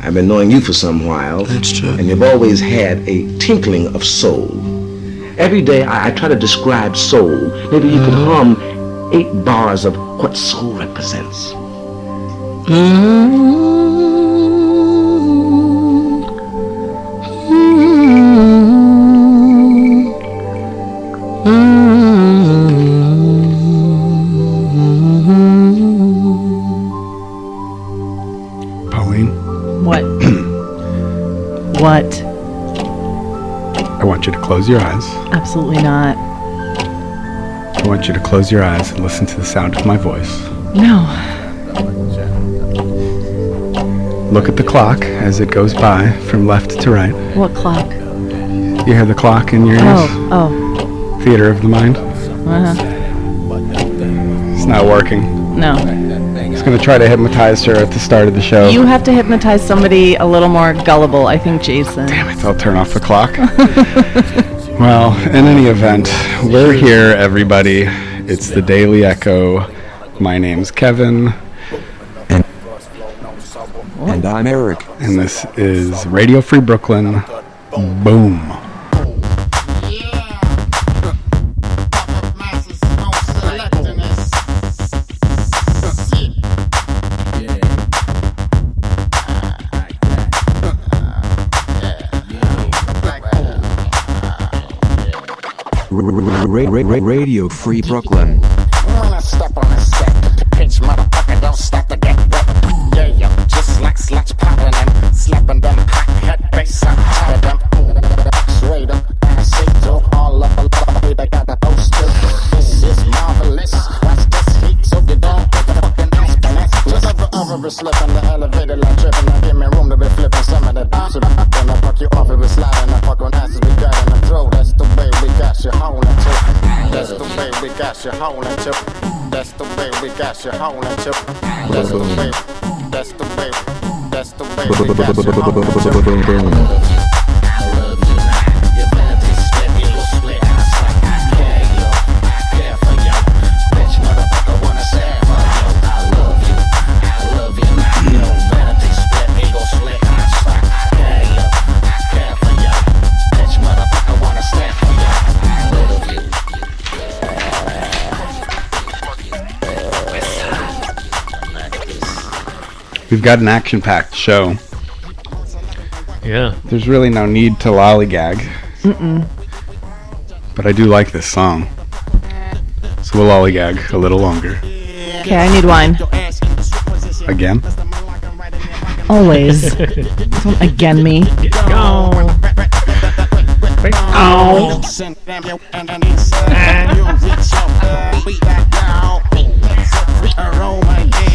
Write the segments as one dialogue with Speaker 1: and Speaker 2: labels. Speaker 1: I've been knowing you for some while.
Speaker 2: That's true.
Speaker 1: And you've always had a tinkling of soul. Every day I, I try to describe soul. Maybe you could
Speaker 2: Mm.
Speaker 1: hum eight bars of what soul represents.
Speaker 3: Mm.
Speaker 2: Pauline,
Speaker 3: What? what?
Speaker 2: I want you to close your eyes.
Speaker 3: Absolutely not.
Speaker 2: I want you to close your eyes and listen to the sound of my voice.
Speaker 3: No.
Speaker 2: Look at the clock as it goes by from left to right.
Speaker 3: What clock?
Speaker 2: You hear the clock in your ears?
Speaker 3: Oh, oh.
Speaker 2: Theater of the mind.
Speaker 3: Uh-huh.
Speaker 2: It's not working.
Speaker 3: No.
Speaker 2: It's going to try to hypnotize her at the start of the show.
Speaker 3: You have to hypnotize somebody a little more gullible, I think, Jason.
Speaker 2: Damn it, I'll turn off the clock. well, in any event, we're here, everybody. It's the Daily Echo. My name's Kevin,
Speaker 4: And I'm Eric.
Speaker 2: and this is Radio Free Brooklyn. Boom.
Speaker 4: R- r- r- ra- ra- ra- Radio Free Brooklyn.
Speaker 5: Wanna step on a set, pinch motherfucker, don't stop to get wet. Yeah, yo, just like sludge popping them, slapping them, hot head bass, I'm tired of them. X-ray them, acid door, all up, all up, they got the poster. This is marvelous, watch this heat, so you don't get the fucking ass, Just have the other is slipping, the elevator like tripping, I give me room to be flipping some of the bombs, so I'm gonna fuck you off, it was sliding, I fuck on asses, we got in the throw, that's the way we got your home into. That's the way we got your home into. That's the way we got your home into. That's the way, that's the way, that's the way we got your home into.
Speaker 4: Boom.
Speaker 2: We've got an action packed show.
Speaker 6: Yeah.
Speaker 2: There's really no need to lollygag. Mm-mm. But I do like this song. So we'll lollygag a little longer.
Speaker 3: Okay, I need wine.
Speaker 2: Again?
Speaker 3: Always. Don't again me.
Speaker 6: Oh.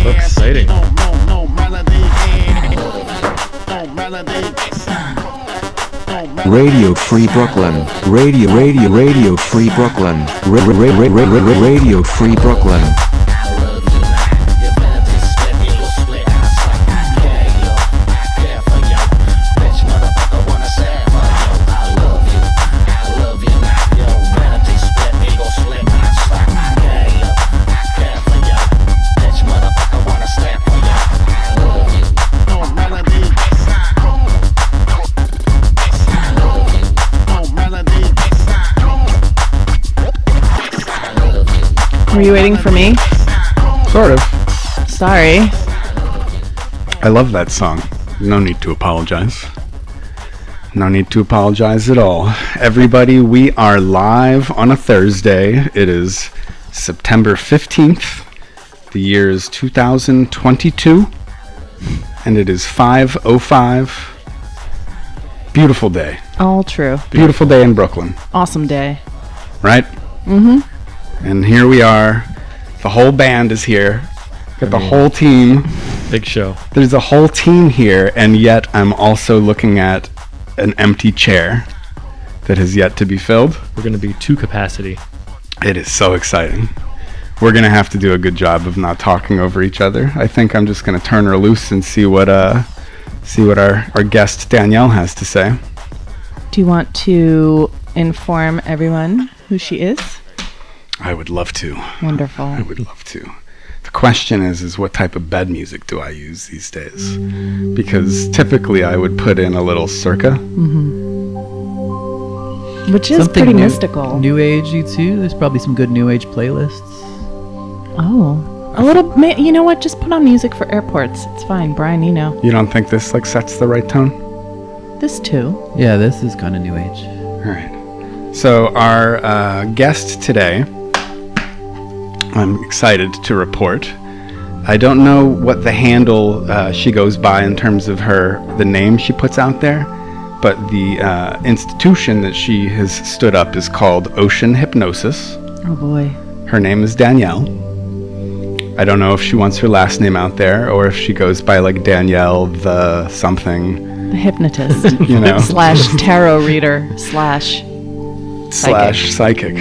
Speaker 5: So
Speaker 6: exciting.
Speaker 5: No, no, no melody. No melody. No melody.
Speaker 4: Radio Free Brooklyn. Radio, radio, radio Free Brooklyn. Ra- ra- ra- ra- ra- ra- Radio Free Brooklyn.
Speaker 5: No melody. No melody.
Speaker 3: Were you waiting for me?
Speaker 2: Sort of.
Speaker 3: Sorry.
Speaker 2: I love that song. No need to apologize. No need to apologize at all. Everybody, we are live on a Thursday. It is September 15th. The year is 2022 and it is 505. Beautiful day.
Speaker 3: All true.
Speaker 2: Beautiful day in Brooklyn,
Speaker 3: Awesome day.
Speaker 2: right? Mm-hmm. And here we are. The whole band is here. Got the whole team.
Speaker 6: Big show.
Speaker 2: There's a whole team here, and yet I'm also looking at an empty chair that has yet to be filled.
Speaker 6: We're going to be two capacity.
Speaker 2: It is so exciting. We're gonna have to do a good job of not talking over each other. I think I'm just gonna turn her loose and see what uh see what our, our guest Danielle has to say.
Speaker 3: Do you want to inform everyone who she is?
Speaker 2: I would love to.
Speaker 3: Wonderful.
Speaker 2: I would love to. The question is, is what type of bed music do I use these days? Because typically I would put in a little circa.
Speaker 3: Mm-hmm. which is
Speaker 7: Something
Speaker 3: pretty
Speaker 7: new,
Speaker 3: mystical.
Speaker 7: New agey too. There's probably some good new age playlists.
Speaker 3: Oh, a little. Ma- you know what? Just put on music for airports. It's fine, Brian. You know
Speaker 2: You don't think this like sets the right tone?
Speaker 3: this too.
Speaker 7: Yeah, this is kind of new age.
Speaker 2: All right. So, our uh, guest today, I'm excited to report. I don't know what the handle uh, she goes by in terms of her, the name she puts out there, but the uh, institution that she has stood up is called Ocean Hypnosis.
Speaker 3: Oh boy.
Speaker 2: Her name is Danielle. I don't know if she wants her last name out there or if she goes by like Danielle the something,
Speaker 3: The hypnotist
Speaker 2: you know.
Speaker 3: slash tarot reader slash
Speaker 2: slash psychic.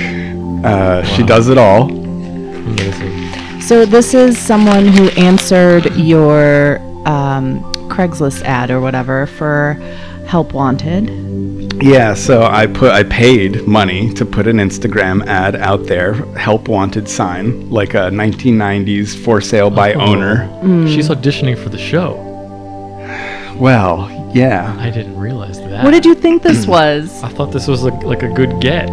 Speaker 2: Uh, She does it all.
Speaker 8: Amazing.
Speaker 3: So this is someone who answered your um, Craigslist ad or whatever for help wanted.
Speaker 2: Yeah, so I put I paid money to put an Instagram ad out there, help wanted sign, like a 1990s for sale
Speaker 8: Oh.
Speaker 2: by owner.
Speaker 3: Hmm.
Speaker 8: She's auditioning for the show.
Speaker 2: Well, yeah,
Speaker 8: I didn't realize that.
Speaker 3: What did you think
Speaker 2: Mm.
Speaker 3: this was?
Speaker 8: I thought this was a, like a good get.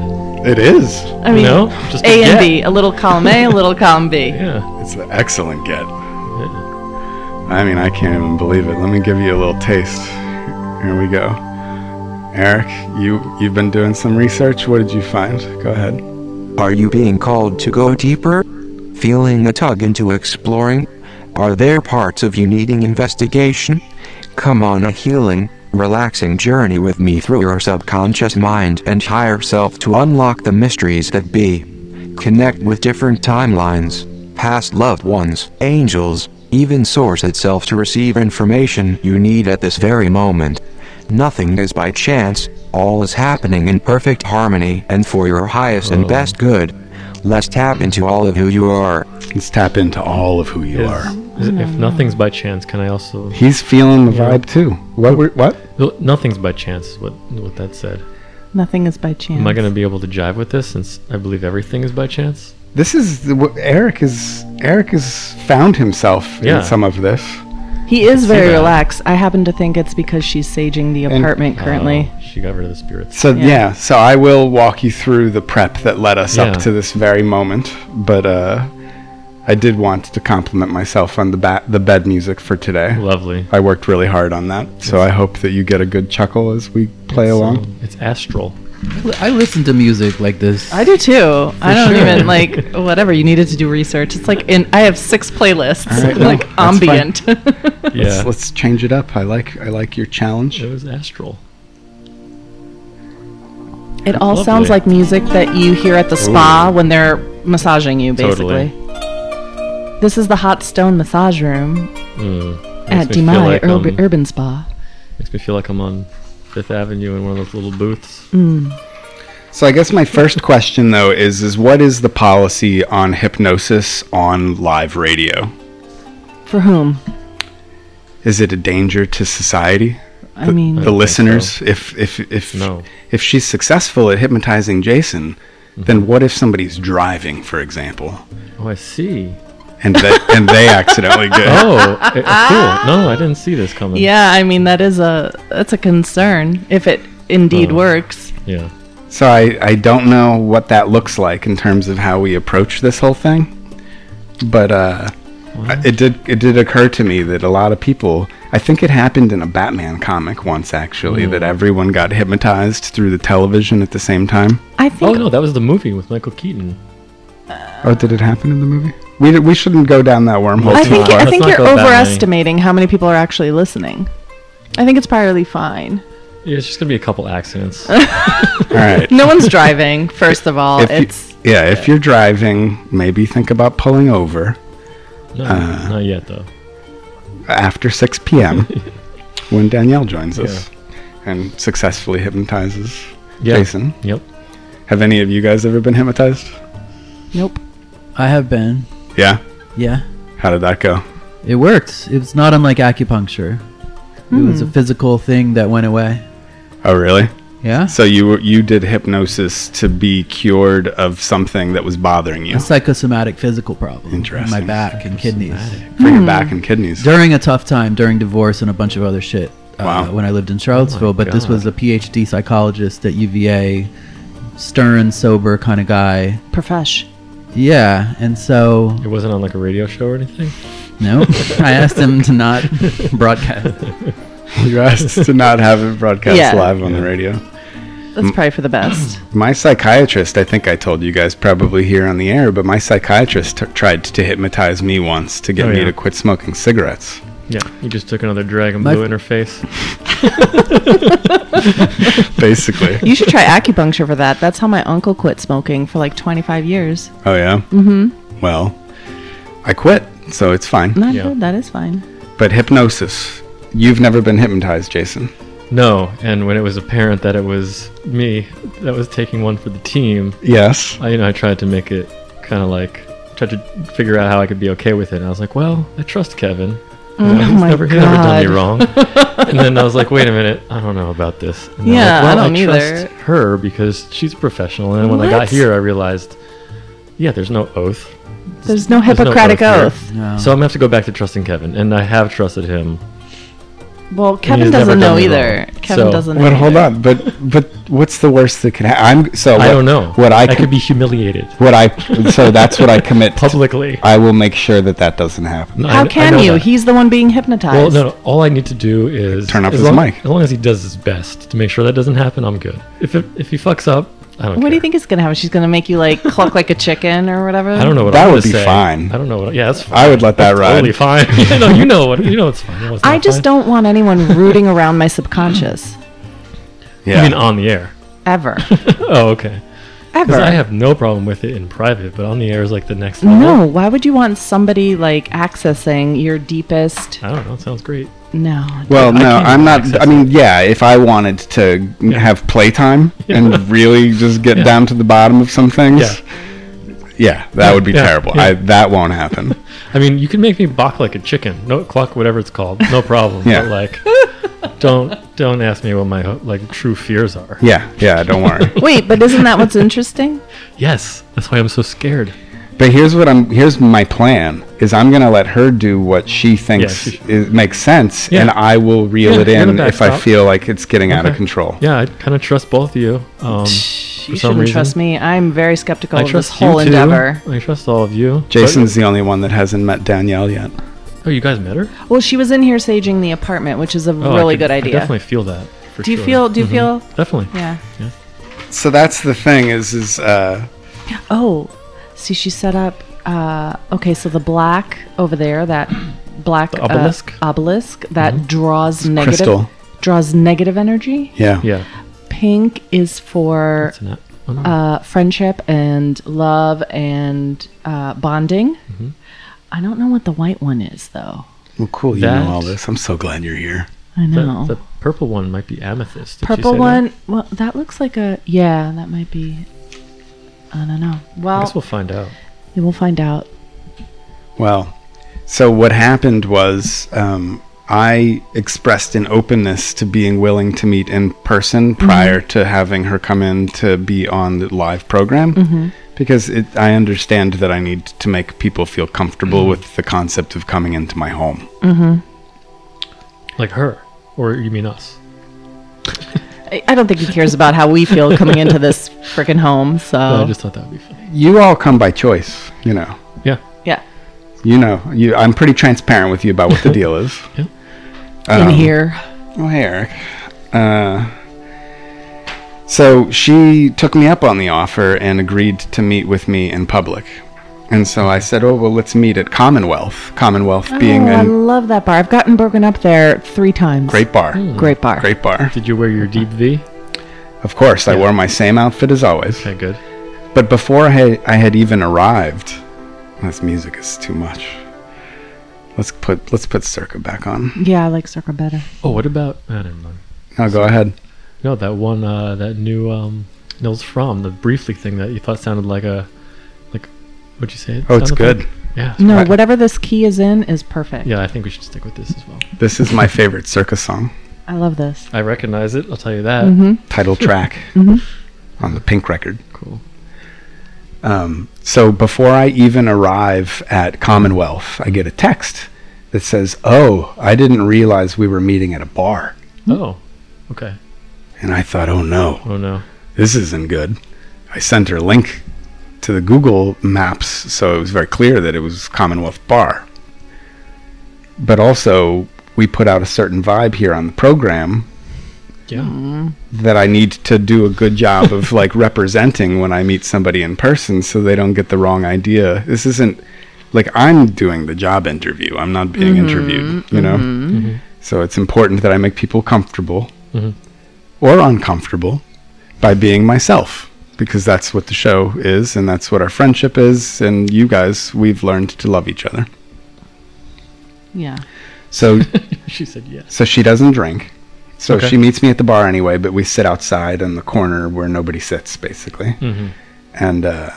Speaker 2: it is.
Speaker 3: I mean,
Speaker 8: no, just
Speaker 3: A
Speaker 8: get.
Speaker 3: and B, a little column A, a little column B.
Speaker 8: Yeah.
Speaker 2: It's an excellent get. I mean, I can't even believe it. Let me give you a little taste. Here we go. Eric, you you've been doing some research. What did you find? Go ahead.
Speaker 4: Are you being called to go deeper? Feeling a tug into exploring? Are there parts of you needing investigation? Come on a healing, relaxing journey with me through your subconscious mind and higher self to unlock the mysteries that be. Connect with different timelines, past loved ones, angels, even source itself to receive information you need at this very moment. Nothing is by chance, all is happening in perfect harmony and for your highest
Speaker 2: Oh.
Speaker 4: and best good. Let's tap into all of who you are.
Speaker 2: Let's tap into all of who you
Speaker 8: Is-
Speaker 2: are.
Speaker 8: is- if
Speaker 3: Hmm.
Speaker 8: nothing's by chance, can I also?
Speaker 2: He's feeling the vibe too. What? were- What?
Speaker 8: No- Nothing's by chance. Is what what that said.
Speaker 3: Nothing is by chance.
Speaker 8: Am I gonna be able to jive with this? Since I believe everything is by chance.
Speaker 2: This is the, what Eric is. Eric has found himself
Speaker 8: Yeah.
Speaker 2: in some of this.
Speaker 3: He is very
Speaker 8: that.
Speaker 3: relaxed. I happen to think it's because she's saging the apartment currently.
Speaker 8: Oh, she got rid of the spirits.
Speaker 2: So yeah.
Speaker 3: Yeah.
Speaker 2: so I will walk you through the prep that led us
Speaker 8: Yeah.
Speaker 2: up to this very moment. But uh, I did want to compliment myself on the ba- the bed music for today.
Speaker 8: Lovely.
Speaker 2: I worked really hard on that, so I hope that you get a good chuckle as we play
Speaker 8: It's,
Speaker 2: along.
Speaker 8: um, it's astral.
Speaker 7: I li- I listen to music like this.
Speaker 3: I do too. I don't
Speaker 8: sure.
Speaker 3: even like whatever. You needed to do research. It's like in I have six playlists,
Speaker 2: All right, no,
Speaker 3: like
Speaker 2: that's fine.
Speaker 3: ambient.
Speaker 8: Yeah.
Speaker 2: Let's, let's change it up. I like I like your challenge.
Speaker 8: It was astral.
Speaker 3: It all
Speaker 8: Lovely.
Speaker 3: sounds like music that you hear at the spa when they're massaging you, basically.
Speaker 8: Totally.
Speaker 3: This is the Hot Stone Massage Room at
Speaker 8: Mm, Makes me feel
Speaker 3: Demai
Speaker 8: like um,
Speaker 3: Ur-
Speaker 8: I'm-
Speaker 3: Urban Spa.
Speaker 8: Makes me feel like I'm on Fifth Avenue in one of those little booths.
Speaker 3: Mm.
Speaker 2: So I guess my first question though is is what is the policy on hypnosis on live radio?
Speaker 3: For whom?
Speaker 2: Is it a danger to society?
Speaker 3: I mean,
Speaker 2: the listeners if if if
Speaker 8: No.
Speaker 2: if she's successful at hypnotizing Jason, then what if somebody's driving, for example,
Speaker 8: Mm-hmm. Oh, I see.
Speaker 2: and they, and they accidentally get
Speaker 8: Oh, i- cool. No, I didn't see this coming.
Speaker 3: yeah, I mean that is a that's a concern if it indeed
Speaker 8: Oh.
Speaker 3: works.
Speaker 8: Yeah.
Speaker 2: So I I don't know what that looks like in terms of how we approach this whole thing, but uh, I- it did it did occur to me that a lot of people. I think it happened in a Batman comic once, actually, that
Speaker 3: Hmm.
Speaker 2: everyone got hypnotized through the television at the same time.
Speaker 3: I think
Speaker 8: Oh no, that was the movie with Michael Keaton.
Speaker 2: Oh, did it happen in the movie? We, we shouldn't go down that wormhole
Speaker 3: I
Speaker 2: too
Speaker 3: think
Speaker 2: far.
Speaker 3: I
Speaker 8: Let's
Speaker 3: think
Speaker 8: not
Speaker 3: you're
Speaker 8: go that many.
Speaker 3: overestimating how many people are actually listening. I think it's probably fine.
Speaker 8: Yeah, it's just gonna be a couple accidents. yeah,
Speaker 2: All right.
Speaker 3: No one's driving. First of all,
Speaker 2: If you-
Speaker 3: it's
Speaker 2: yeah, if you're driving, maybe think about pulling over uh,
Speaker 8: no, not yet though.
Speaker 2: after 6 p.m. when Danielle joins us and successfully hypnotizes
Speaker 8: Yeah.
Speaker 2: Jason.
Speaker 8: Yep.
Speaker 2: Have any of you guys ever been hypnotized?
Speaker 3: nope.
Speaker 7: I have been.
Speaker 2: Yeah.
Speaker 7: Yeah.
Speaker 2: How did that go?
Speaker 7: It worked. It's
Speaker 3: Hmm.
Speaker 7: not unlike acupuncture. It was a physical thing that went away.
Speaker 2: Oh, really?
Speaker 7: Yeah.
Speaker 2: So you were- you did hypnosis to be cured of something that was bothering you.
Speaker 7: A psychosomatic physical problem. In my
Speaker 2: Interesting.
Speaker 7: back and kidneys.
Speaker 2: For your back and kidneys.
Speaker 7: During a tough time, during divorce and a bunch of other shit. uh,
Speaker 2: Wow. Oh
Speaker 7: when I lived in Charlottesville, but this
Speaker 8: God.
Speaker 7: was a PhD psychologist at UVA, stern, sober kind of guy.
Speaker 3: Profesh.
Speaker 7: Yeah, and so
Speaker 8: It wasn't on like a radio show or anything.
Speaker 7: no, I asked him to not broadcast.
Speaker 2: You asked to not have it broadcast
Speaker 3: Yeah.
Speaker 2: live on the radio.
Speaker 8: Mm.
Speaker 3: That's probably for the best.
Speaker 2: My psychiatrist, I think I told you guys probably here on the air, but my psychiatrist t- tried to hypnotize me once to get
Speaker 8: Oh,
Speaker 2: me
Speaker 8: yeah.
Speaker 2: to quit smoking cigarettes.
Speaker 8: Yeah, you just took another drag and
Speaker 7: My-
Speaker 8: blew it in her face.
Speaker 2: Basically.
Speaker 3: You should try acupuncture for that. That's how my uncle quit smoking for like 25 years.
Speaker 2: Oh yeah. Mm-hmm. Well, I quit, so it's fine.
Speaker 3: Not
Speaker 8: Yeah.
Speaker 3: good. That is fine.
Speaker 2: But hypnosis. You've never been hypnotized, Jason.
Speaker 8: No, and when it was apparent that it was me that was taking one for the team,
Speaker 2: Yes.
Speaker 8: I, you know, I tried to make it kind of like tried to figure out how I could be okay with it. And I was like, well, I trust Kevin. You know, he's
Speaker 3: Oh my
Speaker 8: never, he's never done me
Speaker 3: God.
Speaker 8: wrong. and then I was like, wait a minute, I don't know about this. And I'm
Speaker 3: Yeah,
Speaker 8: like, well,
Speaker 3: I don't either."
Speaker 8: trust her because she's a professional. And when I
Speaker 3: What?
Speaker 8: got here, I realized, yeah, there's no oath.
Speaker 3: There's no
Speaker 8: There's no
Speaker 3: Hippocratic
Speaker 8: oath here.
Speaker 3: oath.
Speaker 7: No.
Speaker 8: So I'm gonna have to go back to trusting Kevin, and I have trusted him.
Speaker 3: Well,
Speaker 8: he's
Speaker 3: Kevin
Speaker 8: never
Speaker 3: doesn't
Speaker 8: done
Speaker 3: know
Speaker 8: me
Speaker 3: either.
Speaker 8: wrong.
Speaker 3: Kevin
Speaker 8: So-
Speaker 3: doesn't know.
Speaker 2: But hold
Speaker 3: either.
Speaker 2: on. But but what's the worst that could happen? I'm so.
Speaker 8: I
Speaker 2: what-
Speaker 8: don't know.
Speaker 2: What I,
Speaker 8: I
Speaker 2: com-
Speaker 8: could be humiliated
Speaker 2: What I. So that's what I commit. to.
Speaker 8: publicly.
Speaker 2: I will make sure that that doesn't happen.
Speaker 8: I- I
Speaker 3: How
Speaker 8: know
Speaker 3: can you?
Speaker 8: that.
Speaker 3: He's the one being hypnotized.
Speaker 8: Well, no, no. All I need to do is
Speaker 2: Turn off
Speaker 8: as
Speaker 2: his
Speaker 8: long,
Speaker 2: mic.
Speaker 8: As long as he does his best to make sure that doesn't happen, I'm good. If it, if he fucks up, I don't.
Speaker 3: What
Speaker 8: care.
Speaker 3: do you think is going to happen? She's going to make you like cluck like a chicken or whatever?
Speaker 8: I don't know what
Speaker 2: That
Speaker 8: I'm
Speaker 2: would
Speaker 8: gonna
Speaker 2: be
Speaker 8: say.
Speaker 2: fine.
Speaker 8: I don't know what. Yeah, that's fine.
Speaker 2: I would let that
Speaker 8: That's
Speaker 2: ride.
Speaker 8: Totally fine. you know, you know what? You know it's fine. You know it's
Speaker 3: I
Speaker 8: not
Speaker 3: just
Speaker 8: fine.
Speaker 3: don't want anyone rooting around my subconscious.
Speaker 2: Yeah.
Speaker 8: You mean on the air?
Speaker 3: Ever.
Speaker 8: Oh, okay.
Speaker 3: Ever.
Speaker 8: Because I have no problem with it in private, but on the air is like the next level.
Speaker 3: no, why would you want somebody like accessing your deepest?
Speaker 8: I don't know. It sounds great.
Speaker 3: No.
Speaker 2: Well, no,
Speaker 8: can't
Speaker 2: I'm not.
Speaker 8: access
Speaker 2: I mean, yeah, if I wanted to have playtime and really just get down to the bottom of some things, yeah, that would be
Speaker 8: Yeah,
Speaker 2: terrible.
Speaker 8: yeah.
Speaker 2: I, that won't happen.
Speaker 8: I mean, you can make me balk like a chicken, no clock, whatever it's called, no problem.
Speaker 2: Yeah.
Speaker 8: But like, don't don't ask me what my like true fears are.
Speaker 2: yeah, yeah, don't worry.
Speaker 3: Wait, but isn't that what's interesting?
Speaker 8: Yes, that's why I'm so scared.
Speaker 2: But here's what I'm. Here's my plan: is I'm gonna let her do what she thinks
Speaker 8: she should.
Speaker 2: is, makes sense,
Speaker 8: Yeah.
Speaker 2: and I will reel
Speaker 8: Yeah,
Speaker 2: it
Speaker 8: you're the
Speaker 2: in if I
Speaker 8: backstop.
Speaker 2: feel like it's getting out of
Speaker 8: Okay.
Speaker 2: control.
Speaker 8: Yeah, I kind of trust both of you. Um,
Speaker 3: you
Speaker 8: some
Speaker 3: shouldn't
Speaker 8: reason.
Speaker 3: trust me. I'm very skeptical
Speaker 8: I
Speaker 3: of this
Speaker 8: trust
Speaker 3: whole
Speaker 8: you too.
Speaker 3: endeavor.
Speaker 8: I trust all of you. But-
Speaker 2: Jason's the only one that hasn't met Danielle yet.
Speaker 8: oh, you guys met her?
Speaker 3: Well, she was in here saging the apartment, which is a
Speaker 8: Oh, I
Speaker 3: really
Speaker 8: could-
Speaker 3: good
Speaker 8: I
Speaker 3: idea.
Speaker 8: definitely feel that. for
Speaker 3: do you
Speaker 8: sure. Mm-hmm.
Speaker 3: feel? Do you feel?
Speaker 8: Definitely.
Speaker 3: Yeah.
Speaker 2: So that's the thing: is is uh,
Speaker 3: Oh, see, she set up. Uh, okay, so the black over there, that black
Speaker 8: The
Speaker 3: uh,
Speaker 8: obelisk?
Speaker 3: obelisk that draws negative
Speaker 2: Mm-hmm. crystal.
Speaker 3: draws negative energy.
Speaker 2: yeah,
Speaker 8: Yeah.
Speaker 3: Pink is for
Speaker 8: It's not. oh, no.
Speaker 3: uh, friendship and love and uh, bonding.
Speaker 8: Mm-hmm.
Speaker 3: I don't know what the white one is though.
Speaker 2: Well, cool. You
Speaker 8: That-
Speaker 2: know all this. I'm so glad you're here.
Speaker 3: I
Speaker 8: The-
Speaker 3: know.
Speaker 8: the, purple one might be amethyst. Did she
Speaker 3: Purple
Speaker 8: say that?
Speaker 3: one. Well, that looks like a yeah. That might be. I don't know.
Speaker 8: I
Speaker 3: Well,
Speaker 8: guess we'll find out.
Speaker 3: we'll find out.
Speaker 2: Well, so what happened was um, I expressed an openness to being willing to meet in person
Speaker 3: Mm-hmm.
Speaker 2: prior to having her come in to be on the live program
Speaker 3: Mm-hmm.
Speaker 2: because it, I understand that I need to make people feel comfortable
Speaker 3: Mm-hmm.
Speaker 2: with the concept of coming into my home.
Speaker 3: mm-hmm.
Speaker 8: Like her, or you mean us?
Speaker 3: I I don't think he cares about how we feel coming into this freaking home. So
Speaker 8: I just thought that would be funny.
Speaker 2: You all come by choice, you know.
Speaker 8: Yeah.
Speaker 3: yeah,
Speaker 2: You know, you, I'm pretty transparent with you about what the deal is. Um,
Speaker 3: in here.
Speaker 2: Oh, hey, Eric. Uh, so she took me up on the offer and agreed to meet with me in public. And so I said, oh, well, let's meet at Commonwealth. Commonwealth being
Speaker 3: oh, I
Speaker 2: a
Speaker 3: love that bar. I've gotten broken up there three times.
Speaker 2: great bar.
Speaker 3: great bar.
Speaker 2: Great bar.
Speaker 8: Hmm. Did you wear your deep V?
Speaker 2: Of course, I wore my same outfit as always.
Speaker 8: Okay, good.
Speaker 2: But before I had, I had even arrived, this music is too much. Let's put let's put Circa back on.
Speaker 3: Yeah, I like Circa better.
Speaker 8: Oh, what about? I never mind.
Speaker 2: Now go ahead.
Speaker 8: No, that one, uh, that new um, Nils Fromm, the briefly thing that you thought sounded like a, like, what'd you say? it
Speaker 2: Oh, it's
Speaker 8: sounded
Speaker 2: good.
Speaker 8: like? Yeah. it's-
Speaker 3: No,
Speaker 2: Right.
Speaker 3: whatever this key is in is perfect.
Speaker 8: Yeah, I think we should stick with this as well.
Speaker 2: This is my favorite Circa song.
Speaker 3: I love this.
Speaker 8: I recognize it. I'll tell you that.
Speaker 3: Mm-hmm.
Speaker 2: title track on the Pink record.
Speaker 8: Cool.
Speaker 2: Um, so before I even arrive at Commonwealth, I get a text that says, "Oh, I didn't realize we were meeting at a bar."
Speaker 8: Oh, okay.
Speaker 2: And I thought, "Oh no,
Speaker 8: Oh no.
Speaker 2: this isn't good." I sent her a link to the Google Maps, so it was very clear that it was Commonwealth Bar. But also, we put out a certain vibe here on the program
Speaker 8: Yeah.
Speaker 2: that I need to do a good job of like representing when I meet somebody in person so they don't get the wrong idea. This isn't like I'm doing the job interview. I'm not being
Speaker 8: Mm-hmm,
Speaker 3: Mm-hmm.
Speaker 2: interviewed, you know? So it's important that I make people comfortable
Speaker 8: Mhm.
Speaker 2: or uncomfortable by being myself because that's what the show is and that's what our friendship is and you guys we've learned to love each other.
Speaker 3: Yeah.
Speaker 2: So
Speaker 8: she said yes.
Speaker 2: so she doesn't drink. So
Speaker 8: Okay.
Speaker 2: she meets me at the bar anyway, but we sit outside in the corner where nobody sits, basically.
Speaker 8: Mhm.
Speaker 2: And uh,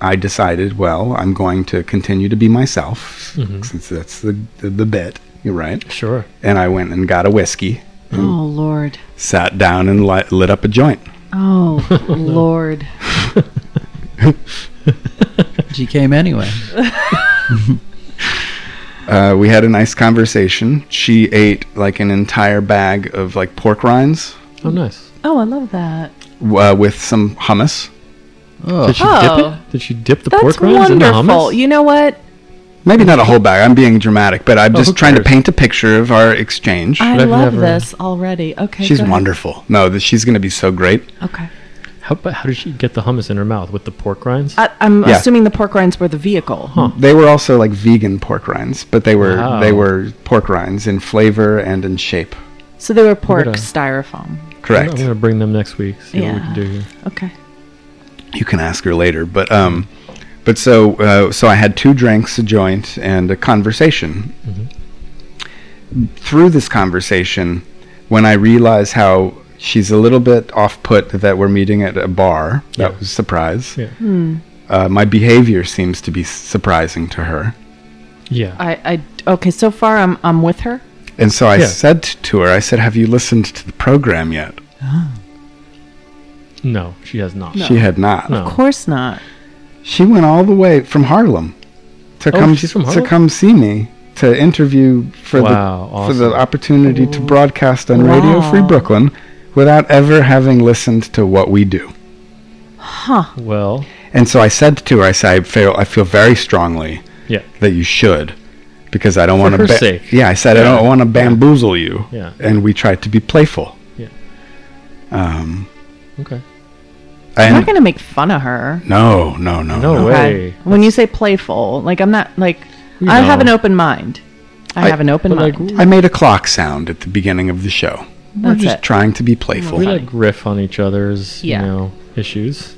Speaker 2: I decided, well, I'm going to continue to be myself since that's the, the the bit. You're right.
Speaker 8: Mm-hmm. Sure.
Speaker 2: And I went and got a whiskey,
Speaker 3: Oh Lord.
Speaker 2: sat down, and li- lit up a joint.
Speaker 3: Oh Lord.
Speaker 7: She came anyway.
Speaker 2: Uh, we had a nice conversation. She ate like an entire bag of like pork rinds
Speaker 8: Oh, nice.
Speaker 3: Oh, I love that.
Speaker 2: uh, with some hummus.
Speaker 7: Oh,
Speaker 8: Did she
Speaker 3: Oh.
Speaker 8: dip it? Did she dip the
Speaker 3: That's
Speaker 8: pork rinds in the
Speaker 3: wonderful.
Speaker 8: hummus?
Speaker 3: You know what?
Speaker 2: Maybe not a whole bag. I'm being dramatic, but I'm
Speaker 8: Oh,
Speaker 2: just
Speaker 8: who
Speaker 2: trying to
Speaker 8: cares?
Speaker 2: paint a picture of our exchange.
Speaker 3: I
Speaker 8: I've
Speaker 3: love
Speaker 8: never-
Speaker 3: this already. Okay.
Speaker 2: She's
Speaker 3: go ahead.
Speaker 2: wonderful. No, th- she's going to be so great.
Speaker 3: Okay.
Speaker 8: How, but how did she get the hummus in her mouth with the pork rinds?
Speaker 3: I, I'm
Speaker 2: Yeah.
Speaker 3: assuming the pork rinds were the vehicle.
Speaker 2: They were also like vegan pork rinds, but they were
Speaker 8: Wow.
Speaker 2: they were pork rinds in flavor and in shape.
Speaker 3: So they were pork
Speaker 8: Good, uh,
Speaker 3: styrofoam.
Speaker 8: I'm
Speaker 2: Correct.
Speaker 8: gonna bring them next week. See what we
Speaker 3: Yeah.
Speaker 8: can do here.
Speaker 3: Okay.
Speaker 2: You can ask her later, but um, but so uh, so I had two drinks, a joint, and a conversation.
Speaker 8: Mm-hmm.
Speaker 2: Through this conversation, when I realize how she's a little bit off put that we're meeting at a bar, that
Speaker 8: Yeah.
Speaker 2: was a surprise.
Speaker 8: Yeah.
Speaker 3: Hmm.
Speaker 2: Uh, my behavior seems to be surprising to her.
Speaker 8: Yeah.
Speaker 3: I, I okay. So far, I'm I'm with her.
Speaker 2: And so I
Speaker 8: Yeah.
Speaker 2: said to her, I said, Have you listened to the program yet?
Speaker 8: Ah. no, she has not.
Speaker 2: She had not.
Speaker 8: No.
Speaker 3: Of course not.
Speaker 2: She went all the way from Harlem to
Speaker 8: Oh,
Speaker 2: come
Speaker 8: she's from Harlem?
Speaker 2: to come see me to interview for
Speaker 8: Wow,
Speaker 2: the for the
Speaker 8: awesome.
Speaker 2: opportunity to broadcast on Radio Free
Speaker 3: Wow.
Speaker 2: Brooklyn without ever having listened to what we do.
Speaker 8: Well,
Speaker 2: And so I said to her, I said, I feel, I feel very strongly
Speaker 8: Yeah.
Speaker 2: that you should because I don't
Speaker 8: For
Speaker 2: want to.
Speaker 8: her sake.
Speaker 2: Yeah, I said, I
Speaker 8: Yeah.
Speaker 2: don't want to bamboozle you.
Speaker 8: Yeah.
Speaker 2: And we tried to be playful.
Speaker 8: Yeah.
Speaker 2: Um,
Speaker 8: okay.
Speaker 3: I'm
Speaker 2: and
Speaker 3: not gonna make fun of her.
Speaker 2: no, no, no,
Speaker 8: No
Speaker 2: no.
Speaker 8: way.
Speaker 3: Okay? When you say playful, like I'm not like
Speaker 8: You
Speaker 3: I have an
Speaker 8: know.
Speaker 3: open mind. I,
Speaker 2: I-
Speaker 3: have an open
Speaker 8: But like,
Speaker 3: mind.
Speaker 2: I made a clock sound at the beginning of the show. We're
Speaker 3: That's
Speaker 2: just
Speaker 3: it.
Speaker 2: trying to be playful.
Speaker 8: we like riff on each other's,
Speaker 3: Yeah.
Speaker 8: you know, issues.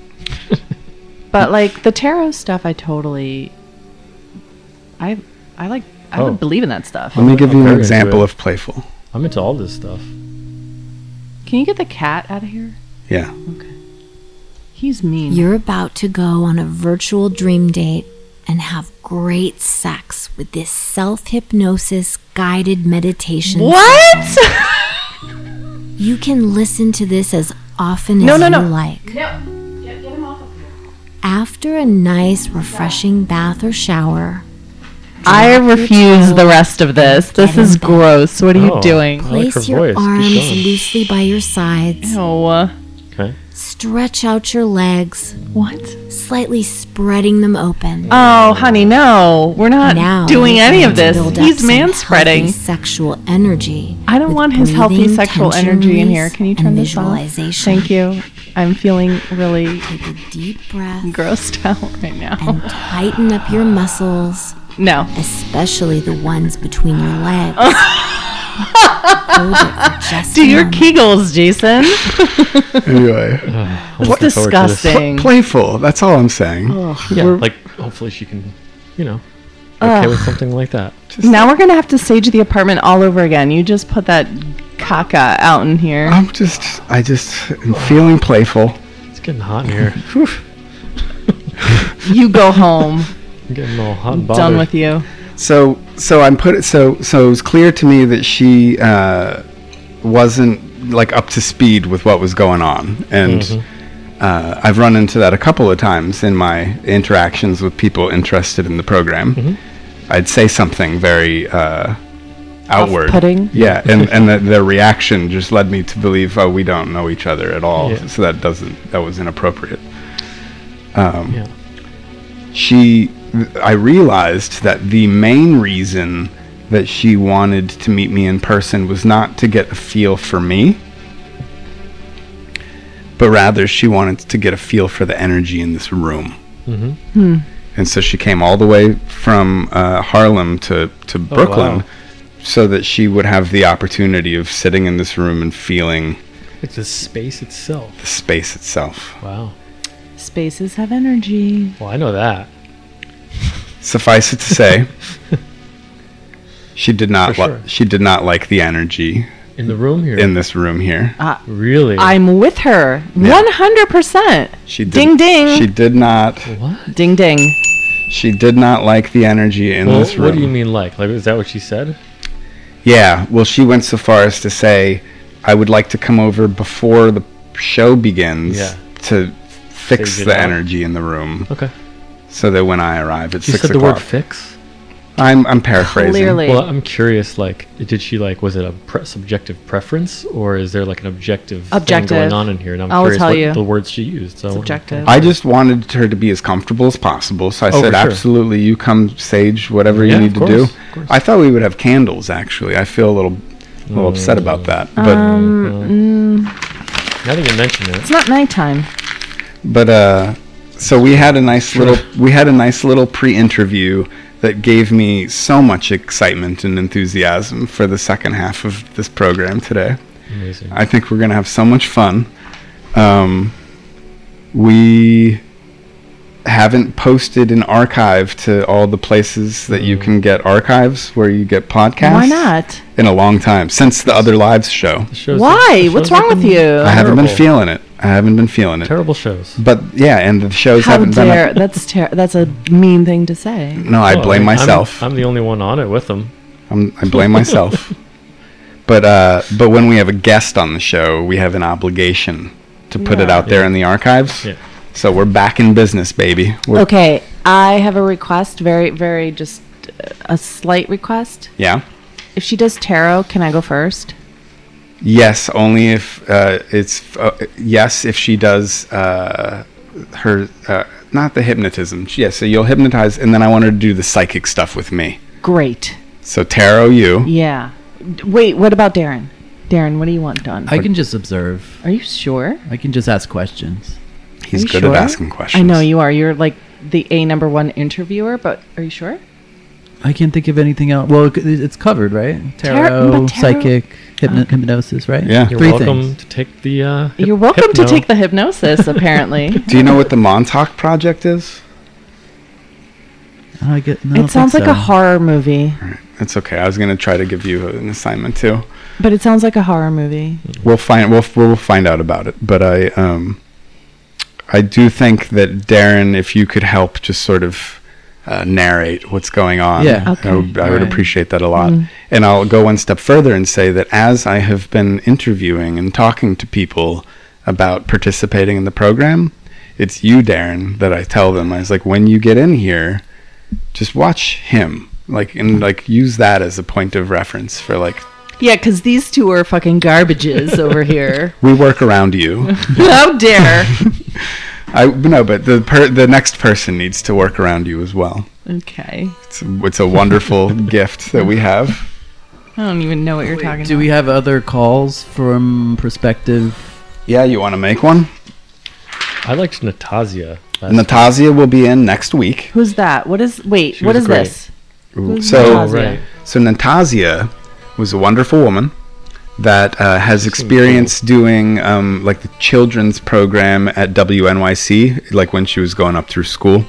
Speaker 3: But like the tarot stuff, I totally. I I like I
Speaker 8: Oh.
Speaker 3: would believe in that stuff.
Speaker 2: Let me give you
Speaker 8: very
Speaker 2: an
Speaker 8: into
Speaker 2: example
Speaker 8: it.
Speaker 2: of playful.
Speaker 8: I'm into all this stuff.
Speaker 3: Can you get the cat out of here?
Speaker 2: Yeah.
Speaker 3: He's mean.
Speaker 9: You're about to go on a virtual dream date and have great sex with this self hypnosis guided meditation.
Speaker 3: what?
Speaker 9: You can listen to this as often
Speaker 3: No,
Speaker 9: as
Speaker 3: no,
Speaker 9: you
Speaker 3: no.
Speaker 9: like. After a nice, refreshing bath or shower,
Speaker 3: I refuse the rest of this. This is gross. What are you
Speaker 8: Oh.
Speaker 3: doing?
Speaker 8: I like
Speaker 9: place
Speaker 8: her
Speaker 9: your
Speaker 8: voice. Keep
Speaker 9: arms
Speaker 8: going.
Speaker 9: loosely by your sides,
Speaker 3: No.
Speaker 8: Okay.
Speaker 9: stretch out your legs,
Speaker 3: What?
Speaker 9: slightly spreading them open.
Speaker 3: Oh, honey, no. We're not
Speaker 9: now
Speaker 3: doing
Speaker 9: you
Speaker 3: any
Speaker 9: need
Speaker 3: of
Speaker 9: to
Speaker 3: this.
Speaker 9: build up
Speaker 3: He's
Speaker 9: some
Speaker 3: man
Speaker 9: healthy
Speaker 3: spreading.
Speaker 9: Sexual energy.
Speaker 3: I don't
Speaker 9: with
Speaker 3: want his healthy
Speaker 9: breathing,
Speaker 3: sexual
Speaker 9: tension
Speaker 3: energy in
Speaker 9: release,
Speaker 3: here. Can you
Speaker 9: and
Speaker 3: turn this off?
Speaker 9: visualization.
Speaker 3: Thank you. I'm feeling really
Speaker 9: Take a deep breath
Speaker 3: grossed out right now.
Speaker 9: and tighten up your muscles,
Speaker 3: No.
Speaker 9: especially the ones between your legs. Hold it for just
Speaker 3: Do
Speaker 9: a
Speaker 3: your
Speaker 9: moment.
Speaker 3: kegels, Jason.
Speaker 2: Anyway,
Speaker 3: It's disgusting.
Speaker 2: playful. That's all I'm saying.
Speaker 8: Yeah. Like, hopefully she can, you know, okay with something like that.
Speaker 3: Now we're gonna have to sage the apartment all over again. You just put that caca out in here.
Speaker 2: I'm just, I just am feeling playful.
Speaker 8: It's getting hot in here.
Speaker 3: You go home.
Speaker 8: I'm getting all hot and bothered.
Speaker 3: Done with you.
Speaker 2: So, so I'm put. So, so it was clear to me that she uh, wasn't like up to speed with what was going on, and
Speaker 8: Mm-hmm.
Speaker 2: uh, I've run into that a couple of times in my interactions with people interested in the program.
Speaker 8: Mm-hmm.
Speaker 2: I'd say something very uh, outward,
Speaker 3: Off-putting?
Speaker 2: yeah, and and the, their reaction just led me to believe, oh, we don't know each other at all,
Speaker 8: Yeah.
Speaker 2: so that doesn't that was inappropriate Um,
Speaker 8: yeah.
Speaker 2: she i realized that the main reason that she wanted to meet me in person was not to get a feel for me but rather she wanted to get a feel for the energy in this room and so she came all the way from uh, harlem to, to brooklyn
Speaker 8: wow.
Speaker 2: so that she would have the opportunity of sitting in this room and feeling
Speaker 8: It's the space itself.
Speaker 2: the space itself
Speaker 8: Wow.
Speaker 3: Spaces have energy.
Speaker 8: Well, I know that.
Speaker 2: Suffice it to say, she did not
Speaker 8: For
Speaker 2: li-
Speaker 8: sure.
Speaker 2: she did not like the energy
Speaker 8: In the room here.
Speaker 2: in this room here.
Speaker 3: Uh,
Speaker 8: really?
Speaker 3: I'm with her.
Speaker 2: Yeah.
Speaker 3: 100%.
Speaker 2: She did,
Speaker 3: Ding, ding.
Speaker 2: She did not
Speaker 8: what?
Speaker 3: Ding ding.
Speaker 2: she did not like the energy in
Speaker 8: Well,
Speaker 2: this room.
Speaker 8: what do you mean like? Like is that what she said?
Speaker 2: Yeah, well she went so far as to say I would like to come over before the show begins
Speaker 8: Yeah.
Speaker 2: to fix
Speaker 8: Phase it
Speaker 2: the
Speaker 8: out.
Speaker 2: energy in the room
Speaker 8: Okay.
Speaker 2: so that when I arrive at
Speaker 8: She
Speaker 2: 6
Speaker 8: said the
Speaker 2: o'clock
Speaker 8: word fix.
Speaker 2: I'm I'm paraphrasing.
Speaker 3: Clearly.
Speaker 8: Well, I'm curious. Like, did she like? Was it a pre- subjective preference, or is there like an objective, thing
Speaker 3: Objective.
Speaker 8: going on in here? And I'm
Speaker 3: I will
Speaker 8: curious
Speaker 3: tell
Speaker 8: what
Speaker 3: you.
Speaker 8: the words she used. So
Speaker 3: Subjective.
Speaker 2: I just wanted her to be as comfortable as possible, so I
Speaker 8: Oh,
Speaker 2: said,
Speaker 8: for sure.
Speaker 2: "Absolutely, you come, Sage, whatever
Speaker 8: Yeah,
Speaker 2: you
Speaker 8: of
Speaker 2: need to
Speaker 8: course,
Speaker 2: do."
Speaker 8: of course.
Speaker 2: I thought we would have candles. Actually, I feel a little, a little upset about that. But,
Speaker 8: Um, Now that you mention
Speaker 3: Um, mm, It's
Speaker 8: it,
Speaker 3: not nighttime.
Speaker 2: but uh, so we had a nice little, we had a nice little pre-interview that gave me so much excitement and enthusiasm for the second half of this program today.
Speaker 8: amazing.
Speaker 2: I think we're gonna have so much fun. Um, we haven't posted an archive to all the places that you
Speaker 8: Mm.
Speaker 2: can get archives where you get podcasts.
Speaker 3: Why not?
Speaker 2: In a long time since the other lives show,
Speaker 8: The shows- the
Speaker 3: Why?
Speaker 8: shows
Speaker 3: What's
Speaker 8: have
Speaker 3: wrong with
Speaker 8: been
Speaker 2: I
Speaker 3: you?
Speaker 2: haven't been
Speaker 8: Terrible.
Speaker 2: feeling it. I haven't been feeling it.
Speaker 8: Terrible shows.
Speaker 2: But yeah, and the shows
Speaker 3: How
Speaker 2: haven't
Speaker 3: dare?
Speaker 2: been.
Speaker 3: That's ter- That's a mean thing to say.
Speaker 2: no, I
Speaker 8: Well,
Speaker 2: blame
Speaker 8: mean, I'm-
Speaker 2: myself.
Speaker 8: I'm, the only one on it with them.
Speaker 2: I'm, I blame myself. But uh, but when we have a guest on the show, we have an obligation to put it out there in the archives.
Speaker 8: Yeah.
Speaker 2: So we're back in business, baby. We're,
Speaker 3: Okay, I have a request. Very, very, just uh, a slight request.
Speaker 2: Yeah.
Speaker 3: If she does tarot, can I go first?
Speaker 2: Yes, only if uh, it's uh, yes if she does uh, her uh, not the hypnotism. Yes, so you'll hypnotize, and then I want her to do the psychic stuff with me.
Speaker 3: Great.
Speaker 2: So tarot, you.
Speaker 3: Yeah. D- Wait, what about Darren? Darren, what do you want done?
Speaker 7: I can just observe.
Speaker 3: Are you sure?
Speaker 7: I can just ask questions.
Speaker 2: He's
Speaker 3: you
Speaker 2: good
Speaker 3: sure?
Speaker 2: at asking questions.
Speaker 3: I know you are. You're like the A number one interviewer, but are you sure?
Speaker 7: I can't think of anything else. Well, it- it's covered, right?
Speaker 3: Tar-
Speaker 7: Tarot,
Speaker 3: but tarot-
Speaker 7: psychic, hypno- hypnosis, right?
Speaker 2: Yeah.
Speaker 8: You're
Speaker 7: Three
Speaker 8: welcome
Speaker 7: things.
Speaker 8: to take the. Uh, hip-
Speaker 3: You're welcome
Speaker 8: hypno.
Speaker 3: to take the hypnosis, apparently.
Speaker 2: Do you know what the Montauk Project is?
Speaker 7: I get, no, I
Speaker 3: it
Speaker 7: don't
Speaker 3: sounds
Speaker 7: think
Speaker 3: like a
Speaker 7: so.
Speaker 3: horror movie,
Speaker 2: That's okay. I was gonna try to give you an assignment too.
Speaker 3: but it sounds like a horror movie.
Speaker 2: We'll find we'll we'll find out about it. But I um I do think that Darren, if you could help, just sort of uh, narrate what's going on.
Speaker 7: Yeah.
Speaker 3: Okay.
Speaker 2: I would, I would
Speaker 7: Right.
Speaker 2: appreciate that a lot. And I'll go one step further and say that as I have been interviewing and talking to people about participating in the program, it's you, Darren, that I tell them. I was like, when you get in here, just watch him, like and like use that as a point of reference for like
Speaker 3: Yeah, because these two are fucking garbages over here. Oh,
Speaker 2: we work around you.
Speaker 3: How dare?
Speaker 2: I no, but the per, the next person needs to work around you as well.
Speaker 3: Okay.
Speaker 2: It's, it's a wonderful gift that we have.
Speaker 3: I don't even know what you're talking
Speaker 7: Do
Speaker 3: about.
Speaker 7: we have other calls from prospective?
Speaker 2: Yeah, you want to make one?
Speaker 8: I liked Natasia. last-
Speaker 2: Natasia will be in next week.
Speaker 3: Who's that? What is? Wait,
Speaker 8: She
Speaker 3: what
Speaker 8: was
Speaker 3: is
Speaker 8: great.
Speaker 3: this?
Speaker 8: Oh,
Speaker 2: So
Speaker 3: Nastasia?
Speaker 8: right.
Speaker 2: so Natasia was a wonderful woman that uh, has experience doing um, like the children's program at WNYC, like when she was going up through school.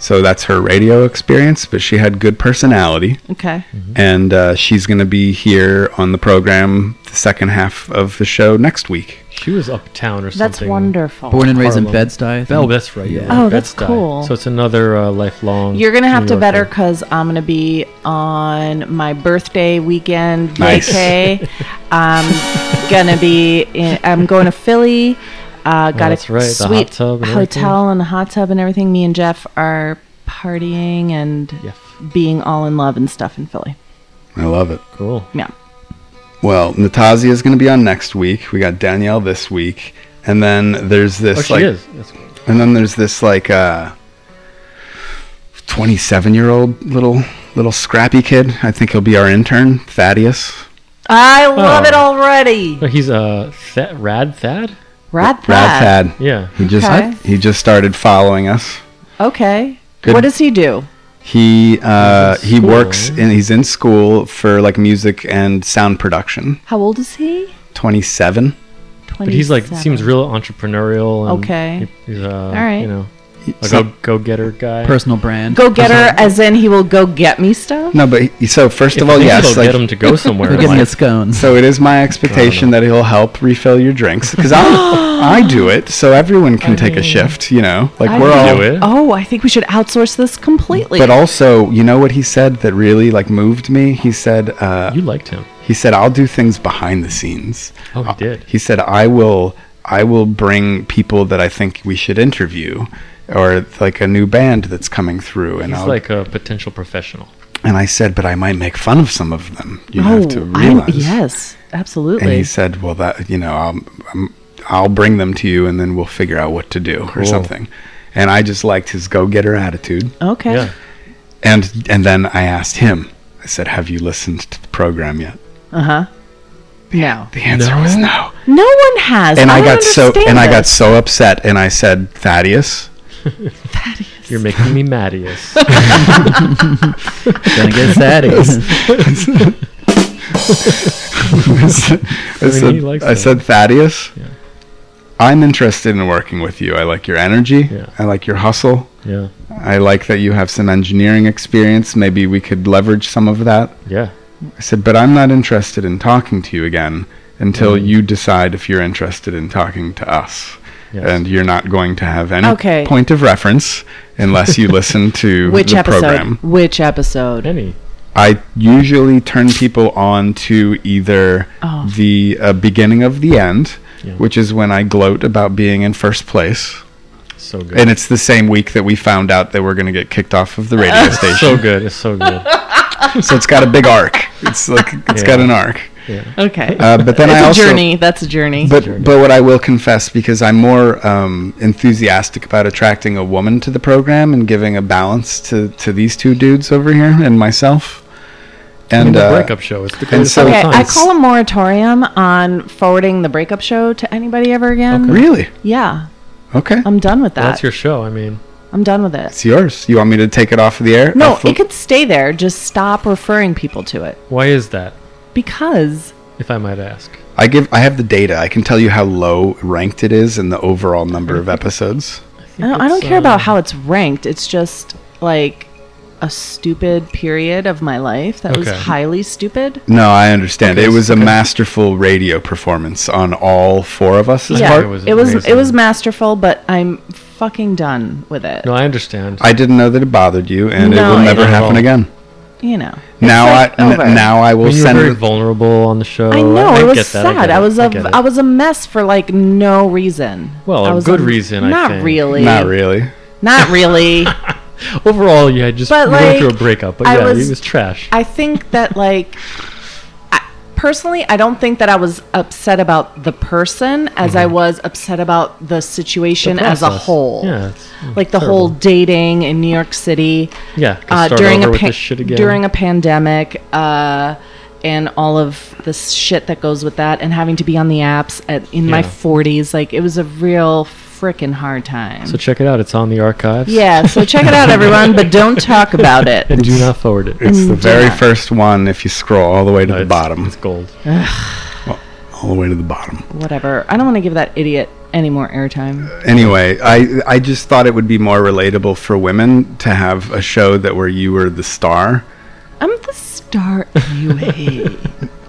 Speaker 2: So that's her radio experience, but she had good personality.
Speaker 3: Okay.
Speaker 2: And uh, she's going to be here on the program the second half of the show next week.
Speaker 8: She was uptown or
Speaker 3: That's
Speaker 8: something.
Speaker 3: wonderful.
Speaker 7: Born and raised in
Speaker 8: Harlem.
Speaker 7: Bed-Stuy.
Speaker 8: Oh, that's right.
Speaker 7: Yeah.
Speaker 3: Oh, that's
Speaker 8: Bed-Stuy.
Speaker 3: cool.
Speaker 8: So it's another uh, lifelong.
Speaker 3: You're gonna have
Speaker 8: New
Speaker 3: to
Speaker 8: Yorker.
Speaker 3: better because I'm gonna be on my birthday weekend
Speaker 2: Nice.
Speaker 3: vacay. I'm gonna be. In, I'm going to Philly. Uh, got
Speaker 8: that's
Speaker 3: a
Speaker 8: right, the hot
Speaker 3: sweet
Speaker 8: tub and
Speaker 3: hotel and a hot tub and everything. Me and Jeff are partying and
Speaker 8: Yes.
Speaker 3: being all in love and stuff in Philly.
Speaker 2: I love it.
Speaker 8: Cool.
Speaker 3: Yeah.
Speaker 2: Well, Natasia is going to be on next week. We got Danielle this week. And then there's this
Speaker 8: Oh, she
Speaker 2: like
Speaker 8: is. That's cool.
Speaker 2: And then there's this like uh 27 year old little little scrappy kid. I think he'll be our intern, Thaddeus.
Speaker 3: I love
Speaker 8: Oh.
Speaker 3: it already.
Speaker 8: But he's uh, Th- Rad Thad.
Speaker 3: Rad Thad.
Speaker 2: Rad Thad.
Speaker 8: Yeah.
Speaker 2: He just
Speaker 3: Okay.
Speaker 2: he just started following us.
Speaker 3: Okay.
Speaker 2: Good.
Speaker 3: What does he do?
Speaker 2: He uh,
Speaker 8: He's in
Speaker 2: he works
Speaker 8: school.
Speaker 2: in he's in school for like music and sound production.
Speaker 3: How old is he?
Speaker 2: 27.
Speaker 3: Twenty.
Speaker 8: But he's like seems real entrepreneurial. And
Speaker 3: Okay.
Speaker 8: he- he's uh, all
Speaker 3: right.
Speaker 8: right. You know, a
Speaker 2: So-
Speaker 8: go go getter guy.
Speaker 7: Personal brand.
Speaker 3: go getter, as in he will go get me stuff.
Speaker 2: no, but he, so first
Speaker 8: If
Speaker 2: of all,
Speaker 8: things
Speaker 2: yes,
Speaker 8: will
Speaker 2: like
Speaker 8: get him to go somewhere.
Speaker 7: Go
Speaker 8: in
Speaker 7: get me a
Speaker 8: life.
Speaker 7: scone.
Speaker 2: So it is my expectation that he'll help refill your drinks because I I do it, so everyone can take a shift. You know, like
Speaker 3: I
Speaker 2: we're
Speaker 3: mean-
Speaker 2: all.
Speaker 8: Do it.
Speaker 3: Oh, I think we should outsource this completely.
Speaker 2: But also, you know what he said that really like moved me. He said, uh,
Speaker 8: You liked him.
Speaker 2: he said, I'll do things behind the scenes. Uh,
Speaker 8: Oh, he did.
Speaker 2: He said, I will, I will bring people that I think we should interview, or like a new band that's coming through, and
Speaker 8: He's
Speaker 2: I'll,
Speaker 8: like a potential professional.
Speaker 2: and I said, but I might make fun of some of them. You
Speaker 3: oh,
Speaker 2: have to
Speaker 3: I-
Speaker 2: realize.
Speaker 3: yes, absolutely.
Speaker 2: And he said, "Well, that you know, I'll, I'm, I'll bring them to you, and then we'll figure out what to do or something." And I just liked his go-getter attitude.
Speaker 3: okay.
Speaker 8: Yeah.
Speaker 2: And and then I asked him. I said, "Have you listened to the program yet?"
Speaker 3: Uh huh. No,
Speaker 2: The answer was no.
Speaker 3: no one has.
Speaker 2: And I,
Speaker 3: don't
Speaker 2: got so and
Speaker 3: understand
Speaker 2: I got
Speaker 3: this.
Speaker 2: so upset, and I said, "Thaddeus,
Speaker 8: You're making me Mattias.
Speaker 7: Gonna get Thaddeus.
Speaker 2: I said, I
Speaker 8: mean, he
Speaker 2: said,
Speaker 8: likes
Speaker 2: I
Speaker 8: that.
Speaker 2: said, Thaddeus,
Speaker 8: Yeah.
Speaker 2: I'm interested in working with you. I like your energy.
Speaker 8: Yeah.
Speaker 2: I like your hustle.
Speaker 8: yeah.
Speaker 2: I like that you have some engineering experience. Maybe we could leverage some of that."
Speaker 8: Yeah.
Speaker 2: I said, but I'm not interested in talking to you again until
Speaker 8: Mm-hmm.
Speaker 2: you decide if you're interested in talking to us.
Speaker 8: Yes.
Speaker 2: And you're not going to have any
Speaker 3: Okay.
Speaker 2: point of reference unless you listen to
Speaker 3: which
Speaker 2: the
Speaker 3: episode?
Speaker 2: program.
Speaker 3: Which episode?
Speaker 8: Any.
Speaker 2: I usually turn people on to either
Speaker 3: Oh.
Speaker 2: the uh, beginning of the end,
Speaker 8: Yeah.
Speaker 2: which is when I gloat about being in first place.
Speaker 8: So good.
Speaker 2: And it's the same week that we found out that we're going to get kicked off of the radio
Speaker 8: it's
Speaker 2: station.
Speaker 8: so good. It's so good.
Speaker 2: So it's got a big arc. It's like it's got
Speaker 8: Yeah.
Speaker 2: an arc.
Speaker 3: Okay.
Speaker 2: Uh, but then
Speaker 3: it's
Speaker 2: I
Speaker 3: a
Speaker 2: also
Speaker 3: journey. That's a journey.
Speaker 2: But but what I will confess, because I'm more um, enthusiastic about attracting a woman to the program and giving a balance to, to these two dudes over here and myself.
Speaker 8: I
Speaker 2: And
Speaker 8: mean, the
Speaker 2: uh,
Speaker 8: breakup show. It's the
Speaker 2: and
Speaker 8: greatest
Speaker 2: so
Speaker 3: okay, I
Speaker 8: times.
Speaker 3: call a moratorium on forwarding the breakup show to anybody ever again.
Speaker 2: really
Speaker 3: Yeah,
Speaker 2: okay,
Speaker 3: I'm done with that.
Speaker 8: That's your show. I mean,
Speaker 3: I'm done with it.
Speaker 2: it's yours. You want me to take it off of the air?
Speaker 3: No,
Speaker 2: Off the-
Speaker 3: it could stay there. Just stop referring people to it
Speaker 8: why is that?
Speaker 3: because
Speaker 8: If I might ask.
Speaker 2: I give. I have the data. I can tell you how low ranked it is in the overall number of episodes.
Speaker 3: I don't, I don't care about how it's ranked. It's just like a stupid period of my life that was
Speaker 8: Okay.
Speaker 3: highly stupid.
Speaker 2: No, I understand.
Speaker 8: Okay,
Speaker 2: it was
Speaker 8: okay.
Speaker 2: a masterful radio performance on all four of us.
Speaker 8: Yeah.
Speaker 3: Yeah,
Speaker 8: part
Speaker 3: it
Speaker 8: was
Speaker 3: was it was,
Speaker 8: amazing.
Speaker 3: masterful, but I'm fucking done with it.
Speaker 8: No, I understand.
Speaker 2: I didn't know that it bothered you, and
Speaker 3: No,
Speaker 2: it will
Speaker 3: it
Speaker 2: never
Speaker 8: didn't.
Speaker 2: happen again.
Speaker 3: You know. It's,
Speaker 2: now
Speaker 3: like,
Speaker 2: I n-
Speaker 3: over.
Speaker 2: now I will
Speaker 8: I mean, you were
Speaker 2: send
Speaker 8: very vulnerable on the show.
Speaker 3: I know
Speaker 8: Oh, I,
Speaker 3: it was
Speaker 8: get that,
Speaker 3: sad.
Speaker 8: I, get
Speaker 3: I,
Speaker 8: it,
Speaker 3: was a
Speaker 8: I
Speaker 3: I
Speaker 8: get it.
Speaker 3: was a mess for like no reason.
Speaker 8: Well,
Speaker 3: I
Speaker 8: a
Speaker 3: was
Speaker 8: good reason, I
Speaker 3: Not
Speaker 8: think.
Speaker 3: really.
Speaker 2: not really.
Speaker 3: Not really.
Speaker 8: Overall, yeah, just
Speaker 3: But,
Speaker 8: you went through a
Speaker 3: like,
Speaker 8: breakup, but
Speaker 3: I
Speaker 8: yeah,
Speaker 3: was-
Speaker 8: it was trash.
Speaker 3: I think that like I- personally i don't think that i was upset about the person as i was upset about the situation
Speaker 8: Mm-hmm. The
Speaker 3: as a
Speaker 8: process.
Speaker 3: whole
Speaker 8: Yeah, it's-
Speaker 3: like the
Speaker 8: terrible.
Speaker 3: whole dating in new york city
Speaker 8: Yeah, can
Speaker 3: uh,
Speaker 8: start
Speaker 3: during,
Speaker 8: over
Speaker 3: a
Speaker 8: with
Speaker 3: pa-
Speaker 8: this shit again.
Speaker 3: during a pandemic uh, and all of the shit that goes with that and having to be on the apps at, in my
Speaker 8: Yeah.
Speaker 3: 40s like it was a real freaking hard time
Speaker 8: So check it out. It's on the archives.
Speaker 3: yeah so check it out everyone but don't talk about it
Speaker 8: And do not forward it.
Speaker 2: It's the very
Speaker 3: yeah.
Speaker 2: first one if you scroll all the way to
Speaker 8: No,
Speaker 2: the
Speaker 8: it's-
Speaker 2: bottom.
Speaker 8: It's gold.
Speaker 2: All the way to the bottom.
Speaker 3: whatever. I don't want to give that idiot any more airtime.
Speaker 2: anyway, I I just thought it would be more relatable for women to have a show that where you were the star.
Speaker 3: I'm the star anyway.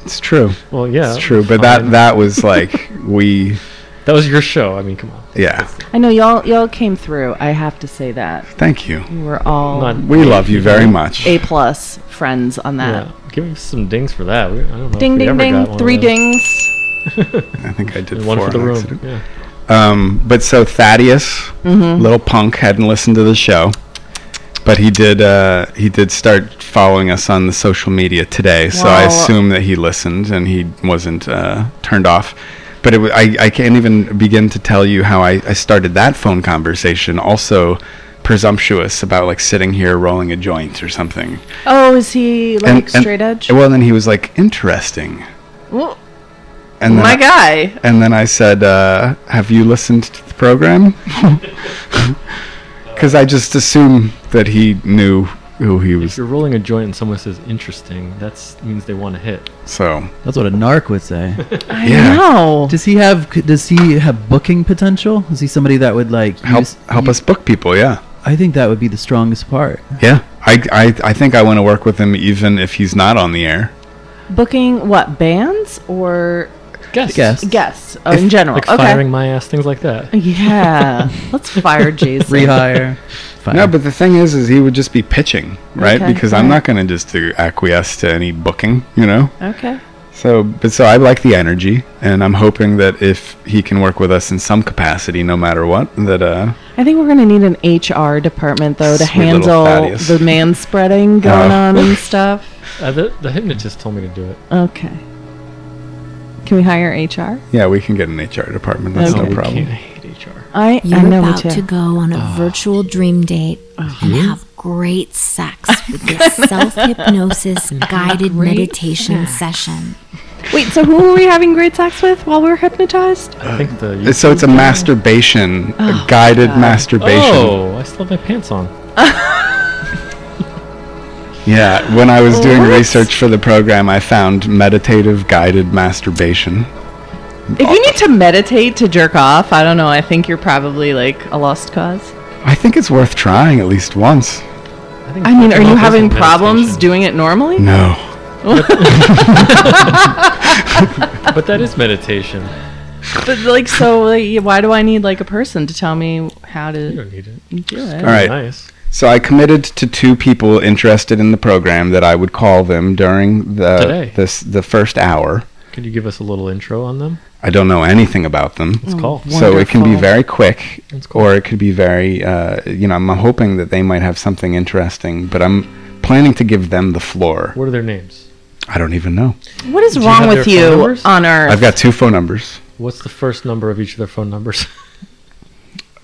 Speaker 2: It's true.
Speaker 8: Well, yeah,
Speaker 2: It's true. But that
Speaker 8: fine.
Speaker 2: that was like we
Speaker 8: that was your show. I mean, come on.
Speaker 2: yeah.
Speaker 3: I know y'all y'all came through. I have to say that
Speaker 2: Thank you.
Speaker 3: we were all
Speaker 8: Not-
Speaker 2: We love you very much.
Speaker 3: A plus friends on that.
Speaker 8: Yeah, give him some dings for that. We, I don't know.
Speaker 3: Ding
Speaker 8: if we
Speaker 3: ding
Speaker 8: ever got one
Speaker 3: ding,
Speaker 8: of
Speaker 3: three
Speaker 8: those.
Speaker 3: dings.
Speaker 2: I think I did
Speaker 8: And one
Speaker 2: four
Speaker 8: for the
Speaker 2: on
Speaker 8: room.
Speaker 2: accident.
Speaker 8: Yeah.
Speaker 2: Um, but so Thaddeus,
Speaker 3: Mm-hmm.
Speaker 2: little punk, hadn't listened to the show, but he did. Uh, he did start following us on the social media today, so I
Speaker 3: Wow.
Speaker 2: assume that he listened and he wasn't uh, turned off. But it, wa- I, I can't even begin to tell you how I, I started that phone conversation. Also presumptuous about like sitting here rolling a joint or something.
Speaker 3: Oh, is he like straight edge?
Speaker 2: Well, then he was like, interesting.
Speaker 3: Well,
Speaker 2: And then
Speaker 3: my
Speaker 2: I-
Speaker 3: guy.
Speaker 2: and then I said, uh, "Have you listened to the program?" Because I just assume that he knew who he
Speaker 8: If
Speaker 2: was.
Speaker 8: you're rolling a joint and someone says interesting, that means they want to hit.
Speaker 2: So
Speaker 7: That's what a narc would say.
Speaker 3: I
Speaker 2: yeah.
Speaker 3: know.
Speaker 7: Does he have? c- Does he have booking potential? Is he somebody that would like
Speaker 2: help
Speaker 7: use-
Speaker 2: help us book people. Yeah,
Speaker 7: I think that would be the strongest part.
Speaker 2: yeah. I I, I think I want to work with him even if he's not on the air.
Speaker 3: Booking what bands or
Speaker 8: Guess.
Speaker 7: Guess.
Speaker 3: guests oh, in general?
Speaker 8: Like
Speaker 3: okay.
Speaker 8: firing my ass, things like that.
Speaker 3: Yeah, let's fire Jason.
Speaker 7: Rehire. Fire.
Speaker 2: No, but the thing is, is he would just be pitching, right?
Speaker 3: Okay,
Speaker 2: because I'm
Speaker 3: alright.
Speaker 2: not going to just do acquiesce to any booking, you know.
Speaker 3: Okay.
Speaker 2: So, but so I like the energy, and I'm hoping that if he can work with us in some capacity, no matter what, that uh,
Speaker 3: I think we're gonna need an HR department though to
Speaker 2: Sweet
Speaker 3: handle
Speaker 2: little Thaddeus.
Speaker 3: the man spreading going
Speaker 2: Oh.
Speaker 3: on and stuff.
Speaker 8: Uh, the, the hypnotist told me to do it.
Speaker 3: Okay. Can we hire HR?
Speaker 2: Yeah, we can get an HR department. That's
Speaker 3: Okay.
Speaker 2: no
Speaker 8: I
Speaker 2: problem.
Speaker 8: can't- I hate HR.
Speaker 3: I
Speaker 9: You're
Speaker 3: I know me
Speaker 9: about
Speaker 3: too.
Speaker 9: to go on a virtual dream date and have great sex with this self hypnosis guided meditation session.
Speaker 3: Wait, so who were we having great sex with while we were hypnotized?
Speaker 8: I think the.
Speaker 2: It's- So it's a masturbation, a guided masturbation.
Speaker 8: oh, I still have my pants on.
Speaker 2: Yeah, when I was
Speaker 8: Oh,
Speaker 2: doing
Speaker 3: What?
Speaker 2: research for the program, I found meditative guided masturbation.
Speaker 3: If you need to meditate to jerk off, I don't know. I think you're probably like a lost cause.
Speaker 2: I think it's worth trying at least once.
Speaker 8: think
Speaker 3: I mean, are
Speaker 8: Pokemon
Speaker 3: you
Speaker 8: is
Speaker 3: having
Speaker 8: a
Speaker 3: problems
Speaker 8: meditation.
Speaker 3: doing it normally?
Speaker 2: No.
Speaker 8: But that is meditation.
Speaker 3: But like, so like, why do I need like a person to tell me how
Speaker 8: You
Speaker 3: to
Speaker 8: don't need it.
Speaker 3: do it?
Speaker 2: All right.
Speaker 8: Nice.
Speaker 2: So I committed to two people interested in the program that I would call them during the
Speaker 8: Today.
Speaker 2: this the first hour.
Speaker 8: Could you give us a little intro on them?
Speaker 2: I don't know anything about them.
Speaker 8: It's called.
Speaker 2: So it can
Speaker 3: Mm.
Speaker 2: be
Speaker 3: Wonderful.
Speaker 2: very quick,
Speaker 8: That's cool.
Speaker 2: or it could be very. Uh, you know, I'm hoping that they might have something interesting, but I'm planning to give them the floor.
Speaker 8: What are their names?
Speaker 2: I don't even know.
Speaker 3: What is
Speaker 8: Do you
Speaker 3: wrong
Speaker 8: have
Speaker 3: with
Speaker 8: their phone
Speaker 3: you
Speaker 8: numbers?
Speaker 3: on Earth?
Speaker 2: I've got two phone numbers.
Speaker 8: What's the first number of each of their phone numbers?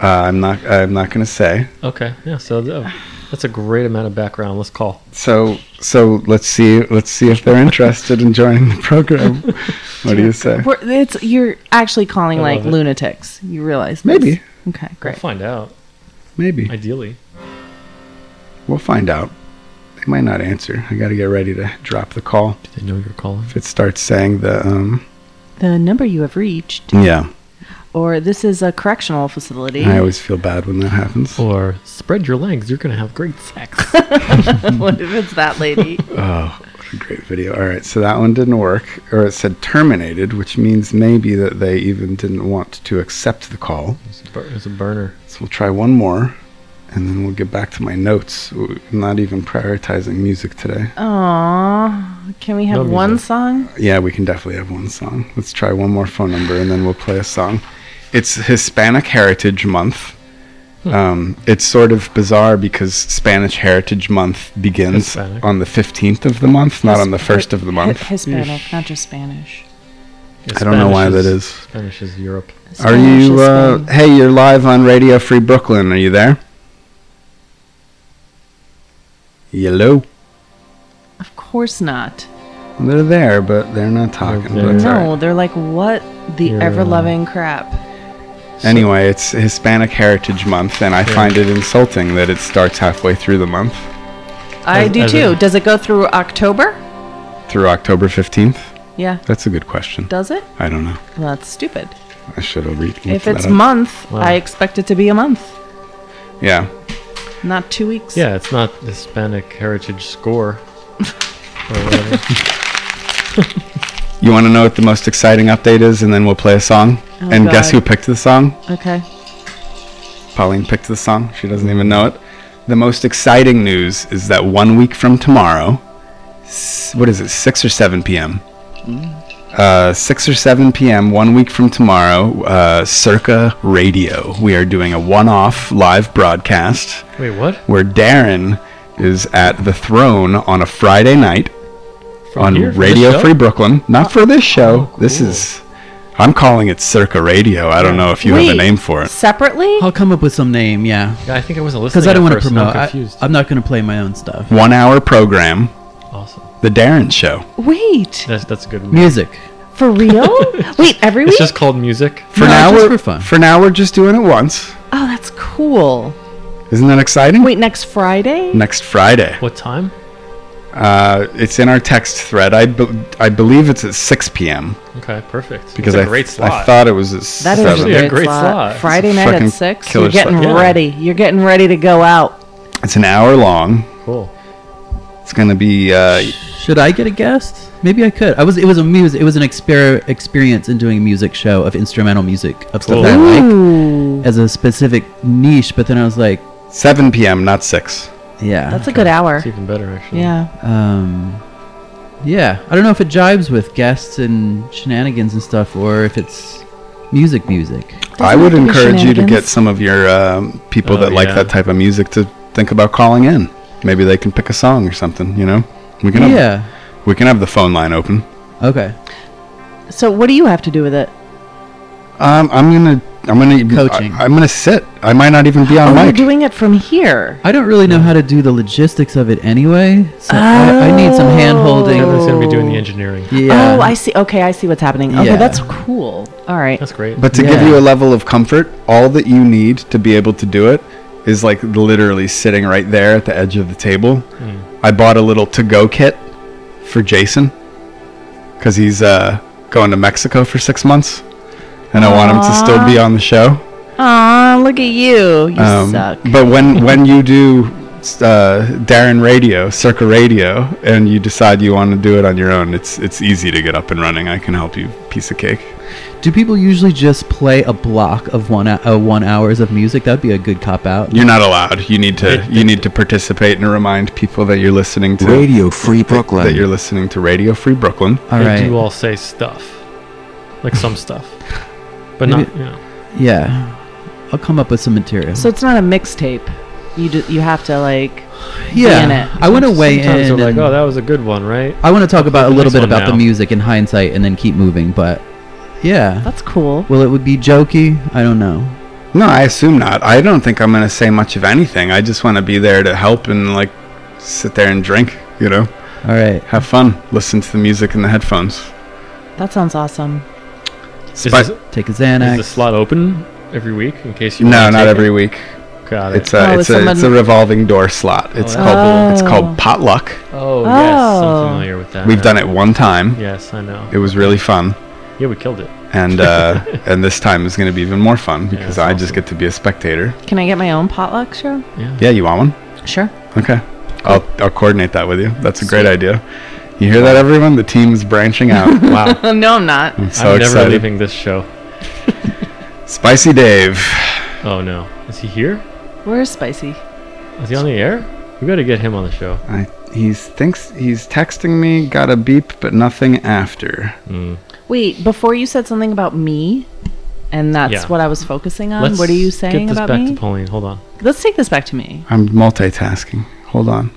Speaker 2: Uh, I'm not. I'm not going to say.
Speaker 8: okay. Yeah. So th- that's a great amount of background. Let's call.
Speaker 2: So so let's see. Let's see if they're interested in joining the program. what do you say?
Speaker 3: We're, it's you're actually calling
Speaker 8: I
Speaker 3: like
Speaker 8: love it.
Speaker 3: lunatics. You realize this.
Speaker 2: Maybe.
Speaker 3: Okay,
Speaker 8: We'll
Speaker 3: great.
Speaker 8: find out.
Speaker 2: Maybe
Speaker 8: Ideally.
Speaker 2: we'll find out. They might not answer. I got to get ready to drop the call
Speaker 8: Do they know you're calling?
Speaker 2: if it starts saying the. Um,
Speaker 3: The number you have reached,
Speaker 2: yeah,
Speaker 3: or this is a correctional facility.
Speaker 2: I always feel bad when that happens.
Speaker 8: Or spread your legs. You're gonna have great sex.
Speaker 3: what if it's that lady?
Speaker 2: Oh, what a great video. All right, so that one didn't work, or it said terminated, which means maybe that they even didn't want to accept the call.
Speaker 8: it's, a bur- it's a burner.
Speaker 2: So we'll try one more, and then we'll get back to my notes. I'm not even prioritizing music today.
Speaker 3: Aww. Can we have
Speaker 8: No
Speaker 3: one
Speaker 8: music.
Speaker 3: song?
Speaker 2: Yeah, we can definitely have one song. Let's try one more phone number, and then we'll play a song. It's Hispanic Heritage Month.
Speaker 8: Hmm.
Speaker 2: Um, it's sort of bizarre because Spanish Heritage Month begins
Speaker 8: Hispanic.
Speaker 2: on the 15th of the month, not on the 1st of the month.
Speaker 3: Hispanic, not just Spanish.
Speaker 8: Yeah,
Speaker 2: I don't know why
Speaker 8: Spanish
Speaker 2: that is.
Speaker 8: Spanish is Europe.
Speaker 2: Are
Speaker 3: Spanish
Speaker 2: you?
Speaker 3: is
Speaker 2: Uh,
Speaker 3: Spain.
Speaker 2: hey, you're live on Radio Free Brooklyn. Are you there? Hello.
Speaker 3: Of course not.
Speaker 2: They're there, but they're not talking.
Speaker 8: They're
Speaker 2: but it's
Speaker 8: there.
Speaker 2: all
Speaker 3: no,
Speaker 2: right.
Speaker 3: they're like, what the
Speaker 8: You're, uh,
Speaker 3: ever loving crap?
Speaker 2: Anyway, it's Hispanic Heritage Month, and I find it insulting that it starts halfway through the month,
Speaker 3: I
Speaker 8: As-
Speaker 3: do
Speaker 8: as
Speaker 3: too.
Speaker 8: in-
Speaker 3: Does it go through October?
Speaker 2: through October 15th.
Speaker 3: Yeah.
Speaker 2: That's a good question.
Speaker 3: Does it?
Speaker 2: I don't know.
Speaker 3: Well, that's stupid.
Speaker 2: I should have read.
Speaker 3: If it's month, I expect it to be a month,
Speaker 2: yeah,
Speaker 3: not two weeks.
Speaker 8: Yeah, it's not Hispanic Heritage Score. or whatever.
Speaker 2: you want to know what the most exciting update is, and then we'll play a song.
Speaker 3: Oh,
Speaker 2: and guess
Speaker 3: God.
Speaker 2: who picked the song?
Speaker 3: Okay.
Speaker 2: Pauline picked the song. She doesn't even know it. The most exciting news is that one week from tomorrow, s- what is it, 6 or 7 p.m.? Uh, 6 or 7 p.m., one week from tomorrow, uh, Circa Radio. We are doing a one off live broadcast
Speaker 8: Wait, what?
Speaker 2: where Darren is at the throne on a Friday night
Speaker 8: From
Speaker 2: on
Speaker 8: here? From this
Speaker 2: Radio
Speaker 8: show? Oh,
Speaker 2: Free Brooklyn. Not for this show. This
Speaker 8: cool.
Speaker 2: is. I'm calling it Circa Radio. I don't know if you have a
Speaker 3: Wait,
Speaker 2: name for it.
Speaker 3: Separately?
Speaker 7: I'll come up with some name, yeah,
Speaker 8: Yeah, I think I wasn't listening.
Speaker 7: because I don't
Speaker 8: want to
Speaker 7: promote.
Speaker 8: I'm
Speaker 7: I,
Speaker 8: confused.
Speaker 7: I'm not going to play my own stuff.
Speaker 2: One hour program.
Speaker 8: awesome.
Speaker 2: The Darren Show.
Speaker 3: Wait,
Speaker 8: That's that's a good. One.
Speaker 7: Music.
Speaker 3: for real? Wait, every week?
Speaker 8: It's just called music.
Speaker 2: For
Speaker 7: No,
Speaker 2: now,
Speaker 7: just
Speaker 2: we're
Speaker 7: for fun.
Speaker 2: now, we're just doing it once.
Speaker 3: oh, that's cool.
Speaker 2: Isn't that exciting?
Speaker 3: Wait, next Friday?
Speaker 2: Next Friday.
Speaker 8: What time?
Speaker 2: Uh, it's in our text thread. I, be- I believe it's at 6 p.m.
Speaker 8: Okay, perfect.
Speaker 2: because
Speaker 8: it's
Speaker 2: I,
Speaker 8: a great slot.
Speaker 2: I thought it was at
Speaker 3: That is
Speaker 2: 7.
Speaker 8: actually a
Speaker 3: a
Speaker 8: great
Speaker 3: great
Speaker 8: slot.
Speaker 3: slot. Friday
Speaker 2: It's a
Speaker 3: night
Speaker 2: fucking
Speaker 3: at six.
Speaker 2: killer
Speaker 3: You're getting
Speaker 2: slot.
Speaker 8: Yeah.
Speaker 3: ready. You're getting ready to go out.
Speaker 2: It's an hour long.
Speaker 8: cool.
Speaker 2: It's going to be. Uh,
Speaker 7: Should I get a guest? Maybe I could. I was. It was a music. It was an exper- experience in doing a music show of instrumental music of stuff that I like as a specific niche. But then I was like,
Speaker 2: 7 p.m., not 6.
Speaker 7: yeah,
Speaker 3: That's a good hour.
Speaker 8: It's even better actually.
Speaker 3: Yeah.
Speaker 7: um, yeah. I don't know if it jibes with guests and shenanigans and stuff, or if it's music, music.
Speaker 2: I
Speaker 3: have
Speaker 2: would
Speaker 3: to be
Speaker 2: encourage you to get
Speaker 3: shenanigans.
Speaker 2: some of your um, people
Speaker 8: Oh,
Speaker 2: that like
Speaker 8: yeah.
Speaker 2: that type of music to think about calling in. Maybe they can pick a song or something, you know? We can, have,
Speaker 7: Yeah.
Speaker 2: we can have the phone line open.
Speaker 7: Okay.
Speaker 3: So what do you have to do with it?
Speaker 2: Um, I'm gonna, I'm gonna
Speaker 7: Coaching.
Speaker 2: I, am gonna sit. I might not even be on
Speaker 3: oh, you're
Speaker 2: mic.
Speaker 3: doing it from here.
Speaker 7: I don't really know how to do the logistics of it anyway, so I, I need some hand holding.
Speaker 8: Kevin's gonna be doing the engineering.
Speaker 7: Yeah.
Speaker 3: Oh, I see. Okay, I see what's happening. Okay,
Speaker 7: Yeah.
Speaker 3: that's cool. All right.
Speaker 8: That's great.
Speaker 2: but to give
Speaker 7: Yeah.
Speaker 2: you a level of comfort, all that you need to be able to do it is like literally sitting right there at the edge of the table.
Speaker 3: Hmm.
Speaker 2: I bought a little to-go kit for Jason because he's uh, going to Mexico for six months, and I want him to still be on the show.
Speaker 3: Aw, look at you. You
Speaker 2: Um,
Speaker 3: suck.
Speaker 2: But when when you do uh, Darren Radio, Circa Radio, and you decide you want to do it on your own, it's it's easy to get up and running. I can help you. Piece of cake.
Speaker 7: Do people usually just play a block of one hou- uh, one hours of music? That'd be a good cop out.
Speaker 2: You're not allowed. You need to you need to participate and remind people that you're listening to
Speaker 4: Radio Free
Speaker 2: that you're
Speaker 4: Brooklyn.
Speaker 2: listening to Radio Free Brooklyn.
Speaker 7: All
Speaker 8: they
Speaker 7: right.
Speaker 8: do all say stuff, like some stuff, but
Speaker 7: Maybe-
Speaker 8: not. You know,
Speaker 7: yeah. I'll come up with some material.
Speaker 3: So it's not a mixtape. You do, you have to like
Speaker 7: yeah,
Speaker 3: in it.
Speaker 7: I want to weigh
Speaker 8: sometimes
Speaker 7: in.
Speaker 8: they're like,
Speaker 7: and
Speaker 8: "Oh, that was a good one, right?"
Speaker 7: I want to talk about a
Speaker 8: the
Speaker 7: little
Speaker 8: next
Speaker 7: bit
Speaker 8: one
Speaker 7: about the
Speaker 8: now.
Speaker 7: music in hindsight and then keep moving. But yeah,
Speaker 3: that's cool.
Speaker 7: will it would be jokey? I don't know.
Speaker 2: No, I assume not. I don't think I'm going to say much of anything. I just want to be there to help and like sit there and drink. You know,
Speaker 7: All right.
Speaker 2: have fun. Listen to the music in the headphones.
Speaker 3: That sounds awesome.
Speaker 8: Is,
Speaker 2: Spi-
Speaker 8: this, is
Speaker 7: Take a
Speaker 8: the
Speaker 7: Xanax.
Speaker 8: slot open every week in case you?
Speaker 2: No,
Speaker 8: wanna
Speaker 2: not
Speaker 8: take
Speaker 2: every
Speaker 8: It?
Speaker 2: week.
Speaker 8: Got it.
Speaker 2: It's uh, a,
Speaker 3: Oh,
Speaker 2: it's,
Speaker 3: is
Speaker 2: a it's a
Speaker 3: someone-
Speaker 2: revolving door slot. It's
Speaker 8: that's
Speaker 2: called
Speaker 3: cool.
Speaker 2: it's
Speaker 3: Oh.
Speaker 2: called potluck.
Speaker 8: oh, yes,
Speaker 3: Oh.
Speaker 8: I'm familiar with that.
Speaker 2: We've done it one time.
Speaker 8: Yes, I know.
Speaker 2: It was really fun,
Speaker 8: Yeah, we killed it.
Speaker 2: and uh, and this time is going to be even more fun because
Speaker 8: that's
Speaker 2: I just
Speaker 8: awesome.
Speaker 2: get to be a spectator.
Speaker 3: Can I get my own potluck show?
Speaker 2: Yeah, you want one?
Speaker 3: Sure.
Speaker 2: Okay, I'll I'll coordinate that with you. That's a great idea. You hear that, everyone? The team's branching out. Wow,
Speaker 3: no, I'm not.
Speaker 2: I'm so
Speaker 8: I'm never
Speaker 2: excited.
Speaker 8: leaving this show.
Speaker 2: Spicy Dave.
Speaker 8: Oh no, is he here?
Speaker 3: Where's Spicy?
Speaker 8: Is he on the air? We got to get him on the show.
Speaker 2: I, he's thinks he's texting me. Got a beep, but nothing after.
Speaker 8: Mm.
Speaker 3: Wait, before you said something about me, and that's
Speaker 8: Yeah.
Speaker 3: what I was focusing on. what are you
Speaker 8: get
Speaker 3: saying
Speaker 8: this
Speaker 3: about
Speaker 8: back
Speaker 3: me?
Speaker 8: to Pauline. Hold on.
Speaker 3: Let's take this back to me.
Speaker 2: I'm multitasking. Hold on.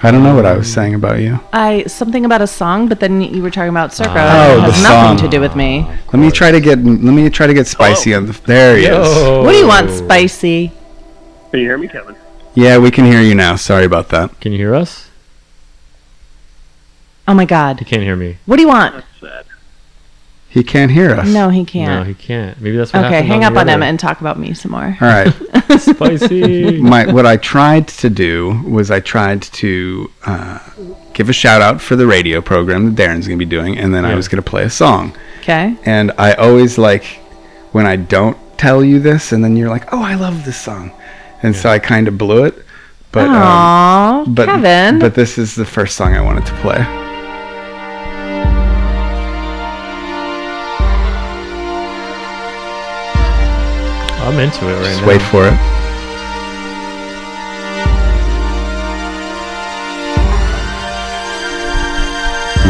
Speaker 2: I don't know what I
Speaker 8: Um,
Speaker 2: was saying about you.
Speaker 3: I something about a song, but then you were talking about Circa.
Speaker 8: Ah.
Speaker 2: Oh,
Speaker 3: it
Speaker 2: the
Speaker 3: has nothing to
Speaker 2: song.
Speaker 3: do with me.
Speaker 2: Let me try to get. Let me try to get spicy on the.
Speaker 8: Oh.
Speaker 2: There he is.
Speaker 3: What do you
Speaker 2: Oh.
Speaker 3: want, Spicy?
Speaker 10: Can you hear me, Kevin?
Speaker 2: Yeah, we can hear you now. Sorry about that.
Speaker 8: Can you hear us?
Speaker 3: Oh my
Speaker 8: He
Speaker 3: God,
Speaker 8: can't hear me.
Speaker 3: what do you want?
Speaker 10: Sad.
Speaker 2: He can't hear us.
Speaker 3: No, he
Speaker 8: No,
Speaker 3: can't.
Speaker 8: he can't. Maybe that's what
Speaker 3: okay,
Speaker 8: happened
Speaker 3: hang up
Speaker 8: the
Speaker 3: on him
Speaker 8: other-
Speaker 3: and talk about me some more.
Speaker 2: All right.
Speaker 8: Spicy.
Speaker 2: My what I tried to do was I tried to uh, give a shout out for the radio program that Darren's going to be doing, and then I
Speaker 8: Yeah.
Speaker 2: was going to play a song.
Speaker 3: Okay.
Speaker 2: And I always like when I don't tell you this, and then you're like, "Oh, I love this song," and so I kind of blew it. But um,
Speaker 3: Aw,
Speaker 2: but
Speaker 3: Kevin.
Speaker 2: but this is the first song I wanted to play.
Speaker 8: I'm into it right
Speaker 2: Just
Speaker 8: now.
Speaker 2: wait for it.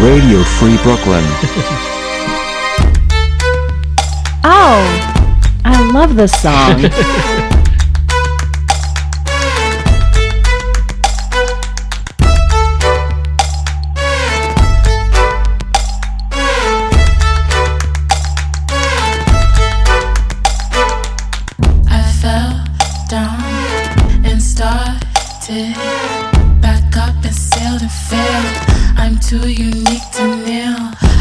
Speaker 4: Radio Free Brooklyn.
Speaker 3: oh, I love this song.
Speaker 10: I fell down and started back up and sailed and failed. I'm too unique to kneel.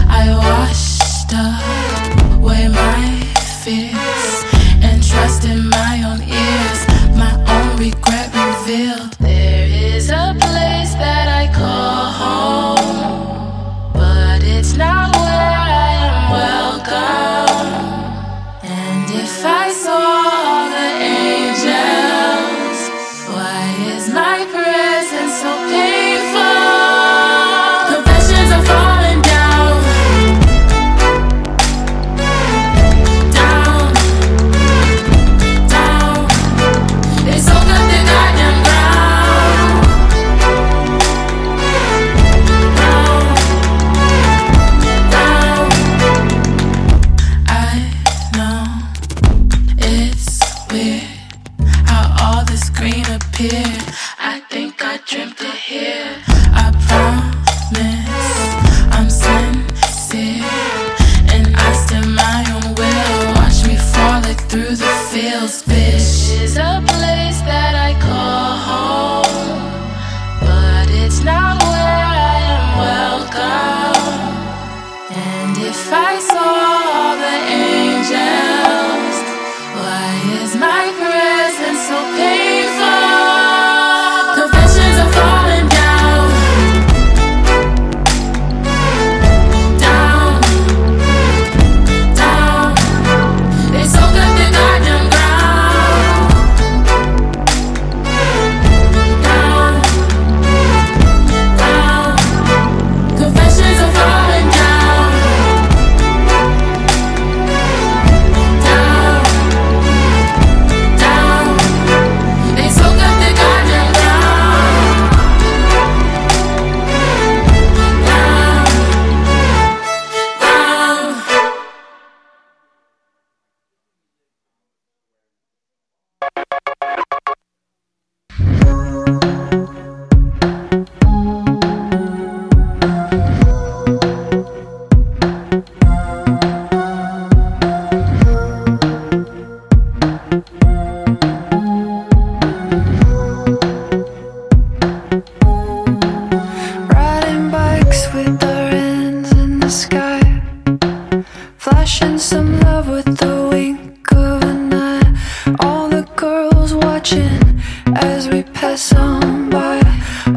Speaker 10: I washed away my fears and trusted my own ears. My own regret revealed. There is a place that I call home, but it's not where I am welcome. And if I saw all the angels, why is my presence so painful? Confessions are falling down, down, down. It's all got the goddamn ground, down, down. I know it's weird how all this green appeared. I think I dreamt it here. I promise I'm sincere, and I stand my own will. Watch me fall like through the fields, bitch. This is a place that I call home, but it's not where I am welcome. And if I saw the angels, why is my presence so painful? Confessions are falling down, down, down. It's all got the goddamn ground, down, down. Confessions are falling down. Down. Down. They soak up the goddamn ground. Down. Down.
Speaker 11: Riding bikes with our hands in the sky. Flashing some love with the wink of an eye. All the girls watching as we pass on by.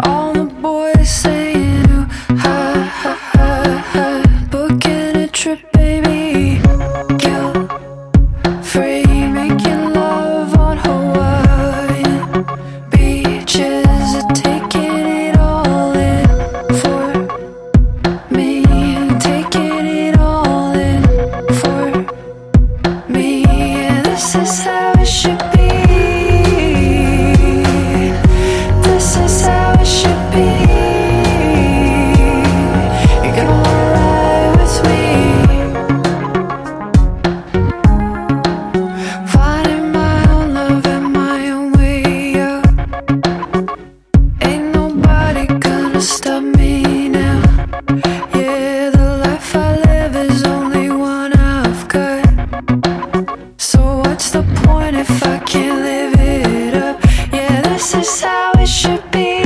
Speaker 11: All the boys saying, ooh, ha, ha, ha, ha. Booking a trip, baby. Guilt free, making love on Hawaii beaches are taking it all in for me taking it all in for me this is how it should be this is how it should be you're gonna wanna ride with me Finding my own love and my own way up. Ain't nobody gonna stop me now. Yeah, the life I live is only one I've got. So what's the point if I can't live it up? Yeah, this is how it should be.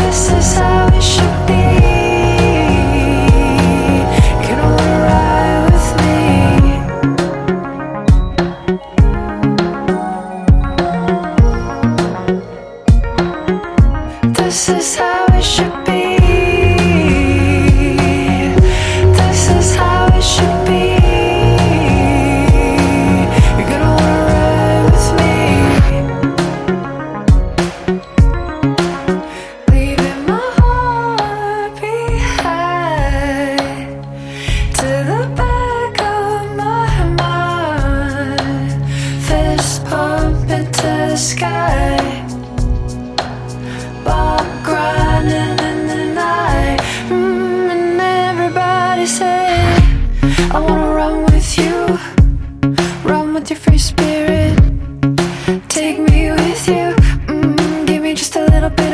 Speaker 11: This is how it should be. Can I ride with me? This is how it should be. This is how it should be.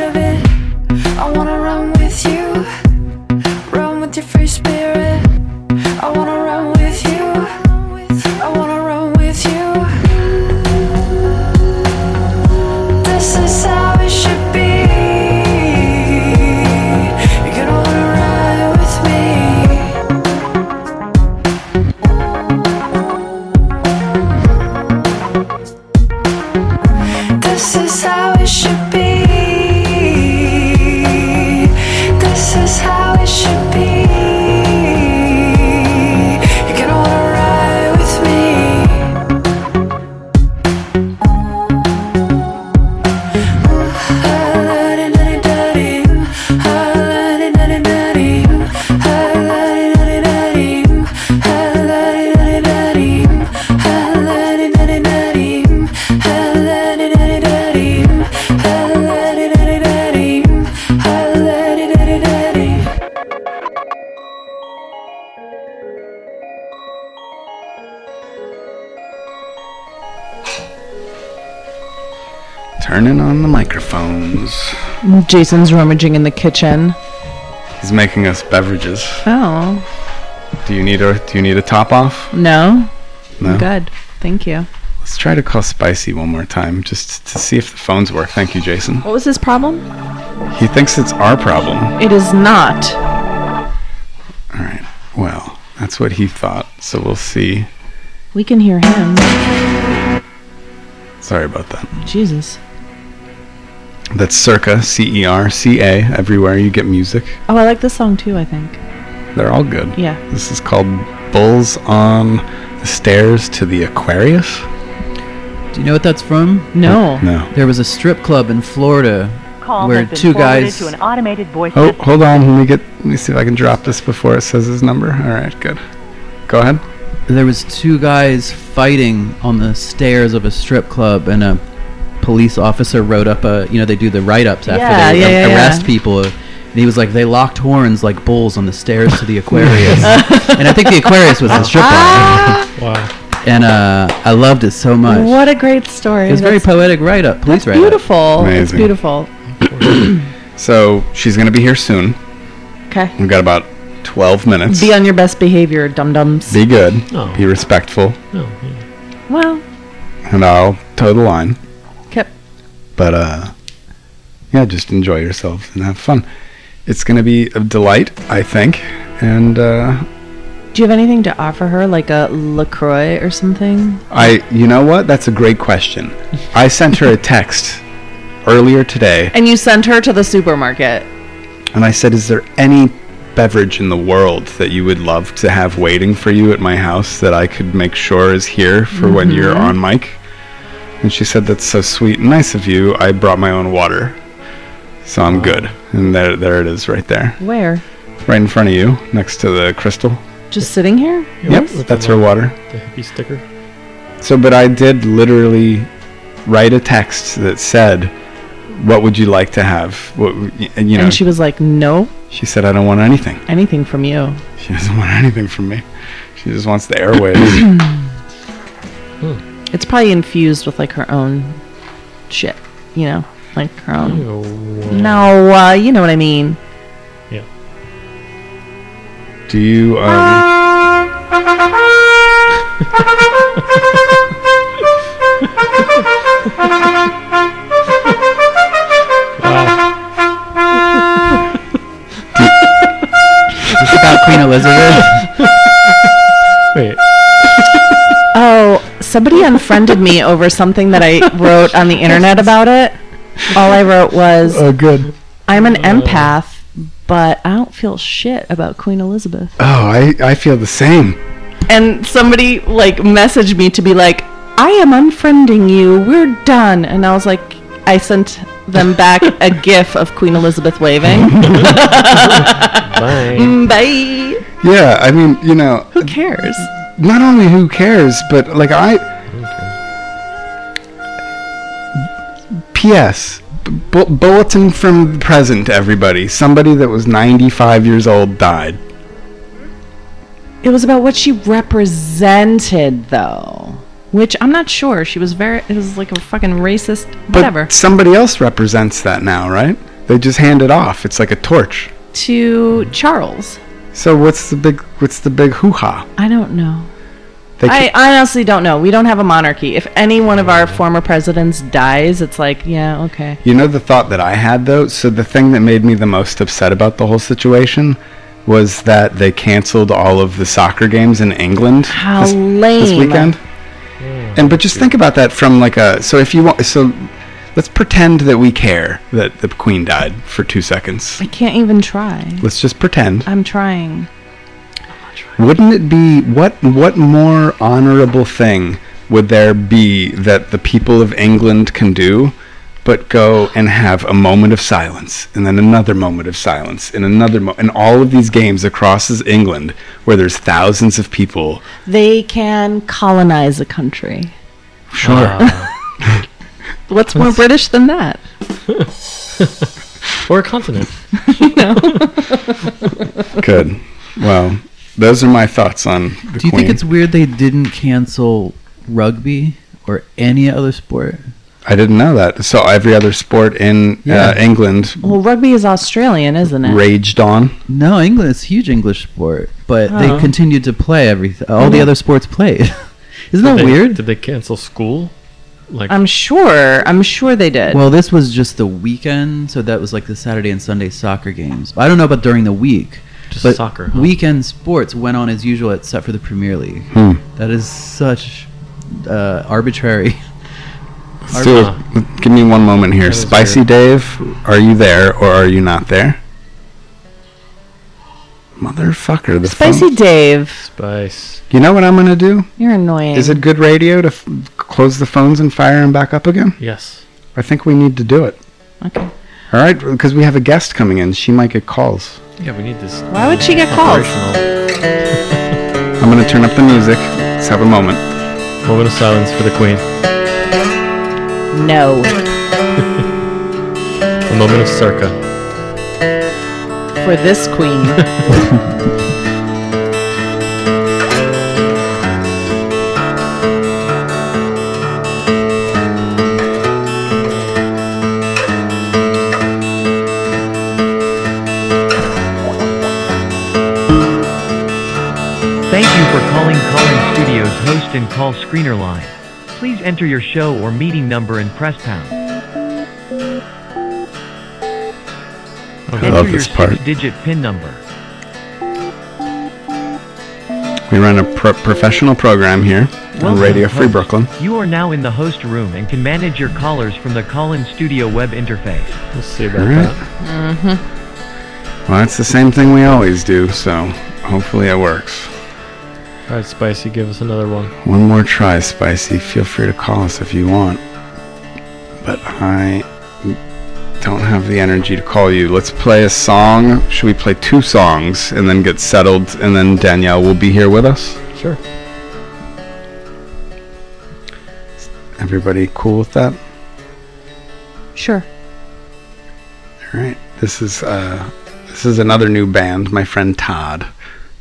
Speaker 11: I wanna run with you. Run with your free spirit. I wanna run with you. I wanna run with you. This is how it should be. You're gonna wanna ride with me. This is how it should be. This is how it should be. You're gonna wanna ride with me. Ha-la-di-da-di-da-dim. Ha-la-di-da-di-da-dim. Ha-la-di-da-di-da-dim. Ha-la-di-da-di-da-dim. Ha-la-di-da-di-da-dim. Ha-la-di-da-di-da-dim. Ha-la-di-da-di-da-dim. Ha-la-di-da-di-da-dim.
Speaker 2: Turning on the microphones.
Speaker 3: Jason's rummaging in the kitchen.
Speaker 2: He's making us beverages.
Speaker 3: Oh,
Speaker 2: Do you need a Do you need a top off?
Speaker 3: no.
Speaker 2: No.
Speaker 3: Good. Thank you.
Speaker 2: Let's try to call Spicy one more time, just to see if the phones work. Thank you, Jason.
Speaker 3: What was his problem?
Speaker 2: He thinks it's our problem.
Speaker 3: It is not.
Speaker 2: All right. Well, that's what he thought. So we'll see.
Speaker 3: We can hear him.
Speaker 2: Sorry about that.
Speaker 3: Jesus.
Speaker 2: That's Circa, C E R C A, everywhere you get music.
Speaker 3: Oh, I like this song too, I think.
Speaker 2: They're all good.
Speaker 3: Yeah.
Speaker 2: This is called Bulls on the Stairs to the Aquarius.
Speaker 7: Do you know what that's from?
Speaker 3: No.
Speaker 2: No.
Speaker 7: There was a strip club in Florida
Speaker 12: Call
Speaker 7: where
Speaker 12: has been
Speaker 7: two
Speaker 12: forwarded
Speaker 7: guys.
Speaker 12: to an automated voice
Speaker 2: Oh, hold on. Let me get. Let me see if I can drop this before it says his number. All right, good. Go ahead.
Speaker 7: there was two guys fighting on the stairs of a strip club, and a police officer wrote up a. You know, they do the write-ups after
Speaker 3: Yeah,
Speaker 7: they
Speaker 3: yeah,
Speaker 7: ar-
Speaker 3: yeah, yeah.
Speaker 7: arrest people. And he was like, they locked horns like bulls on the stairs to the Aquarius. and I think the Aquarius was the strip club.
Speaker 3: Ah!
Speaker 8: Wow.
Speaker 7: And uh, I loved it so much.
Speaker 3: What a great story.
Speaker 7: It was very
Speaker 3: That's
Speaker 7: poetic write-up, police write-up.
Speaker 3: beautiful. It's
Speaker 2: Amazing.
Speaker 3: beautiful.
Speaker 2: So she's gonna be here soon.
Speaker 3: Okay.
Speaker 2: We've got about 12 minutes.
Speaker 3: Be on your best behavior, dum dums.
Speaker 2: Be good.
Speaker 8: Oh.
Speaker 2: Be respectful,
Speaker 8: No. Yeah.
Speaker 3: Well,
Speaker 2: and I'll toe the line.
Speaker 3: Yep.
Speaker 2: But uh, yeah, just enjoy yourselves and have fun. It's gonna be a delight, I think. And uh,
Speaker 3: do you have anything to offer her, like a LaCroix or something?
Speaker 2: I, you know what? That's a great question. I sent her a text earlier today,
Speaker 3: And you sent her to the supermarket.
Speaker 2: and I said, "Is there any beverage in the world that you would love to have waiting for you at my house that I could make sure is here for when you're on mic?" And she said, "That's so sweet and nice of you. I brought my own water, so I'm good." And there, there it is, right there,
Speaker 3: Where?
Speaker 2: right in front of you, next to the crystal.
Speaker 3: Just sitting here?
Speaker 2: Yep, that's her water.
Speaker 8: The hippie sticker.
Speaker 2: So, but I did literally write a text that said, "What would you like to have?" What, w- and you know,
Speaker 3: And
Speaker 2: she,
Speaker 3: she was like, no,
Speaker 2: said, "I don't want anything.
Speaker 3: anything from you.
Speaker 2: She doesn't want anything from me. She just wants the airwaves."
Speaker 3: It's probably infused with like her own shit, you know? Like her own. No, uh, you know what I mean.
Speaker 2: Do you? Um,
Speaker 7: It's about Queen Elizabeth.
Speaker 8: Wait.
Speaker 3: Oh, somebody unfriended me over something that I wrote on the internet about it. All I wrote was,
Speaker 2: good.
Speaker 3: I'm an empath, but I don't feel shit about Queen Elizabeth.
Speaker 2: Oh, I I feel the same.
Speaker 3: And somebody like messaged me to be like, I am unfriending you. We're done. And I was like, I sent them back a gif of Queen Elizabeth waving.
Speaker 8: Bye.
Speaker 3: Mm, Bye.
Speaker 2: Yeah, I mean, you know,
Speaker 3: Who cares?
Speaker 2: not only who cares, but like I. P.S. Bu- bulletin from the present, everybody. Somebody that was 95 years old died.
Speaker 3: It was about what she represented, though. Which I'm not sure. She was very. It was like a fucking racist.
Speaker 2: But
Speaker 3: Whatever.
Speaker 2: somebody else represents that now, right? They just hand it off. It's like a torch.
Speaker 3: to Charles.
Speaker 2: So what's the big what's the big hoo ha?
Speaker 3: I don't know.
Speaker 2: They
Speaker 3: I honestly don't know. We don't have a monarchy. If any one of our former presidents dies, it's like, yeah, okay.
Speaker 2: You know the thought that I had though? So the thing that made me the most upset about the whole situation was that they canceled all of the soccer games in England
Speaker 3: How
Speaker 2: this, this
Speaker 3: lame.
Speaker 2: weekend. And but just think about that from like a so if you want so let's pretend that we care that the queen died for 2 seconds.
Speaker 3: I can't even try.
Speaker 2: Let's just pretend.
Speaker 3: I'm trying.
Speaker 2: Wouldn't it be what what more honorable thing would there be that the people of England can do but go and have a moment of silence and then another moment of silence and another mo- and all of these games across is England where there's thousands of people
Speaker 3: They can colonize a country.
Speaker 2: sure
Speaker 3: What's more British than that?
Speaker 8: or a continent.
Speaker 2: good well those are my thoughts on the
Speaker 7: Do you
Speaker 2: Queen.
Speaker 7: think it's weird they didn't cancel rugby or any other sport?
Speaker 2: I didn't know that so every other sport in
Speaker 7: Yeah.
Speaker 2: uh, England
Speaker 3: Well, rugby is Australian, isn't it?
Speaker 2: raged on
Speaker 7: No, England is a huge English sport, but
Speaker 8: Oh.
Speaker 7: they continued to play everything. All
Speaker 2: Oh.
Speaker 7: the other sports played. Isn't that
Speaker 8: Did they-
Speaker 7: weird?
Speaker 8: Did they cancel school? Like
Speaker 3: I'm sure. I'm sure they did.
Speaker 7: Well, this was just the weekend, so that was like the Saturday and Sunday soccer games. I don't know about during the week,
Speaker 8: just
Speaker 7: but
Speaker 8: soccer. Huh?
Speaker 7: weekend sports went on as usual, except for the Premier League.
Speaker 2: Hmm.
Speaker 7: That is such uh, arbitrary.
Speaker 2: Still, give me one moment here.
Speaker 8: That is
Speaker 2: Spicy
Speaker 8: weird.
Speaker 2: Dave, are you there or are you not there? Motherfucker, the
Speaker 3: Spicy
Speaker 2: phone-
Speaker 3: Dave,
Speaker 8: Spice.
Speaker 2: You know what I'm gonna do?
Speaker 3: you're annoying.
Speaker 2: Is it good radio to f- close the phones and fire them back up again?
Speaker 8: Yes.
Speaker 2: I think we need to do it.
Speaker 3: Okay.
Speaker 2: All right, because we have a guest coming in. She might get calls.
Speaker 8: Yeah, we need this.
Speaker 3: Why would she get calls?
Speaker 8: Operational.
Speaker 2: I'm gonna turn up the music. Let's have a moment.
Speaker 8: Moment of silence for the queen.
Speaker 3: No,
Speaker 8: A moment of circa.
Speaker 3: for this queen.
Speaker 12: Thank you for calling Call-In Studios host and call screener line. Please enter your show or meeting number and press pound.
Speaker 2: I
Speaker 12: enter
Speaker 2: love
Speaker 12: your
Speaker 2: this part.
Speaker 12: six-digit PIN number.
Speaker 2: We run a pro- professional program here
Speaker 3: Oh.
Speaker 2: on
Speaker 12: Welcome,
Speaker 2: Radio Free
Speaker 12: host.
Speaker 2: Brooklyn.
Speaker 12: You are now in the host room and can manage your callers from the Call-In Studio web interface.
Speaker 8: We'll see about
Speaker 2: Alright.
Speaker 8: that.
Speaker 3: Mm-hmm.
Speaker 2: Well, it's the same thing we always do, so hopefully it works.
Speaker 8: All right, Spicy, give us another one.
Speaker 2: One more try, Spicy. Feel free to call us if you want. But I don't have the energy to call you. Let's play a song. Should we play two songs and then get settled? And then Danielle will be here with us?
Speaker 8: Sure.
Speaker 2: Everybody cool with that?
Speaker 3: Sure.
Speaker 2: All right. This is uh, this is another new band. My friend Todd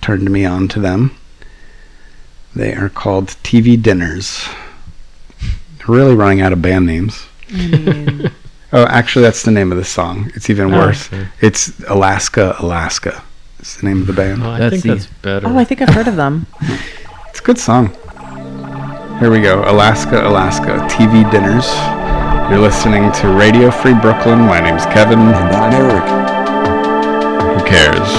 Speaker 2: turned me on to them. They are called TV Dinners. Really running out of band names. oh, actually, that's the name of the song. It's even
Speaker 8: Oh,
Speaker 2: worse.
Speaker 8: okay.
Speaker 2: It's Alaska, Alaska. It's the name of the band.
Speaker 8: Oh, I
Speaker 7: That's
Speaker 8: think
Speaker 7: the-
Speaker 8: that's better.
Speaker 3: Oh, I think I've heard of them.
Speaker 2: It's a good song. Here we go. Alaska, Alaska. TV Dinners. You're listening to Radio Free Brooklyn. My name's Kevin.
Speaker 4: And I'm Eric.
Speaker 2: Who cares?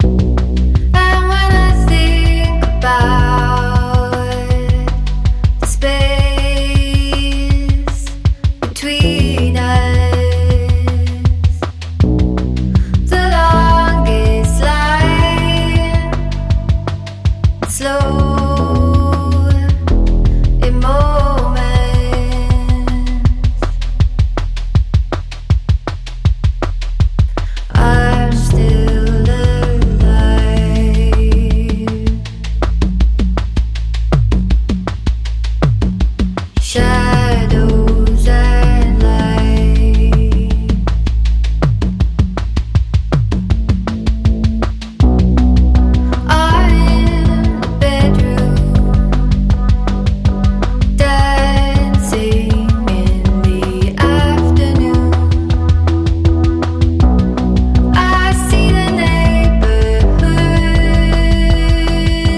Speaker 11: And when I think about space between us, the longest line, slow in moments. I'm still alive.
Speaker 13: shadows and light. I'm in the bedroom, dancing in the afternoon. I see the neighborhood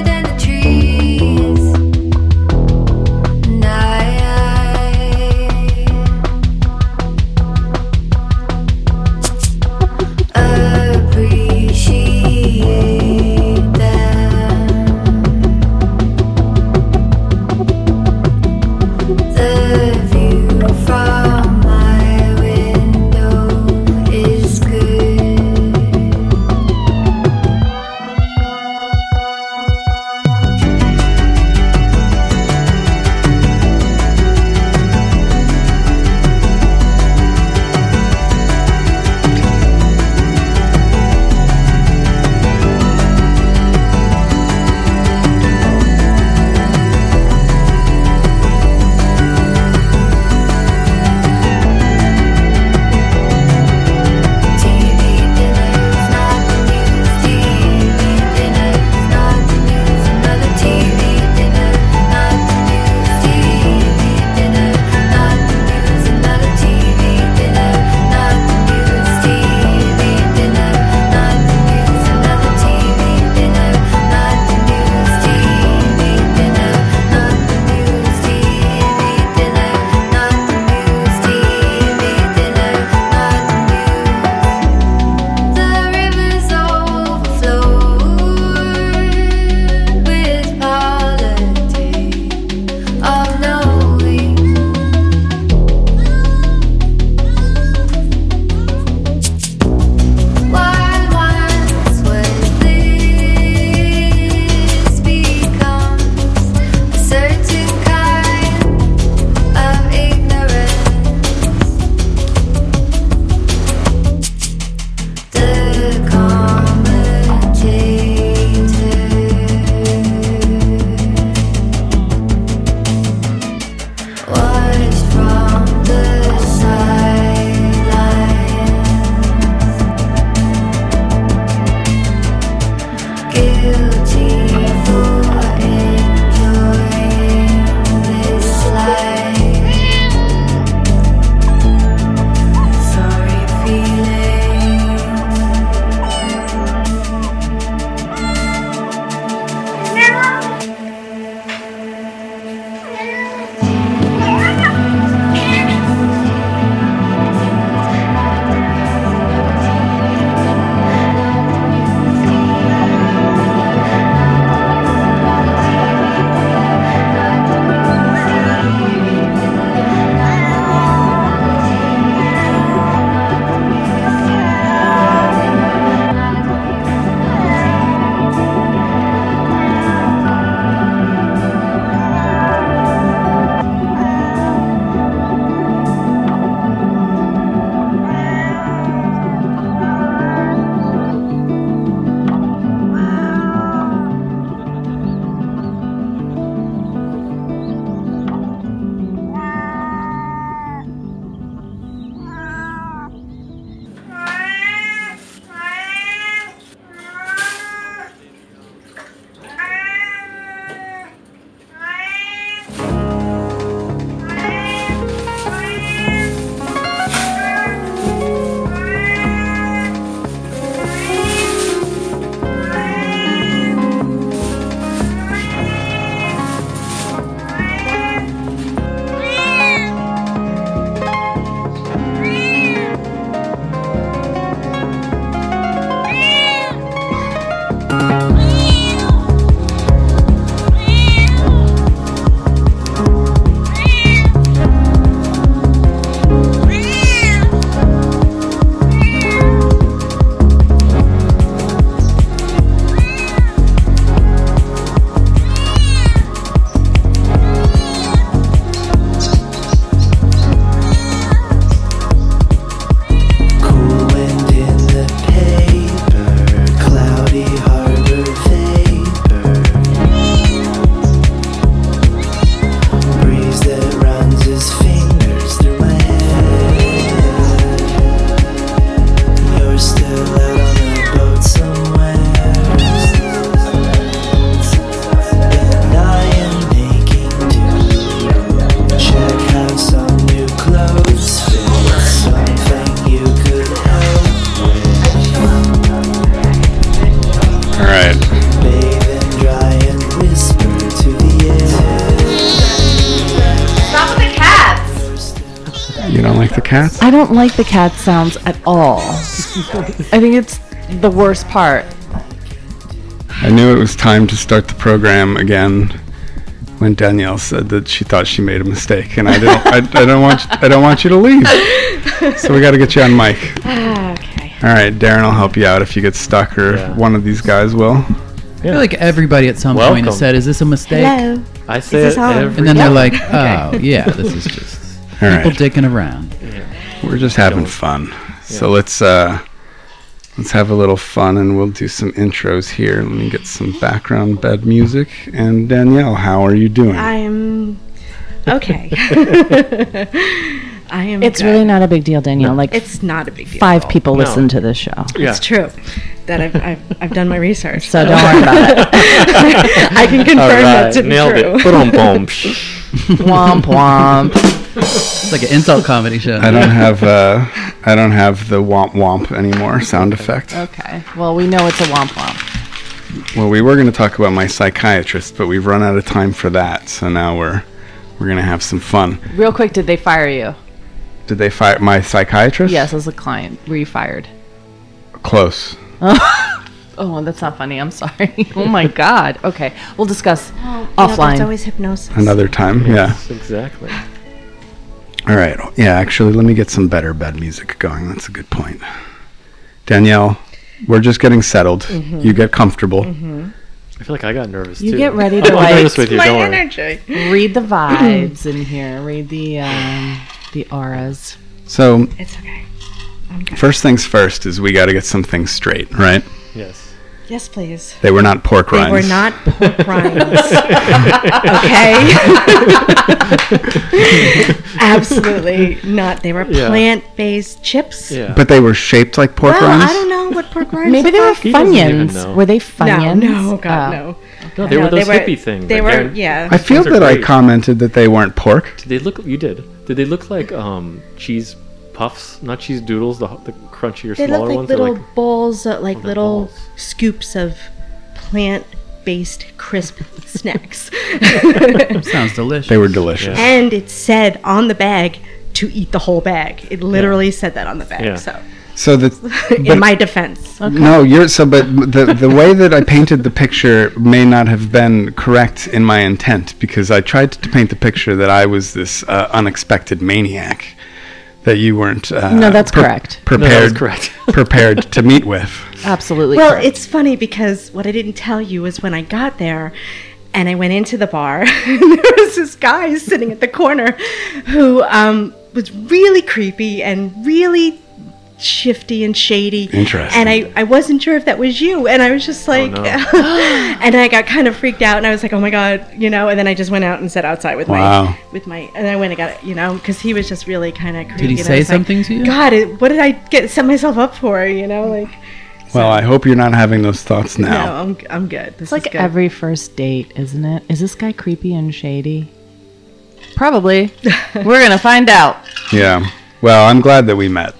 Speaker 13: and the trees. And I,
Speaker 2: cats?
Speaker 3: I don't like the cat sounds at all. I think it's the worst part.
Speaker 2: I knew it was time to start the program again when Danielle said that she thought she made a mistake, and I don't. I, I don't want. I don't want you to leave. So we got to get you on mic.
Speaker 1: Ah,
Speaker 2: Okay. All right, Darren, I'll help you out if you get stuck, or if one of these guys will.
Speaker 7: I feel like everybody at some point
Speaker 2: Welcome.
Speaker 7: has said, "Is this a mistake?"
Speaker 2: Hello. I Is say this it on? every-
Speaker 7: and then they're like,
Speaker 2: Okay.
Speaker 7: "Oh, yeah, this is just
Speaker 2: All right.
Speaker 7: people dicking around."
Speaker 2: We're just having fun. So let's uh let's have a little fun and we'll do some intros here. Let me get some background bed music. And Danielle, how are you doing?
Speaker 14: I'm okay. I am.
Speaker 3: It's
Speaker 14: good.
Speaker 3: really not a big deal, Danielle. Like
Speaker 14: it's not a big deal.
Speaker 3: Five
Speaker 14: at all.
Speaker 3: people listen to this show.
Speaker 14: It's true that I've, I've I've done my research.
Speaker 3: So don't worry about it.
Speaker 14: I can confirm that to be true.
Speaker 3: womp womp.
Speaker 7: It's like an insult comedy show.
Speaker 2: I don't have uh I don't have the womp womp anymore sound effect.
Speaker 3: Okay. Well, we know it's a womp womp.
Speaker 2: Well, we were going to talk about my psychiatrist, but we've run out of time for that. So now we're we're going to have some fun.
Speaker 3: Real quick, did they fire you?
Speaker 2: Did they fire my psychiatrist?
Speaker 3: Yes, as a client, were you fired?
Speaker 2: Close.
Speaker 3: Oh, that's not funny. I'm sorry. Oh my God. Okay, we'll discuss
Speaker 14: Oh, Yeah,
Speaker 3: offline.
Speaker 14: it's always hypnosis.
Speaker 2: Another time. Yeah.
Speaker 8: Exactly.
Speaker 2: All right. Yeah, actually, let me get some better bed music going. That's a good point. Danielle, we're just getting settled.
Speaker 14: Mm-hmm.
Speaker 8: Mhm.
Speaker 2: You get comfortable.
Speaker 8: I feel like I got nervous
Speaker 3: You
Speaker 8: too.
Speaker 3: get ready
Speaker 8: I'm
Speaker 3: to
Speaker 8: not
Speaker 3: like
Speaker 8: nervous with you. Don't worry.
Speaker 3: Read the vibes in here. Read the um, the auras.
Speaker 2: So,
Speaker 14: It's okay.
Speaker 2: first things first is we got to get some things straight, right?
Speaker 8: Yes.
Speaker 14: Yes, please.
Speaker 2: They were not pork
Speaker 14: They were
Speaker 2: rinds.
Speaker 14: not pork rinds. okay. Absolutely not. They were
Speaker 2: Yeah.
Speaker 14: plant-based chips. Yeah.
Speaker 2: But they were shaped like pork
Speaker 14: well,
Speaker 2: rinds.
Speaker 14: I don't know what pork rinds.
Speaker 3: Maybe they were
Speaker 14: He
Speaker 2: doesn't even
Speaker 3: funyuns.
Speaker 2: know.
Speaker 3: Were they
Speaker 14: No,
Speaker 3: funyuns?
Speaker 14: no, God,
Speaker 3: Oh.
Speaker 14: no.
Speaker 8: No, they
Speaker 14: No,
Speaker 8: were
Speaker 14: they
Speaker 8: those
Speaker 14: were-
Speaker 8: hippie things.
Speaker 14: they
Speaker 8: that
Speaker 14: were-
Speaker 8: Darren-
Speaker 14: yeah.
Speaker 2: I feel
Speaker 8: Those are
Speaker 2: that I
Speaker 8: great.
Speaker 2: commented that they weren't pork.
Speaker 8: Did they look? You did. Did they look like um cheese puffs? Not cheese doodles. The the crunchier,
Speaker 14: They
Speaker 8: smaller
Speaker 14: look like
Speaker 8: ones. They're
Speaker 14: little
Speaker 8: like
Speaker 14: bowls, uh, like little scoops of plant-based crisp snacks.
Speaker 7: Sounds delicious.
Speaker 2: They were delicious.
Speaker 14: And it said on the bag to eat the whole bag. It literally said that on the bag.
Speaker 2: Yeah.
Speaker 14: So,
Speaker 2: So the but-
Speaker 14: in my defense,
Speaker 2: No, you're so. But the the way that I painted the picture may not have been correct in my intent because I tried to paint the picture that I was this uh, unexpected maniac that you weren't. Uh,
Speaker 3: No, that's correct. No, that
Speaker 2: Prepared,
Speaker 3: was
Speaker 8: correct.
Speaker 2: prepared to meet with.
Speaker 3: Absolutely.
Speaker 14: Well,
Speaker 3: correct.
Speaker 14: it's funny because what I didn't tell you is when I got there and I went into the bar, there was this guy sitting at the corner who um, was really creepy and really shifty and shady.
Speaker 2: Interesting. Oh,
Speaker 14: And I, I wasn't sure if that was you. And I was just like,
Speaker 2: no.
Speaker 14: and I got kind of freaked out and I was like, oh my God, you know, and then I just went out and sat outside with
Speaker 2: Wow.
Speaker 14: my, with my, and I went and got it, you know, because he was just really kind of creepy. and
Speaker 2: he
Speaker 14: I
Speaker 2: say
Speaker 14: was like,
Speaker 2: something to you?
Speaker 14: God, it, what did I get, set myself up for, you know, like.
Speaker 2: Well, I hope you're not having those thoughts now.
Speaker 14: No, I'm, I'm good.
Speaker 3: it's
Speaker 14: This
Speaker 3: like
Speaker 14: is good.
Speaker 3: every first date, isn't it? Is this guy creepy and shady? Probably. We're gonna find out.
Speaker 2: Yeah. Well, I'm glad that we met.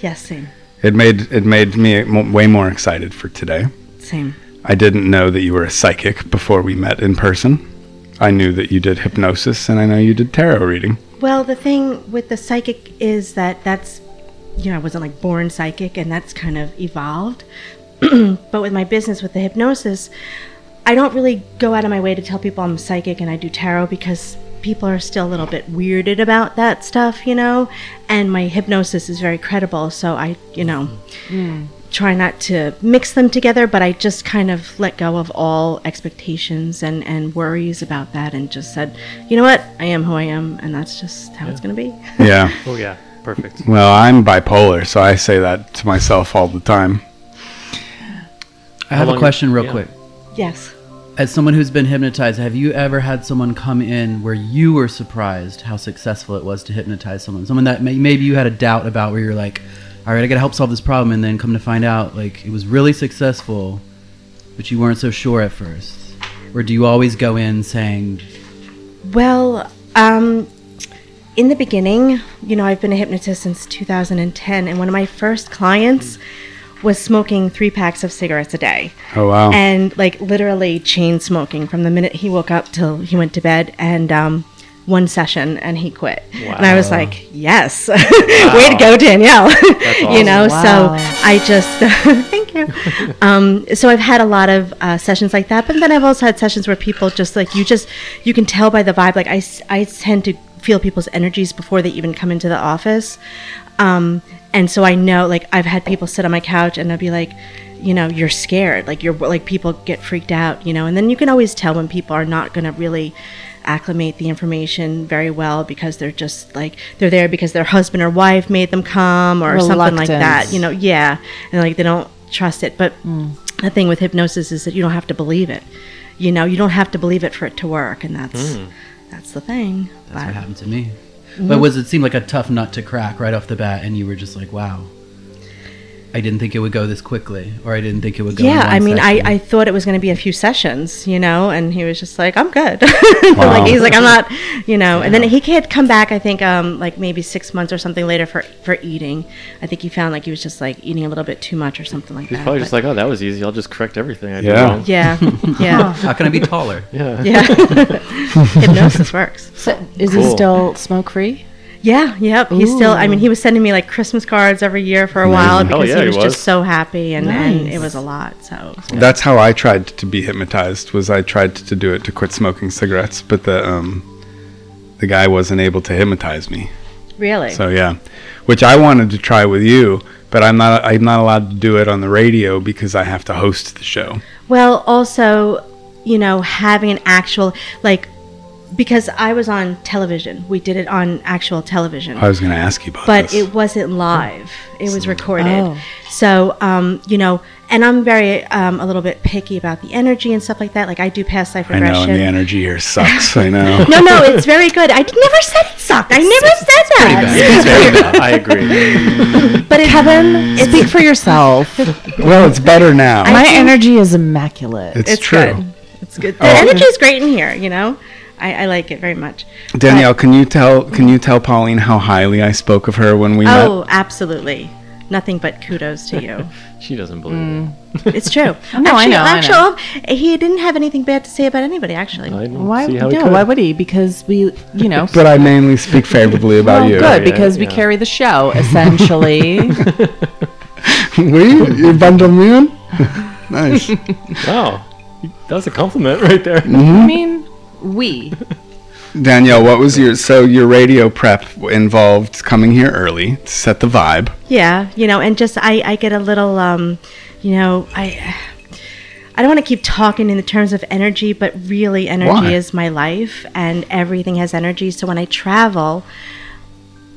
Speaker 14: Yes, same.
Speaker 2: It made it made me m- way more excited for today.
Speaker 14: Same.
Speaker 2: I didn't know that you were a psychic before we met in person. I knew that you did hypnosis and I know you did tarot reading.
Speaker 14: Well, the thing with the psychic is that that's, you know, I wasn't like born psychic and that's kind of evolved. but with my business with the hypnosis, I don't really go out of my way to tell people I'm psychic and I do tarot because people are still a little bit weirded about that stuff, you know? And my hypnosis is very credible, so I, you know, try not to mix them together, but I just kind of let go of all expectations and, and worries about that and just said, you know what? I am who I am, and that's just how it's going to be.
Speaker 2: Yeah.
Speaker 8: Oh yeah, perfect.
Speaker 2: Well, I'm bipolar, so I say that to myself all the time.
Speaker 7: I have a question real
Speaker 2: yeah.
Speaker 7: quick.
Speaker 14: Yes.
Speaker 7: As someone who's been hypnotized, have you ever had someone come in where you were surprised how successful it was to hypnotize someone? Someone that may, maybe you had a doubt about where you're like, all right, I got to help solve this problem. And then come to find out, like, it was really successful, but you weren't so sure at first. Or do you always go in saying,
Speaker 14: Well, um, in the beginning, you know, I've been a hypnotist since 2010, and one of my first clients was smoking three packs of cigarettes a day.
Speaker 2: Oh, wow.
Speaker 14: And like literally chain smoking from the minute he woke up till he went to bed, and um, one session and he quit. And I was
Speaker 15: Wow.
Speaker 14: like, yes, way to go, Danielle. you
Speaker 15: awesome.
Speaker 14: know,
Speaker 15: Wow.
Speaker 14: so I just, thank you. Um, so I've had a lot of uh, sessions like that, but then I've also had sessions where people just like, you just, you can tell by the vibe. Like I, s- I tend to feel people's energies before they even come into the office. Um, and so I know, like, I've had people sit on my couch and they'll be like, you know, you're scared. Like, you're like, people get freaked out, you know, and then you can always tell when people are not going to really acclimate the information very well because they're just like, they're there because their husband or wife made them come or something like that,
Speaker 15: Reluctance.
Speaker 14: you know, yeah. And like, they don't trust it. But the thing with hypnosis is that you don't have to believe it. You know, you don't have to believe it for it to work. And that's,
Speaker 7: Mm.
Speaker 14: that's the thing.
Speaker 7: That's what
Speaker 14: But-
Speaker 7: happened to me.
Speaker 14: Mhm.
Speaker 3: Mm-hmm.
Speaker 7: But was it seemed like a tough nut to crack right off the bat, and you were just like, wow. I didn't think it would go this quickly, or I didn't think it would go. in
Speaker 14: yeah
Speaker 7: one
Speaker 14: i mean I,
Speaker 7: session.
Speaker 14: I thought it was going to be a few sessions you know and he was just like i'm good
Speaker 7: Wow.
Speaker 14: like he's like i'm not you know and then he had come back i think um like maybe six months or something later for for eating i think he found like he was just like eating a little bit too much or something like
Speaker 8: He's
Speaker 14: that
Speaker 8: probably just
Speaker 14: but-
Speaker 8: like, oh, that was easy. I'll just correct everything. I did
Speaker 2: Yeah.
Speaker 8: wrong."
Speaker 14: yeah yeah
Speaker 7: How can I be taller?
Speaker 8: Yeah.
Speaker 14: yeah hypnosis works
Speaker 3: So is he
Speaker 8: Cool.
Speaker 3: still smoke free?
Speaker 14: yeah yep he's still i mean he was sending me like christmas cards every year for a while
Speaker 2: Amazing. Hell
Speaker 14: because
Speaker 2: yeah,
Speaker 14: he
Speaker 2: he
Speaker 14: was
Speaker 2: was.
Speaker 14: just so happy and, and it
Speaker 3: Nice.
Speaker 14: was a lot so
Speaker 2: That's how I tried to be hypnotized. Was I tried to do it to quit smoking cigarettes, but the um, the guy wasn't able to hypnotize me.
Speaker 14: really
Speaker 2: So yeah, which I wanted to try with you, but I'm not I'm not allowed to do it on the radio because I have to host the show.
Speaker 14: Well, also, you know, having an actual like because I was on television. We did it on actual television.
Speaker 2: I was going to ask you about
Speaker 14: But
Speaker 2: this.
Speaker 14: it wasn't live. It was recorded.
Speaker 15: Oh.
Speaker 14: So, um, you know, and I'm very um, a little bit picky about the energy and stuff like that. Like I do past life
Speaker 2: I know,
Speaker 14: regression.
Speaker 2: and the energy here sucks. I know.
Speaker 14: no, no, it's very good. I d- never said it sucked. I never said that.
Speaker 8: I agree.
Speaker 14: But it,
Speaker 2: Mm.
Speaker 3: Kevin, speak for yourself.
Speaker 2: well, it's better now.
Speaker 3: My energy is immaculate.
Speaker 2: It's, true.
Speaker 14: good. It's good. The
Speaker 2: Oh.
Speaker 14: energy is great in here. You know, I, I like it very much.
Speaker 2: Danielle, can you tell can you tell Pauline how highly I spoke of her when we met?
Speaker 14: oh, absolutely. Nothing but kudos to you. Mm.
Speaker 8: she doesn't believe
Speaker 14: It's true.
Speaker 3: No, I know, I
Speaker 14: Actually,
Speaker 3: know.
Speaker 14: actual- he didn't have anything bad to say about anybody. Actually,
Speaker 3: Why? No, why would he? Because we, you know.
Speaker 2: But I mainly speak favorably about
Speaker 3: well,
Speaker 2: you.
Speaker 3: good because we carry the show essentially.
Speaker 2: we you bundle me in? nice.
Speaker 8: it. Wow. That was a compliment right there.
Speaker 2: Mm-hmm.
Speaker 3: I mean, we.
Speaker 2: Danielle, what was your so your radio prep involved coming here early to set the vibe?
Speaker 14: yeah, you know, and just I, I get a little, um, you know, I, I don't want to keep talking in the terms of energy, but really, energy
Speaker 15: Why?
Speaker 14: is my life, and everything has energy. So when I travel,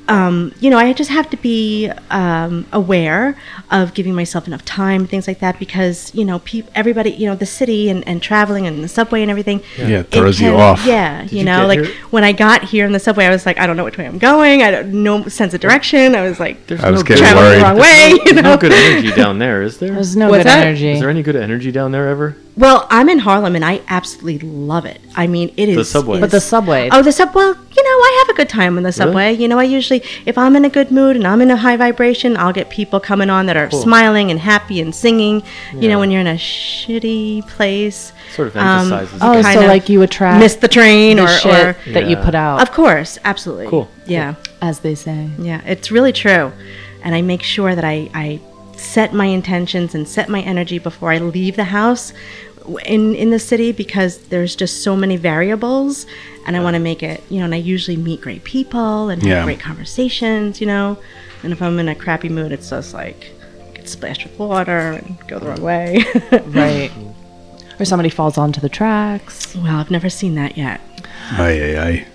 Speaker 14: um, you know, I just have to be um, aware of giving myself enough time, things like that, because you know, peop- everybody, you know, the city and, and traveling and the subway and everything.
Speaker 2: Yeah. Yeah, it
Speaker 14: it
Speaker 2: throws you
Speaker 14: can-
Speaker 2: off.
Speaker 14: Yeah,
Speaker 2: Did
Speaker 14: you
Speaker 2: you
Speaker 14: know,
Speaker 2: get
Speaker 14: like
Speaker 2: here-
Speaker 14: when I got here in the subway, I was like, I don't know which way I'm going. I don't no sense of direction. I was like,
Speaker 8: There's
Speaker 2: I was
Speaker 8: no
Speaker 2: getting
Speaker 8: good-
Speaker 2: worried.
Speaker 14: the wrong way.
Speaker 8: There's
Speaker 14: You know?
Speaker 8: no good energy down there, is there?
Speaker 3: There's no good energy.
Speaker 8: Is there any good energy down there ever?
Speaker 14: Well, I'm in Harlem and I absolutely love it. I mean, it is
Speaker 8: The subway.
Speaker 3: But the subway.
Speaker 14: Oh, the sub. Well, you know, I have a good time on the subway. You know, I usually, if I'm in a good mood and I'm in a high vibration, I'll get people coming on that are
Speaker 8: Cool.
Speaker 14: smiling and happy and singing. You
Speaker 8: Yeah.
Speaker 14: know, when you're in a shitty place,
Speaker 8: Sort of
Speaker 14: um,
Speaker 8: emphasizes
Speaker 3: Oh,
Speaker 14: kind
Speaker 3: so
Speaker 14: of
Speaker 3: like you attract
Speaker 14: miss the train
Speaker 3: the
Speaker 14: or,
Speaker 3: shit
Speaker 14: or
Speaker 3: that you put out.
Speaker 14: Of course, absolutely.
Speaker 3: Cool.
Speaker 14: Yeah.
Speaker 3: as they say.
Speaker 14: Yeah, it's really true. And I make sure that I, I set my intentions and set my energy before I leave the house w- in, in the city because there's just so many variables and I want to make it, you know, and I usually meet great people and have
Speaker 15: Yeah.
Speaker 14: great conversations, you know. And if I'm in a crappy mood, it's just like, I get splashed with water and go the wrong way.
Speaker 3: right. Or somebody falls onto the tracks.
Speaker 14: Well, I've never seen that yet.
Speaker 2: Ay ay ay.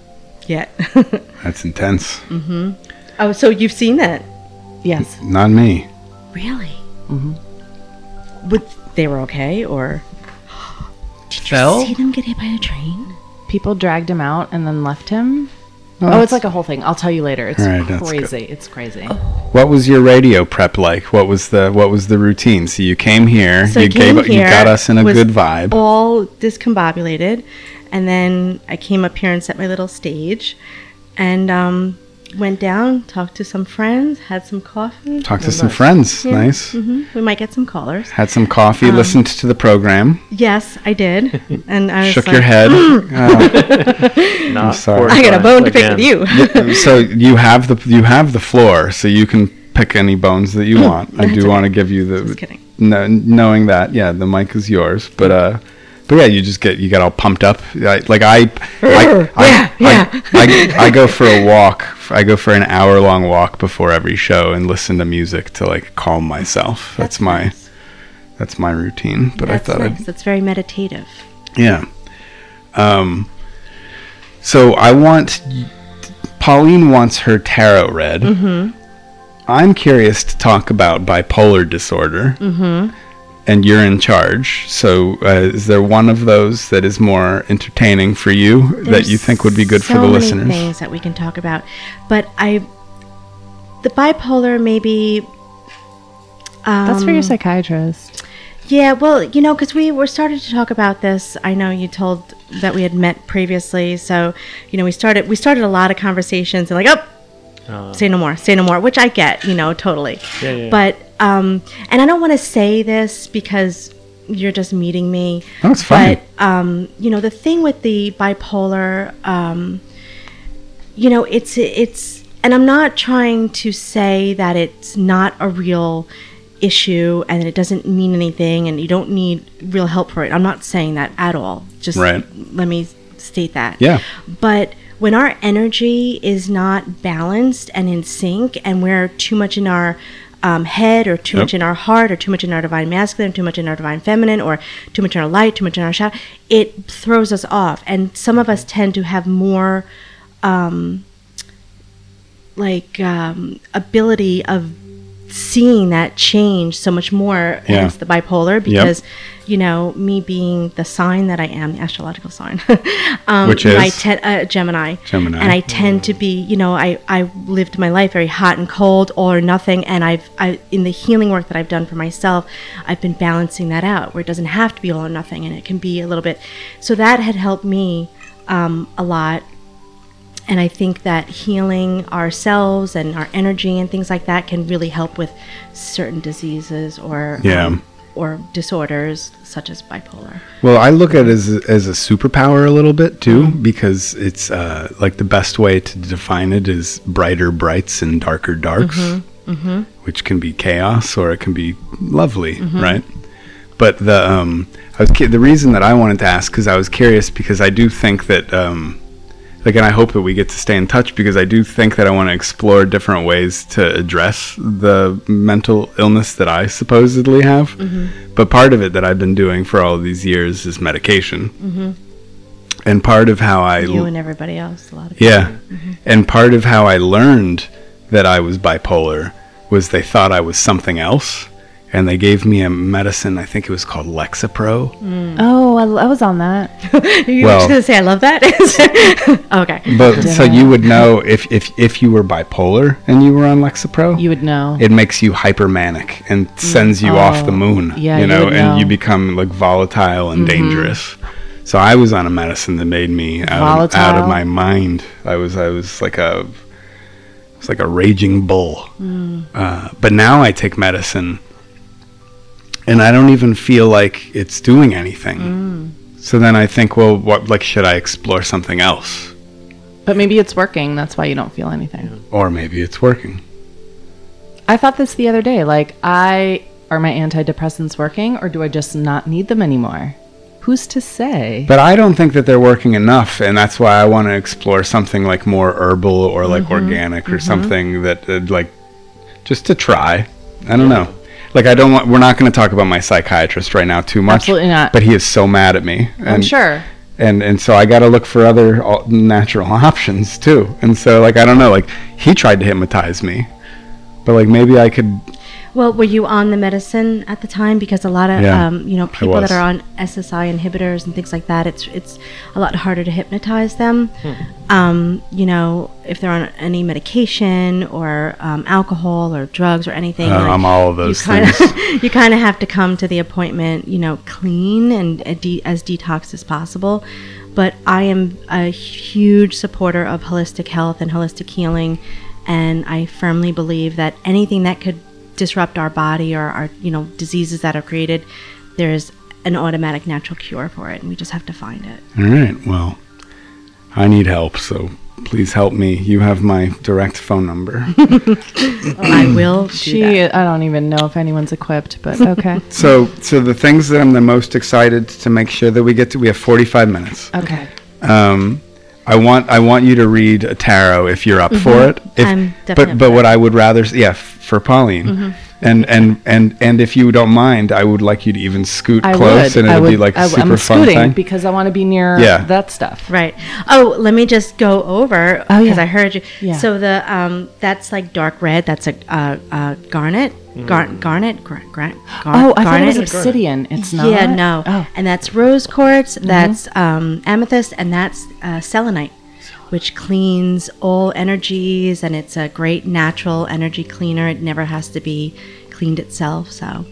Speaker 14: Yet.
Speaker 2: That's intense.
Speaker 14: hmm Oh, so you've seen that?
Speaker 3: Yes.
Speaker 2: Not me.
Speaker 14: Really? Would they were okay or
Speaker 7: Fell?
Speaker 14: see them get hit by a train?
Speaker 3: People dragged him out and then left him. Oh,
Speaker 2: Oh, that's-
Speaker 3: it's like a whole thing. I'll tell you later. It's
Speaker 2: All right, that's good.
Speaker 3: crazy. It's crazy.
Speaker 2: What was your radio prep like? What was the what was the routine? So you came here,
Speaker 14: So I
Speaker 2: you
Speaker 14: came
Speaker 2: gave you
Speaker 14: here,
Speaker 2: got us in a
Speaker 14: was
Speaker 2: good vibe.
Speaker 14: All discombobulated, and then I came up here and set my little stage, and um, went down, talked to some friends, had some coffee.
Speaker 2: Talked to Oh, some nice. friends. Nice.
Speaker 14: hmm We might get some callers.
Speaker 2: Had some coffee,
Speaker 14: Um,
Speaker 2: listened to the program.
Speaker 14: Yes, I did, and I was
Speaker 2: Shook
Speaker 14: like,
Speaker 2: your head. Uh,
Speaker 14: "Mm."
Speaker 2: Oh, I'm sorry.
Speaker 14: I got a bone to pick with you.
Speaker 2: Yeah, so you have the you have the floor, so you can pick any bones that you want. I
Speaker 14: That's
Speaker 2: do
Speaker 14: okay.
Speaker 2: want to give you the
Speaker 14: Just kidding.
Speaker 2: No, knowing that, yeah, the mic is yours, but uh, but yeah, you just get you get all pumped up. I, like I, I, I, I, I, I go for a walk. I go for an hour long walk before every show and listen to music to like calm myself. That's, my that's my routine. But
Speaker 14: That's
Speaker 2: I thought I'd
Speaker 14: nice. That's very meditative.
Speaker 2: yeah. Um, so I want Pauline wants her tarot read.
Speaker 14: Mm-hmm.
Speaker 2: I'm curious to talk about bipolar disorder,
Speaker 14: Mm-hmm.
Speaker 2: and you're in charge. So uh, is there one of those that is more entertaining for you that you think would be good
Speaker 14: so
Speaker 2: for the
Speaker 14: many
Speaker 2: listeners?
Speaker 14: Things that we can talk about, but I, the bipolar maybe. Um,
Speaker 3: That's for your psychiatrist.
Speaker 14: Yeah, well, you know, because we were started to talk about this. I know you told that we had met previously, so you know we started we started a lot of conversations and like, oh,
Speaker 2: Um,
Speaker 8: Uh,
Speaker 14: say no more, say no more, which I get, you know, totally.
Speaker 8: Yeah, yeah, yeah.
Speaker 14: But um, and I don't want to say this because you're just meeting me.
Speaker 2: No, it's fine.
Speaker 14: But um, you know, the thing with the bipolar, um, you know, it's it's, and I'm not trying to say that it's not a real issue and it doesn't mean anything and you don't need real help for it. I'm not saying that at all. Just
Speaker 2: Right.
Speaker 14: let me state that.
Speaker 2: Yeah.
Speaker 14: But when our energy is not balanced and in sync, and we're too much in our um, head, or too
Speaker 15: Yep.
Speaker 14: much in our heart, or too much in our divine masculine, too much in our divine feminine, or too much in our light, too much in our shadow, it throws us off. And some of us tend to have more um, like um, ability of seeing that change so much more
Speaker 15: Yeah.
Speaker 14: hence the bipolar
Speaker 15: Yep.
Speaker 14: because you know me being the sign that i am the astrological sign um,
Speaker 15: Which
Speaker 14: you know, I
Speaker 15: is?
Speaker 14: ten- uh, Gemini.
Speaker 15: Gemini.
Speaker 14: And I tend to be, you know, I, I lived my life very hot and cold, all or nothing. And I've, I, in the healing work that I've done for myself, I've been balancing that out where it doesn't have to be all or nothing and it can be a little bit. So that had helped me um, a lot. And I think that healing ourselves and our energy and things like that can really help with certain diseases or,
Speaker 2: Yeah.
Speaker 14: um, or disorders such as bipolar.
Speaker 2: Well, I look at it as a, as a superpower a little bit too, because it's uh, like the best way to define it is brighter brights and darker darks,
Speaker 1: Mm-hmm.
Speaker 15: Mhm.
Speaker 2: which can be chaos or it can be lovely,
Speaker 15: Mhm.
Speaker 2: right? But the um, I was cu- the reason that I wanted to ask because I was curious because I do think that um, like, and I hope that we get to stay in touch because I do think that I want to explore different ways to address the mental illness that I supposedly have.
Speaker 1: Mm-hmm.
Speaker 15: Mhm.
Speaker 2: But part of it that I've been doing for all these years is medication,
Speaker 14: Mm-hmm.
Speaker 2: and part of how I
Speaker 14: you and everybody else, a lot of Mm-hmm.
Speaker 2: yeah. And part of how I learned that I was bipolar was they thought I was something else. And they gave me a medicine, I think it was called Lexapro.
Speaker 14: Mm.
Speaker 3: Oh, I, I was on that.
Speaker 14: you
Speaker 2: Well- just gonna
Speaker 14: say I love that? okay.
Speaker 2: But so you would know if, if, if you were bipolar and you were on Lexapro,
Speaker 3: you would know.
Speaker 2: it makes you hypermanic and sends you off the
Speaker 3: Mm. Oh.
Speaker 2: moon.
Speaker 3: Yeah,
Speaker 2: you
Speaker 3: you
Speaker 2: know,
Speaker 3: would
Speaker 2: and
Speaker 3: know.
Speaker 2: you become like volatile and
Speaker 3: Mhm.
Speaker 2: dangerous. So I was on a medicine that made me out of, out of
Speaker 3: Volatile?
Speaker 2: my mind. I was I was like a I was like a raging bull.
Speaker 15: Mm.
Speaker 2: Uh, but now I take medicine, and I don't even feel like it's doing anything.
Speaker 3: Mm.
Speaker 14: Mm.
Speaker 2: So then I think, well, what like should I explore something else,
Speaker 3: But maybe it's working. That's why you don't feel anything.
Speaker 2: or maybe it's working?
Speaker 3: I thought this the other day. Like, I are my antidepressants working, or do I just not need them anymore? Who's to say?
Speaker 2: But I don't think that they're working enough, and that's why I want to explore something like more herbal or like
Speaker 3: Mm-hmm.
Speaker 2: organic or
Speaker 15: mhm.
Speaker 2: something that uh, like just to try. I don't know. Like I don't want. We're not going to talk about my psychiatrist right now too much.
Speaker 3: Absolutely not.
Speaker 2: But he is so mad at me.
Speaker 3: I'm sure.
Speaker 2: and and so I got to look for other al- natural options too. And so like I don't know, like he tried to hypnotize me, but like maybe I could.
Speaker 14: Well, were you on the medicine at the time? Because a lot of
Speaker 2: Yeah,
Speaker 14: um, you know
Speaker 2: I
Speaker 14: people
Speaker 2: was.
Speaker 14: that are on SSI inhibitors and things like that, it's it's a lot harder to hypnotize them.
Speaker 2: Hmm.
Speaker 14: Um, you know, if they're on any medication or um, alcohol or drugs or anything.
Speaker 2: Uh,
Speaker 14: like,
Speaker 2: I'm all of those
Speaker 14: you kinda, things. you kind of have to come to the appointment, you know, clean and uh, de- as detoxed as possible. But I am a huge supporter of holistic health and holistic healing, and I firmly believe that anything that could disrupt our body or our you know diseases that are created, there is an automatic natural cure for it, and we just have to find it.
Speaker 2: All right. Well, I need help, so please help me. You have my direct phone number.
Speaker 14: Oh, I will. do
Speaker 3: She, I don't even know if anyone's equipped, but okay.
Speaker 2: so, so the things that I'm the most excited to make sure that we get to, we have 45 minutes.
Speaker 3: Okay.
Speaker 2: Um, I want I want you to read a tarot if you're up for
Speaker 3: Mm-hmm.
Speaker 14: Mhm.
Speaker 2: it. If,
Speaker 14: I'm
Speaker 2: but
Speaker 14: definitely
Speaker 2: but
Speaker 14: up.
Speaker 2: what I would rather s- yeah f- for Pauline.
Speaker 3: Mm-hmm.
Speaker 14: Mhm.
Speaker 2: And, and and and if you don't mind, I would like you to even scoot
Speaker 3: I
Speaker 2: close,
Speaker 3: would.
Speaker 2: and it
Speaker 3: I
Speaker 2: would,
Speaker 3: would.
Speaker 2: be like a
Speaker 3: I
Speaker 2: super
Speaker 3: am
Speaker 2: fun
Speaker 3: scooting
Speaker 2: thing.
Speaker 3: because I want to be near
Speaker 2: Yeah.
Speaker 3: that stuff.
Speaker 14: Right. Oh, let me just go over because
Speaker 3: Oh, yeah.
Speaker 14: I heard you.
Speaker 3: Yeah.
Speaker 14: So the um, that's like dark red. That's a uh, uh, garnet. Gar- garnet, gra- gra- gar-
Speaker 3: Oh, I thought it
Speaker 14: garnet.
Speaker 3: was obsidian. It's not.
Speaker 14: Yeah, no.
Speaker 3: Oh. Mm-hmm.
Speaker 14: And that's rose quartz. That's um, amethyst, and that's uh, selenite, which cleans all energies, and it's a great natural energy cleaner. It never has to be cleaned itself. So,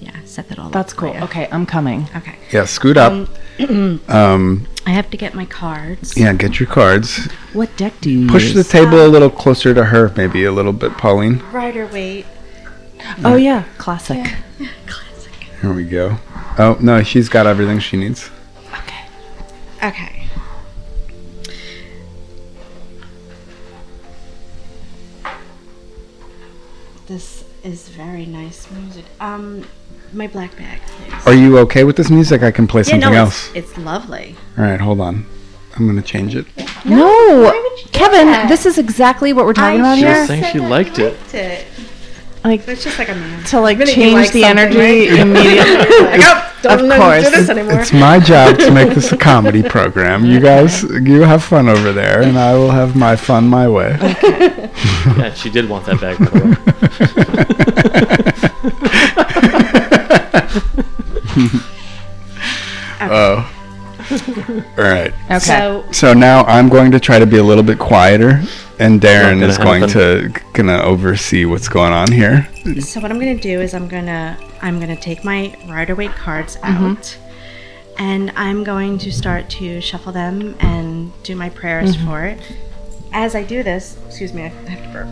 Speaker 14: yeah, set that all.
Speaker 3: That's
Speaker 14: up for
Speaker 3: cool.
Speaker 14: you.
Speaker 3: Okay, I'm coming.
Speaker 14: Okay.
Speaker 2: Yeah, scoot up.
Speaker 14: Um,
Speaker 2: Um,
Speaker 14: I have to get my cards.
Speaker 2: yeah, get your cards.
Speaker 3: What deck do you use?
Speaker 2: Push the table a little closer to her, maybe a little bit, Pauline.
Speaker 14: Rider weight.
Speaker 3: Oh yeah, classic.
Speaker 2: Here we go. Oh no, she's got everything she needs.
Speaker 14: Okay. This is very nice music. Um, my black bag, please.
Speaker 2: Are you okay with this music? I can play
Speaker 14: yeah,
Speaker 2: something
Speaker 14: no,
Speaker 2: else.
Speaker 14: It's, it's lovely.
Speaker 2: All right, hold on. I'm gonna change it.
Speaker 3: No, Kevin, this is exactly what we're talking about
Speaker 8: She
Speaker 3: here.
Speaker 8: was saying she liked it.
Speaker 3: Like
Speaker 14: it's just like a man.
Speaker 3: to like
Speaker 14: Really, you
Speaker 3: change
Speaker 14: like
Speaker 3: the
Speaker 14: something,
Speaker 3: energy
Speaker 14: right?
Speaker 3: immediately.
Speaker 14: Like, oh, don't
Speaker 3: of
Speaker 14: let me do
Speaker 3: course.
Speaker 14: this anymore.
Speaker 2: It's my job to make this a comedy program. You guys, you have fun over there, and I will have my fun my way.
Speaker 8: yeah, she did want that bag. By the way.
Speaker 2: Oh. All right.
Speaker 3: Okay. So-
Speaker 2: So now I'm going to try to be a little bit quieter, and Darren
Speaker 8: Not
Speaker 2: is
Speaker 8: gonna
Speaker 2: going to gonna oversee what's going on here.
Speaker 14: So what I'm gonna do is I'm gonna I'm gonna take my rider weight cards out,
Speaker 3: Mhm.
Speaker 14: and I'm going to start to shuffle them and do my prayers
Speaker 3: Mhm.
Speaker 14: for it. As I do this, excuse me, I have to burp.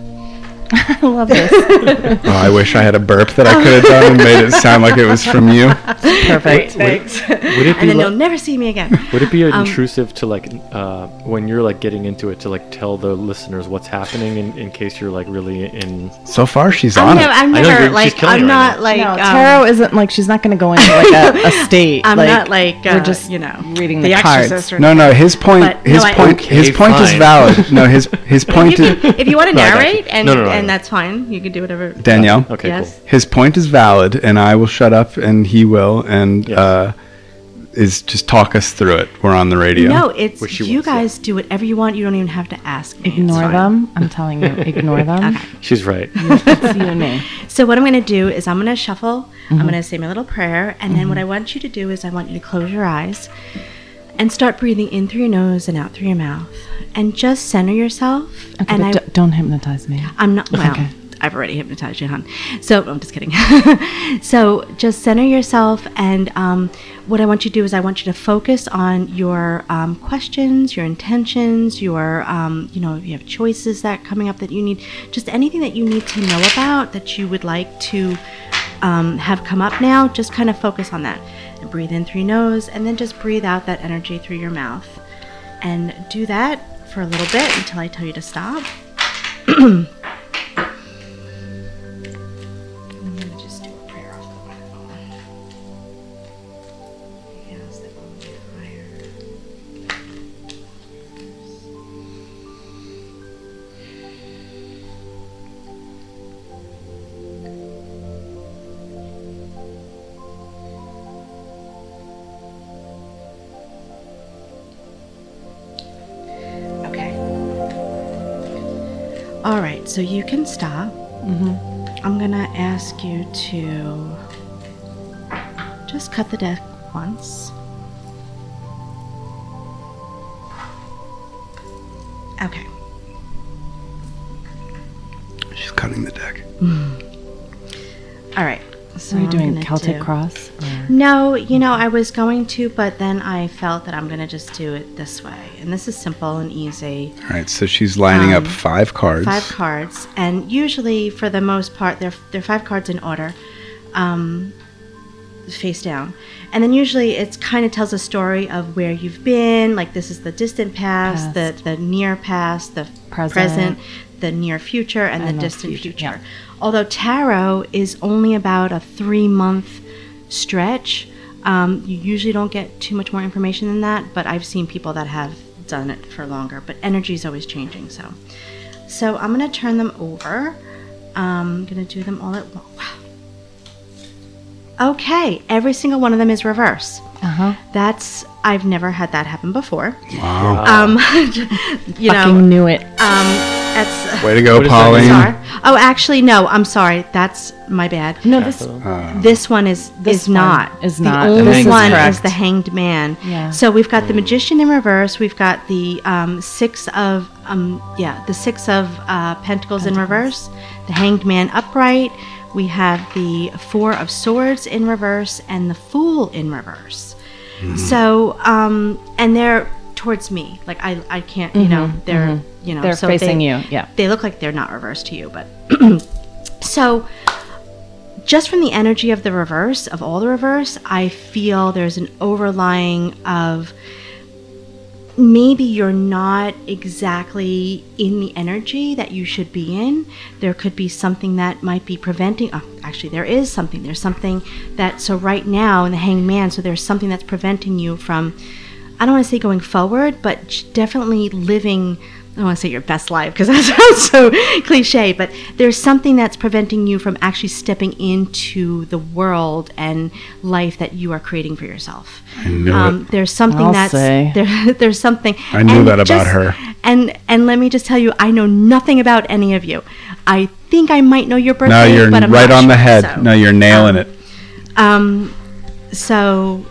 Speaker 3: I love this.
Speaker 2: Oh, I wish I had a burp that I could have done and made it sound like it was from you.
Speaker 3: Perfect.
Speaker 14: Thanks.
Speaker 8: would it be
Speaker 14: and then
Speaker 8: li-
Speaker 14: you'll never see me again.
Speaker 8: Would it be
Speaker 14: Um,
Speaker 8: intrusive to like uh, when you're like getting into it to like tell the listeners what's happening in, in case you're like really in?
Speaker 2: So far, she's
Speaker 14: I'm
Speaker 2: on
Speaker 14: never,
Speaker 2: it.
Speaker 14: I'm
Speaker 8: I know,
Speaker 14: never
Speaker 8: you're- she's
Speaker 14: like
Speaker 8: killing it
Speaker 14: I'm
Speaker 8: right
Speaker 14: not like
Speaker 3: no,
Speaker 14: um,
Speaker 3: tarot isn't like she's not going to go into like a, a state.
Speaker 14: I'm not like uh,
Speaker 3: we're just
Speaker 14: you know
Speaker 3: reading
Speaker 14: the
Speaker 3: the,
Speaker 14: Exorcist
Speaker 3: cards.
Speaker 14: or
Speaker 2: No, no, his point,
Speaker 14: But no,
Speaker 2: his
Speaker 14: I-
Speaker 2: point, his
Speaker 8: Okay,
Speaker 2: point is
Speaker 8: fine.
Speaker 2: valid. No, his his point is
Speaker 14: if you want to
Speaker 2: No, I got you.
Speaker 14: narrate and
Speaker 2: No, no, no,
Speaker 14: and
Speaker 2: no.
Speaker 14: that's fine, you can do whatever.
Speaker 2: Danielle.
Speaker 8: Okay,
Speaker 14: yes.
Speaker 2: His point is valid, and I will shut up, and he will, and uh, is just talk us through it. We're on the radio.
Speaker 14: No, it's
Speaker 8: Which she
Speaker 14: you guys do whatever you want. You don't even have to ask me. It's
Speaker 3: Ignore
Speaker 14: fine.
Speaker 3: them. I'm telling you, ignore them.
Speaker 8: She's right.
Speaker 3: It's you and me.
Speaker 14: So what I'm going to do is I'm going to shuffle. I'm
Speaker 3: Mm-hmm.
Speaker 14: going to say my little prayer, and then what I want you to do is I want you to close your eyes and start breathing in through your nose and out through your mouth, and just center yourself.
Speaker 3: Okay,
Speaker 14: and
Speaker 3: but
Speaker 14: I,
Speaker 3: d- don't hypnotize me.
Speaker 14: I'm not well.
Speaker 3: Okay.
Speaker 14: I've already hypnotized you, hon. So I'm just kidding. so just center yourself, and um, what I want you to do is I want you to focus on your um, questions, your intentions, your um, you know if you have choices that coming up that you need, just anything that you need to know about that you would like to um, have come up now. Just kind of focus on that, and breathe in through your nose, and then just breathe out that energy through your mouth, and do that for a little bit until I tell you to stop. I'm gonna just do a prayer off the back. Yeah, it's the one with fire. Okay. All right, so you can stop.
Speaker 3: Mm-hmm.
Speaker 14: I'm gonna ask you to just cut the deck once. Okay.
Speaker 2: She's cutting the deck.
Speaker 14: All right. so
Speaker 3: Are you
Speaker 14: I'm
Speaker 3: doing
Speaker 14: gonna
Speaker 3: Celtic
Speaker 14: do-
Speaker 3: Cross?
Speaker 14: No, you know, I was going to, but then I felt that I'm going to just do it this way. And this is simple and easy.
Speaker 2: All right, so she's lining up
Speaker 14: Um,
Speaker 2: five cards.
Speaker 14: Five cards, and usually for the most part, they're they're five cards in order, um, face down, and then usually it kind of tells a story of where you've been. Like this is the distant past, the the near past, the
Speaker 3: Present.
Speaker 14: present, the near future, and,
Speaker 3: And
Speaker 14: the
Speaker 3: the
Speaker 14: distant
Speaker 3: future,
Speaker 14: future.
Speaker 3: yeah.
Speaker 14: Although tarot is only about a three month stretch. Um, you usually don't get too much more information than that, but I've seen people that have done it for longer. But energy is always changing, so. So I'm gonna turn them over. I'm gonna do them all at once. Wow. Okay, every single one of them is reverse. Uh
Speaker 3: Uh-huh.
Speaker 14: huh. That's I've never had that happen before.
Speaker 2: Wow.
Speaker 14: Um, you know,
Speaker 3: Fucking knew it.
Speaker 14: um, that's
Speaker 2: Way to go, What does that mean? Pauline.
Speaker 14: Sorry. Oh, actually, no. I'm sorry. That's my bad. Ah.
Speaker 3: No, this-
Speaker 14: this one is
Speaker 3: This
Speaker 14: is
Speaker 3: one
Speaker 14: not
Speaker 3: is
Speaker 14: the
Speaker 3: not.
Speaker 14: only
Speaker 3: This is
Speaker 14: one
Speaker 3: correct.
Speaker 14: is the Hanged Man.
Speaker 3: Yeah.
Speaker 14: So we've got the
Speaker 3: Mm.
Speaker 14: Magician in reverse. We've got the um, six of um, yeah the six of uh, pentacles, in reverse. The Hanged Man upright. We have the Four of Swords in reverse and the Fool in reverse.
Speaker 3: Mm-hmm.
Speaker 14: So um, and they're towards me. Like I I can't you know
Speaker 3: Mhm,
Speaker 14: they're
Speaker 3: mhm.
Speaker 14: you know
Speaker 3: They're
Speaker 14: so
Speaker 3: facing
Speaker 14: they-
Speaker 3: you, yeah.
Speaker 14: they look like they're not reversed to you but so just from the energy of the reverse of all the reverse i feel there's an overlying of maybe you're not exactly in the energy that you should be in there could be something that might be preventing oh, actually there is something there's something that so right now in the hanged man so there's something that's preventing you from I don't want to say going forward, but j- definitely living. I don't want to say your best life because that sounds so cliche, but there's something that's preventing you from actually stepping into the world and life that you are creating for yourself. Um,
Speaker 2: I knew it.
Speaker 14: There's something
Speaker 2: I'll
Speaker 14: that's
Speaker 2: say.
Speaker 14: there, there's something.
Speaker 2: I knew that about
Speaker 14: just-
Speaker 2: her.
Speaker 14: And and let me just tell you, I know nothing about any of you. I think I might know your birthday,
Speaker 2: No, you're
Speaker 14: but I'm
Speaker 2: right
Speaker 14: not
Speaker 2: on the
Speaker 14: sure,
Speaker 2: head.
Speaker 14: so.
Speaker 2: no, you're nailing it.
Speaker 14: Um, so,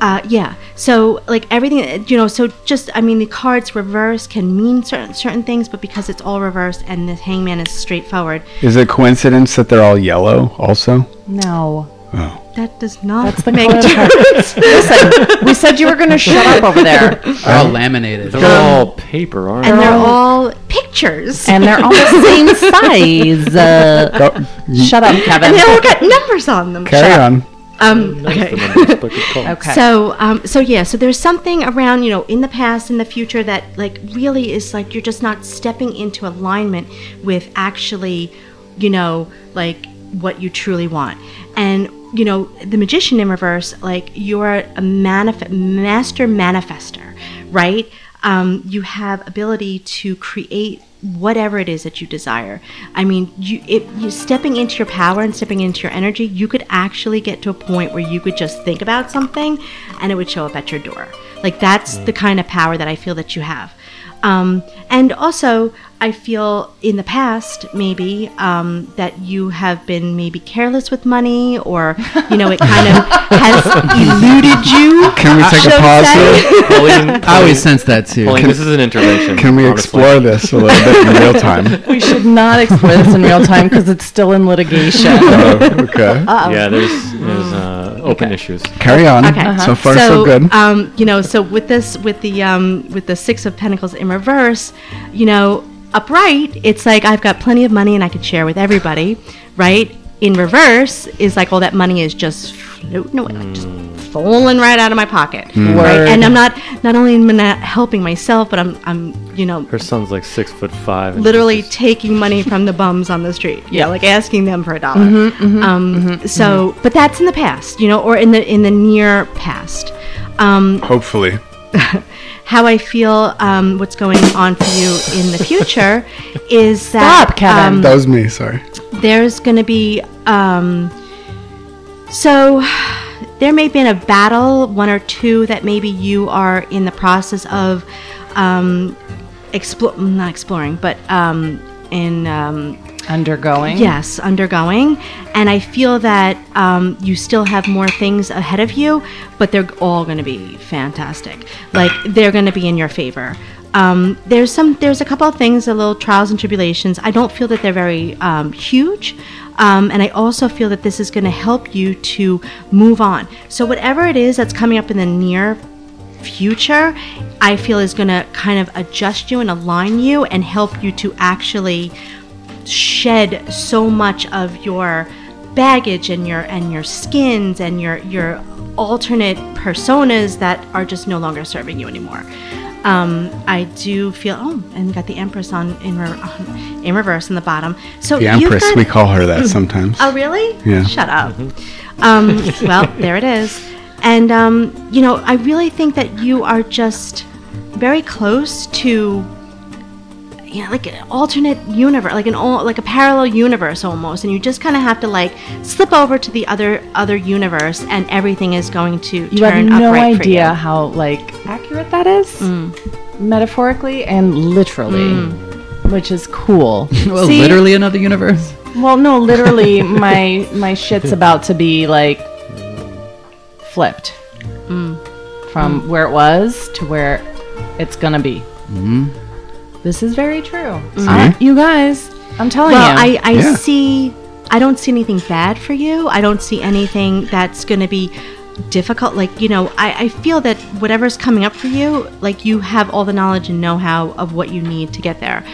Speaker 14: uh, yeah. So, like everything, you know. So, just I mean, the cards reverse can mean certain certain things, but because it's all reversed and the hangman is straightforward,
Speaker 2: Is it coincidence that they're all yellow also?
Speaker 3: No.
Speaker 2: Oh.
Speaker 14: that does not
Speaker 3: That's the
Speaker 14: make
Speaker 3: color of the
Speaker 14: difference.
Speaker 3: Listen, we said you were going to shut up over
Speaker 2: Oh,
Speaker 3: there.
Speaker 7: They're
Speaker 14: Oh,
Speaker 7: all laminated.
Speaker 8: They're all
Speaker 3: Um,
Speaker 8: paper, aren't
Speaker 14: and
Speaker 8: they?
Speaker 14: they're all pictures,
Speaker 3: Oh. And they're all the same size. Uh, shut up, Kevin.
Speaker 14: and they all got numbers on them.
Speaker 2: Carry on.
Speaker 14: Um,
Speaker 8: The
Speaker 14: okay.
Speaker 8: numbers, but good call.
Speaker 3: Okay.
Speaker 14: So, um, so yeah, so there's something around, you know, in the past, in the future that like really is like you're just not stepping into alignment with actually, you know, like what you truly want. And, you know, the magician in reverse, like you're a manif- master manifester, right? Um, you have ability to create whatever it is that you desire. I mean, you if you stepping into your power and stepping into your energy, you could actually get to a point where you could just think about something and it would show up at your door. Like that's the kind of power that I feel that you have. Um, and also, I feel in the past maybe um, that you have been maybe careless with money, or you know, it kind of has eluded you.
Speaker 2: Can we take
Speaker 14: so
Speaker 2: a
Speaker 14: to
Speaker 2: pause
Speaker 14: uh, say.
Speaker 2: here?
Speaker 8: Pauline,
Speaker 7: I always sense that too.
Speaker 8: Pauline, this is an intervention.
Speaker 2: Can we
Speaker 8: honestly.
Speaker 2: explore this a little bit in real time?
Speaker 3: we should not explore this in real time because it's still in litigation.
Speaker 2: Oh, okay.
Speaker 8: Yeah, there's there's uh, open issues.
Speaker 2: Carry on.
Speaker 14: Okay. Uh-huh.
Speaker 2: So far, so, good.
Speaker 14: Um, you know, so with this, with the um, with the six of pentacles in reverse, you know, upright, it's like I've got plenty of money and I could share with everybody, right? In reverse is like all that money is just floating away, like just
Speaker 2: Mm.
Speaker 14: falling right out of my pocket, right?
Speaker 3: Word.
Speaker 14: And I'm not not only am I not helping myself, but I'm I'm you know
Speaker 8: Her son's like six foot five. and
Speaker 14: literally
Speaker 8: she's
Speaker 14: taking money from the bums on the street. Yeah, like asking them for a dollar.
Speaker 3: Mm-hmm,
Speaker 14: um, so, but that's in the past, you know, or in the in the near past. Um,
Speaker 2: Hopefully.
Speaker 14: how I feel um, what's going on for you in the future is that
Speaker 3: Stop, Kevin.
Speaker 2: That was me, sorry.
Speaker 14: um, there's going to be um, so there may have been a battle, one or two that maybe you are in the process of um, explo- not exploring, but um, in um,
Speaker 3: Undergoing.
Speaker 14: Yes, undergoing. And I feel that um, you still have more things ahead of you, but they're all going to be fantastic. Like, they're going to be in your favor. Um, there's some, there's a couple of things, the little trials and tribulations. I don't feel that they're very um, huge, um, and I also feel that this is going to help you to move on. So whatever it is that's coming up in the near future, I feel is going to kind of adjust you and align you and help you to actually shed so much of your baggage and your and your skins and your your alternate personas that are just no longer serving you anymore. Um, I do feel oh, and got the Empress on in re- on, in reverse in the bottom. So
Speaker 2: The
Speaker 14: you've
Speaker 2: Empress,
Speaker 14: got-
Speaker 2: we call her that sometimes.
Speaker 14: Oh really?
Speaker 2: Yeah.
Speaker 14: Shut up. Um, well, there it is. And um, you know, I really think that you are just very close to you know, like an alternate universe, like an all, like a parallel universe almost, and you just kind of have to like slip over to the other other universe, and everything is going to
Speaker 3: You have
Speaker 14: turn
Speaker 3: no idea
Speaker 14: upright for you. Mm.
Speaker 3: how like accurate that is, metaphorically and literally,
Speaker 14: Mm.
Speaker 3: which is cool.
Speaker 7: well,
Speaker 3: See?
Speaker 7: literally another universe.
Speaker 3: Well, no, literally, my my shit's about to be like flipped from where it was to where it's gonna be.
Speaker 7: Mm-hmm.
Speaker 3: This is very true.
Speaker 14: See?
Speaker 3: I- Mm-hmm. you guys, I'm telling
Speaker 14: well,
Speaker 3: you.
Speaker 14: I, I
Speaker 3: Yeah.
Speaker 14: see. I don't see anything bad for you. I don't see anything that's going to be difficult. Like you know, I, I feel that whatever's coming up for you, like you have all the knowledge and know-how of what you need to get there.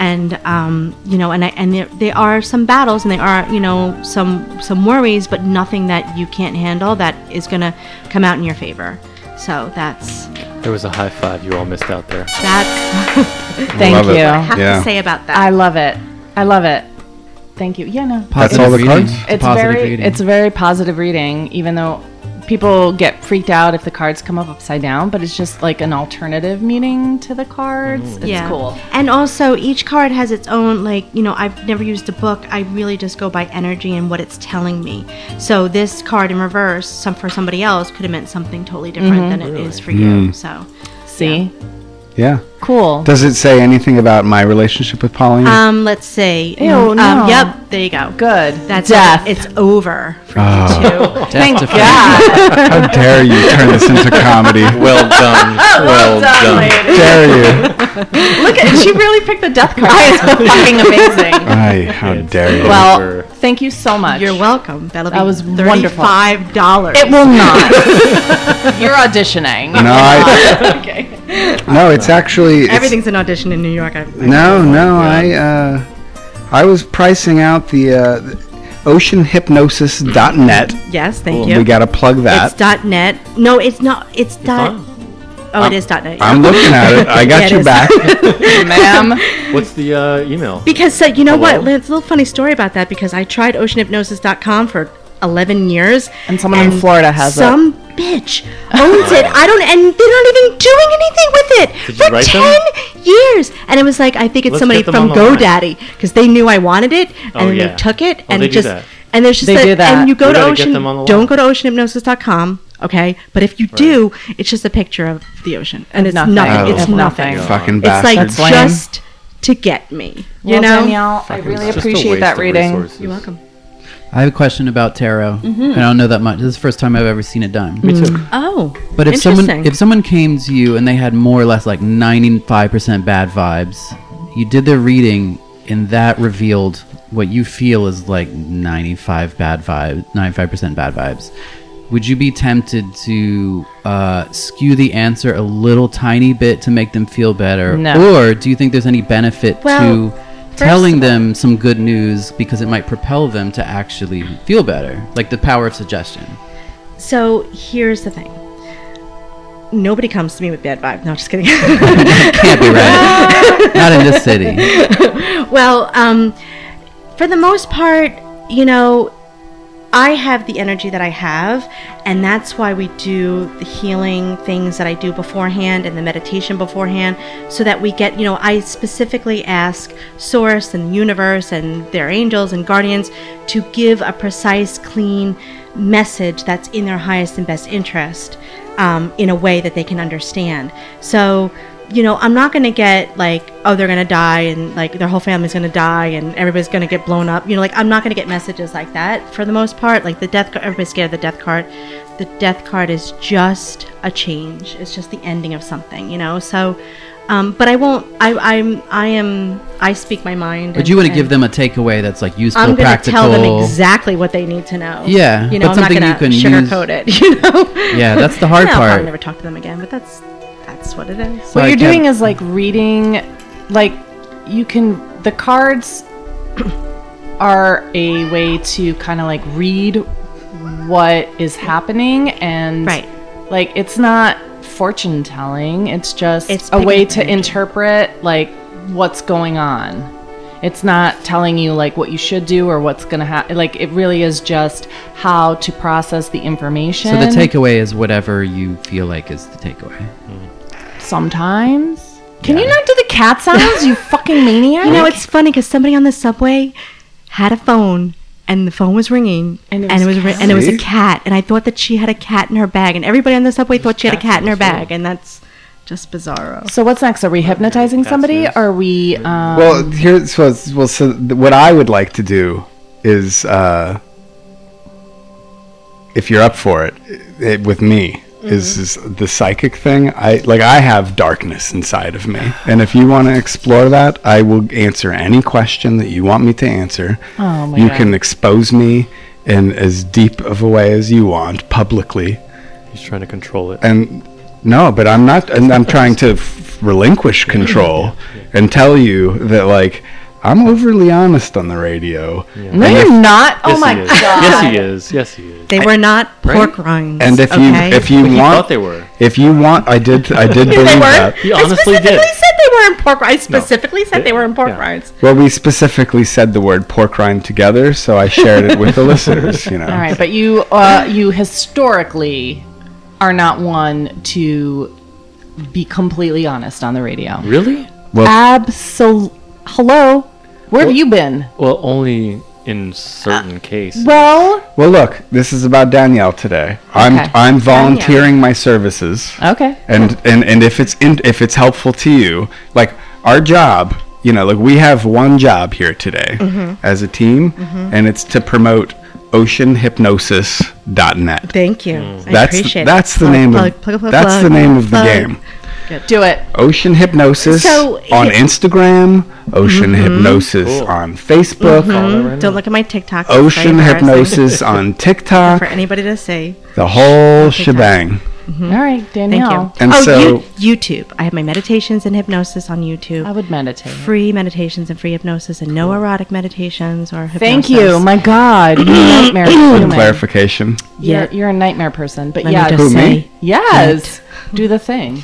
Speaker 14: And um, you know, and I, and there, there are some battles, and there are you know some some worries, but nothing that you can't handle that is going to come out in your favor. So that's
Speaker 8: There was a high five you all missed out there.
Speaker 14: that's.
Speaker 3: Thank
Speaker 8: Love
Speaker 3: you.
Speaker 8: it. What I have to Yeah.
Speaker 14: say about that.
Speaker 3: I love it. I love it. Thank you. Yeah, no.
Speaker 2: That's all the Positive cards? reading.
Speaker 3: It's
Speaker 2: Positive
Speaker 3: very
Speaker 2: reading.
Speaker 3: it's a very positive reading, even though people get freaked out if the cards come up upside down, but it's just like an alternative meaning to the cards.
Speaker 2: Oh.
Speaker 3: It's cool.
Speaker 14: And also, each card has its own, like, you know, I've never used a book. I really just go by energy and what it's telling me. So, this card in reverse, some for somebody else, could have meant something totally different
Speaker 3: Mhm.
Speaker 14: than it
Speaker 3: Really?
Speaker 14: is for you.
Speaker 2: Mm-hmm. Mm.
Speaker 14: So,
Speaker 3: see?
Speaker 2: Yeah.
Speaker 3: Cool.
Speaker 2: Does it say anything about my relationship with Pauline?
Speaker 14: Um, let's see.
Speaker 3: Ew,
Speaker 14: um,
Speaker 3: no.
Speaker 14: Yep, there you go.
Speaker 3: Good.
Speaker 14: That's
Speaker 3: Death.
Speaker 14: it. It's over for
Speaker 2: Oh.
Speaker 14: you two.
Speaker 2: Death Thank defines God. you. How dare you turn this into comedy. Well done.
Speaker 3: Well Well done, done. lady.
Speaker 2: Dare you.
Speaker 3: Look at she really picked the death card. It's fucking amazing.
Speaker 2: Ay, how dare you.
Speaker 3: Well, thank you so much. You're
Speaker 14: welcome. That'll
Speaker 3: that
Speaker 14: be
Speaker 3: was wonderful.
Speaker 14: $35.
Speaker 3: It will not. You're auditioning.
Speaker 2: No, I-
Speaker 14: okay.
Speaker 2: no, it's actually it's-
Speaker 14: Everything's an audition in New York. I, I
Speaker 2: No, no, I uh, I was pricing out the uh, the oceanhypnosis.net.
Speaker 14: Yes, thank
Speaker 2: Cool.
Speaker 14: you.
Speaker 2: We gotta plug that.
Speaker 14: It's dot .net. No, it's not. It's, dot. Oh,
Speaker 8: I'm-
Speaker 14: it is dot .net.
Speaker 2: I'm looking at it. I got
Speaker 14: Yeah, it
Speaker 2: your
Speaker 14: is.
Speaker 2: back.
Speaker 3: ma'am.
Speaker 8: What's the uh, email?
Speaker 14: Because so, you know
Speaker 8: Hello?
Speaker 14: what? It's a little funny story about that because I tried oceanhypnosis.com for 11 years.
Speaker 3: And someone in Florida has it.
Speaker 14: some bitch owns it. I don't, and they're not even doing anything with it
Speaker 3: Did you
Speaker 14: for
Speaker 3: write
Speaker 14: 10
Speaker 3: them?
Speaker 14: years. And it was like, I think it's
Speaker 3: Let's
Speaker 14: somebody
Speaker 3: get them
Speaker 14: from
Speaker 3: on the line.
Speaker 14: GoDaddy because they knew I wanted it and
Speaker 3: Oh,
Speaker 14: then
Speaker 3: yeah.
Speaker 14: they took it
Speaker 3: Oh,
Speaker 14: and
Speaker 3: they
Speaker 14: it
Speaker 3: do
Speaker 14: just,
Speaker 3: that.
Speaker 14: and there's just,
Speaker 3: They
Speaker 14: that-
Speaker 3: do that.
Speaker 14: and you go
Speaker 3: We
Speaker 14: to
Speaker 3: gotta get
Speaker 14: ocean,
Speaker 3: them on the
Speaker 14: don't go to oceanhypnosis.com. Okay, but if you do, it's just a picture of the ocean, and
Speaker 3: Of
Speaker 14: it's
Speaker 3: nothing.
Speaker 14: nothing.
Speaker 2: Oh,
Speaker 14: It's
Speaker 2: of
Speaker 14: nothing.
Speaker 2: nothing. Fucking
Speaker 14: It's like
Speaker 2: bastards. That's lame.
Speaker 14: just to get me. You
Speaker 3: Well,
Speaker 14: know,
Speaker 3: Danielle, I really appreciate that reading.
Speaker 14: You're welcome.
Speaker 7: I have a question about tarot.
Speaker 3: Mm-hmm.
Speaker 14: Mhm.
Speaker 7: I don't know that much. This is the first time I've ever seen it done.
Speaker 14: Me too. Oh,
Speaker 7: But if someone
Speaker 14: interesting.
Speaker 7: if someone came to you and they had more or less like ninety five percent bad vibes, you did their reading and that revealed what you feel is like ninety five bad vibes, ninety five percent bad vibes. Would you be tempted to uh, skew the answer a little tiny bit to make them feel better,
Speaker 3: No.
Speaker 7: or do you think there's any benefit
Speaker 3: Well,
Speaker 7: to
Speaker 3: first
Speaker 7: telling them some good news because it might propel them to actually feel better, like the power of suggestion?
Speaker 14: So here's the thing. Nobody comes to me with bad vibes. No, just kidding.
Speaker 7: Can't be right. Not in this city.
Speaker 14: well, um, for the most part, you know, I have the energy that I have, and that's why we do the healing things that I do beforehand and the meditation beforehand, so that we get, you know, I specifically ask Source and the universe and their angels and guardians to give a precise, clean message that's in their highest and best interest um, in a way that they can understand. So, you know, I'm not going to get like, oh, they're going to die and like their whole family's going to die and everybody's going to get blown up. You know, like I'm not going to get messages like that for the most part. Like the death card, everybody's scared of the death card. The death card is just a change. It's just the ending of something, you know. So, um, but I won't. I, I'm. I am. I speak my mind.
Speaker 7: But
Speaker 14: and-
Speaker 7: you want to
Speaker 14: and
Speaker 7: give them a takeaway that's like useful,
Speaker 14: I'm gonna
Speaker 7: practical.
Speaker 14: tell them exactly what they need to know.
Speaker 7: Yeah,
Speaker 14: you know,
Speaker 7: but
Speaker 14: I'm not
Speaker 7: something
Speaker 14: gonna
Speaker 7: you can use-
Speaker 14: sugarcoat it. You know.
Speaker 7: Yeah, that's the hard
Speaker 14: And I'll probably
Speaker 7: part.
Speaker 14: never talk to them again, but that's that's what it is.
Speaker 3: what you're doing is like reading like you can the cards are a way to kind of like read what is happening and
Speaker 14: Right.
Speaker 3: like it's not fortune telling it's just
Speaker 14: It's
Speaker 3: a way
Speaker 14: picking
Speaker 3: to interpret like what's going on it's not telling you like what you should do or what's gonna happen like it really is just how to process the information
Speaker 7: so the takeaway is whatever you feel like is the takeaway.
Speaker 2: Mm.
Speaker 3: sometimes can you not do the cat sounds you fucking maniac
Speaker 14: You know, it's funny because somebody on the subway had a phone, and the phone was ringing, and it was, ri- and it was a
Speaker 3: See?
Speaker 14: cat, and I thought that she had a cat in her bag, and everybody on the subway thought she had a cat in her bag, and that's just bizarro.
Speaker 3: So what's next? Are we hypnotizing somebody? Are we? Um,
Speaker 2: well, here's what's well. So th- what I would like to do is, uh, if you're up for it, it with me is,
Speaker 14: Mm-hmm.
Speaker 2: is the psychic thing. I like I have darkness inside of me, and if you want to explore that, I will answer any question that you want me to answer.
Speaker 3: Oh my
Speaker 2: you
Speaker 3: God.
Speaker 2: can expose me in as deep of a way as you want publicly.
Speaker 8: He's trying to control it.
Speaker 2: And no, but I'm not. And I'm trying to f- relinquish control and tell you that like I'm overly honest on the radio.
Speaker 3: No,
Speaker 2: And
Speaker 3: you're
Speaker 2: if-
Speaker 3: not. Oh
Speaker 8: yes,
Speaker 3: my
Speaker 8: he is.
Speaker 3: god.
Speaker 8: Yes, he is. Yes, he is.
Speaker 14: They were not
Speaker 8: Right?
Speaker 14: pork rinds.
Speaker 2: And if
Speaker 14: okay?
Speaker 2: you if you
Speaker 8: But he
Speaker 2: want,
Speaker 8: thought they were.
Speaker 2: If you want, I did I did
Speaker 14: They
Speaker 2: believe
Speaker 14: weren't?
Speaker 2: that.
Speaker 8: He
Speaker 14: I
Speaker 8: honestly
Speaker 14: specifically
Speaker 8: did.
Speaker 14: said they were in pork. I specifically said they were in pork rinds.
Speaker 2: Well, we specifically said the word pork rind together, so I shared it with the listeners. You know.
Speaker 3: All right, but you uh, you historically are not one to be completely honest on the radio.
Speaker 8: Really?
Speaker 2: Well-
Speaker 3: Absol- Hello. Where have you been?
Speaker 8: Well, only in certain cases.
Speaker 3: Well.
Speaker 2: Well, look, this is about Danielle today. I'm
Speaker 8: Okay.
Speaker 2: I'm volunteering my services.
Speaker 3: Okay.
Speaker 2: And and and if it's in, if it's helpful to you, like our job, you know, like we have one job here today
Speaker 14: Mhm.
Speaker 2: as a team,
Speaker 14: Mhm.
Speaker 2: and it's to promote oceanhypnosis.net.
Speaker 14: Thank you.
Speaker 8: Mm.
Speaker 14: I
Speaker 2: That's the-
Speaker 14: appreciate it.
Speaker 2: that's the
Speaker 14: Plug,
Speaker 2: name of-
Speaker 14: plug, plug, plug,
Speaker 2: that's the
Speaker 14: plug,
Speaker 2: name of the
Speaker 14: plug.
Speaker 2: game.
Speaker 3: Do it.
Speaker 2: Ocean Hypnosis
Speaker 14: So,
Speaker 2: on
Speaker 14: hi-
Speaker 2: Instagram, Ocean
Speaker 14: Mhm.
Speaker 2: Hypnosis
Speaker 14: Cool.
Speaker 2: on Facebook,
Speaker 14: Mhm. Don't look at my TikTok. it's very
Speaker 2: Ocean
Speaker 14: embarrassing
Speaker 2: Hypnosis on TikTok,
Speaker 14: For anybody to see.
Speaker 2: the whole shebang.
Speaker 3: All right, Danielle.
Speaker 2: And
Speaker 14: Mm-hmm. oh,
Speaker 2: so-
Speaker 14: you, YouTube. I have my meditations and hypnosis on YouTube. I
Speaker 3: would meditate.
Speaker 14: Free meditations and free hypnosis, and no erotic meditations or hypnosis.
Speaker 3: Thank you. My God, you're a nightmare human.
Speaker 2: Clarification.
Speaker 3: You're, you're a nightmare person. But
Speaker 14: Let me
Speaker 3: yeah,
Speaker 14: just Who, me? say
Speaker 3: yes, do the thing.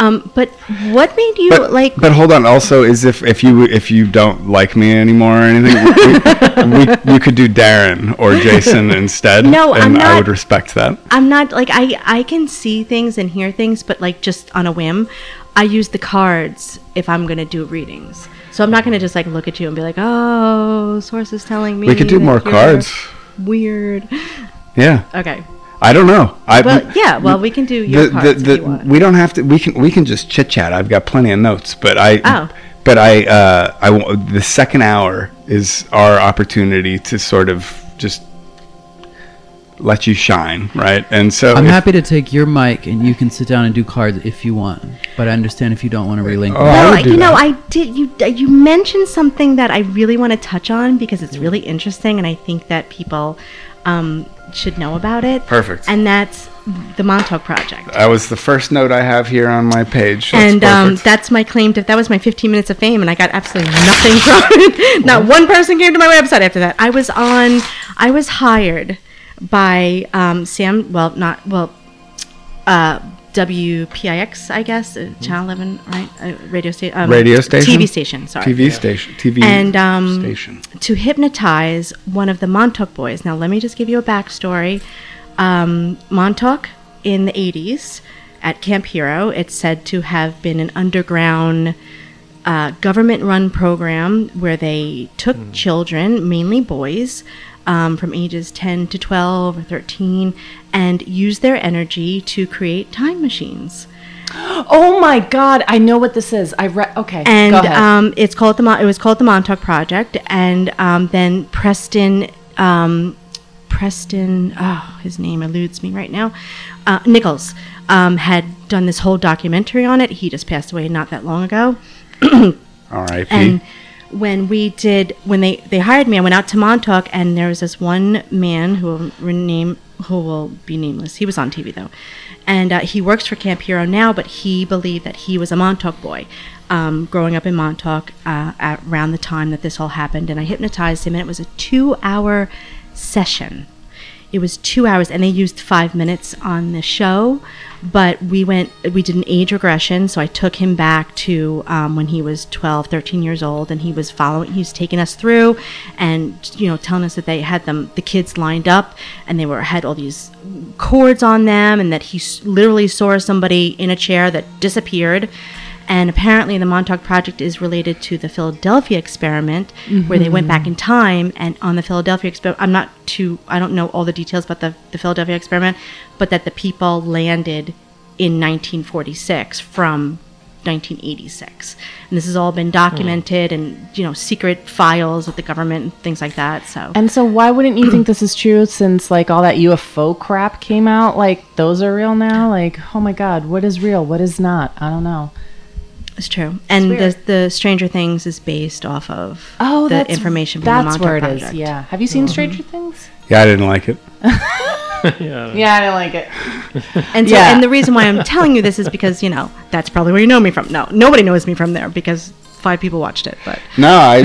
Speaker 14: Um, but what made you
Speaker 2: But,
Speaker 14: like?
Speaker 2: but hold on. Also, is if if you if you don't like me anymore or anything, we, we, we could do Darren or Jason instead.
Speaker 14: No,
Speaker 2: and
Speaker 14: I'm
Speaker 2: I
Speaker 14: not-
Speaker 2: would respect that.
Speaker 14: I'm not like I I can see things and hear things, but like just on a whim, I use the cards if I'm gonna do readings. So I'm not gonna just like look at you and be like, oh, source is telling me.
Speaker 2: We could do
Speaker 14: that
Speaker 2: more
Speaker 14: you're
Speaker 2: cards.
Speaker 14: Weird.
Speaker 2: Yeah.
Speaker 14: Okay.
Speaker 2: I don't know. I
Speaker 14: Well, yeah, well, we can do your cards if you
Speaker 2: We don't have to. We can we can just chit chat. I've got plenty of notes, but I.
Speaker 14: Oh.
Speaker 2: But I, uh, I w- the second hour is our opportunity to sort of just let you shine, right? And so
Speaker 7: I'm
Speaker 2: if-
Speaker 7: happy to take your mic and you can sit down and do cards if you want, but I understand if you don't want to
Speaker 2: Oh,
Speaker 7: relinquish.
Speaker 14: no, I- you know, I did. You uh, you mentioned something that I really want to touch on because it's really interesting, and I think that people um, should know about it.
Speaker 2: Perfect.
Speaker 14: And that's the Montauk Project.
Speaker 2: That was the first note I have here on my page. That's
Speaker 14: and um,
Speaker 2: perfect.
Speaker 14: that's my claim to that was my 15 minutes of fame and i got absolutely nothing from it not one person came to my website after that i was on i was hired by um, sam well not well uh, wpix i guess uh, channel 11 right uh, radio station um,
Speaker 2: Mm-hmm. radio station,
Speaker 14: tv station sorry
Speaker 2: TV station, TV
Speaker 14: and um,
Speaker 2: station.
Speaker 14: to hypnotize one of the Montauk boys. Now, let me just give you a backstory. Um, Montauk in the 80s at Camp Hero, it's said to have been an underground uh, government run program where they took
Speaker 2: Mm.
Speaker 14: children, mainly boys, um, from ages 10 to 12 or 13, and used their energy to create time machines.
Speaker 3: Oh my God, I know what this is. I read. Okay,
Speaker 14: and
Speaker 3: go ahead.
Speaker 14: um, it's called the Mon- it was called the Montauk Project, and um, then Preston um, Preston oh his name eludes me right now uh, Nichols um, had done this whole documentary on it. He just passed away not that long ago.
Speaker 2: R.I.P.
Speaker 14: And when we did, when they they hired me, I went out to Montauk, and there was this one man who will rename who will be nameless. He was on TV though, and uh, he works for Camp Hero now. But he believed that he was a Montauk boy, um, growing up in Montauk uh, at around the time that this all happened. And I hypnotized him, and it was a two-hour session. It was two hours, and they used five minutes on the show. But we went, we did an age regression. So I took him back to um, when he was 12, 13 years old, and he was following, he was taking us through and, you know, telling us that they had them, the kids lined up, and they were, had all these cords on them, and that he s- literally saw somebody in a chair that disappeared. And apparently, the Montauk Project is related to the Philadelphia experiment, where they went
Speaker 15: Mhm.
Speaker 14: back back in time and on the Philadelphia experiment. I'm not too, I don't know all the details about the, the Philadelphia experiment, but that the people landed in 1946 from 1986. And this has all been documented and, you know, secret files of the government and things like that. So,
Speaker 3: And so, why wouldn't you think this is true since like all that UFO crap came out? Like those are real now. Like, oh my God, what is real? What is not? I don't know.
Speaker 14: It's true. and the, the Stranger Things is based off of
Speaker 3: oh,
Speaker 14: the
Speaker 3: that's,
Speaker 14: information from
Speaker 3: that's
Speaker 14: the Montauk
Speaker 3: where it is.
Speaker 14: Project.
Speaker 3: Yeah. Have you seen
Speaker 2: Mm-hmm.
Speaker 3: Stranger Things?
Speaker 2: Yeah, I didn't like it.
Speaker 3: Yeah, I didn't like it.
Speaker 14: And so,
Speaker 3: Yeah.
Speaker 14: and the reason why I'm telling you this is because you know that's probably where you know me from. No, nobody knows me from there because five people watched it. But
Speaker 2: No, I,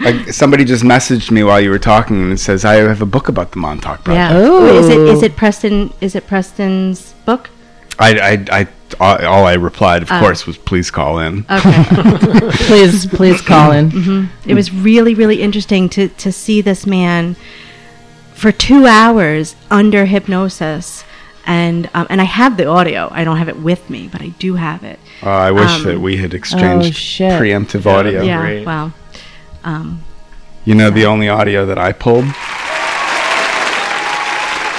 Speaker 2: I somebody just messaged me while you were talking and it says I have a book about the Montauk
Speaker 14: yeah,
Speaker 2: Project.
Speaker 14: is it is it Preston? Is it Preston's book?
Speaker 2: I, I, I all, all I replied, of
Speaker 14: Oh.
Speaker 2: course, was please call in.
Speaker 14: Okay,
Speaker 3: please please call in.
Speaker 14: hmm It was really really interesting to to see this man for two hours under hypnosis, and um, and I have the audio. I don't have it with me, but I do have it.
Speaker 2: Uh, I wish
Speaker 14: Um,
Speaker 2: that we had
Speaker 3: oh,
Speaker 2: exchanged
Speaker 14: shit.
Speaker 2: preemptive
Speaker 14: Yeah,
Speaker 2: audio.
Speaker 14: Yeah, wow. Um,
Speaker 2: You know, the only audio that I pulled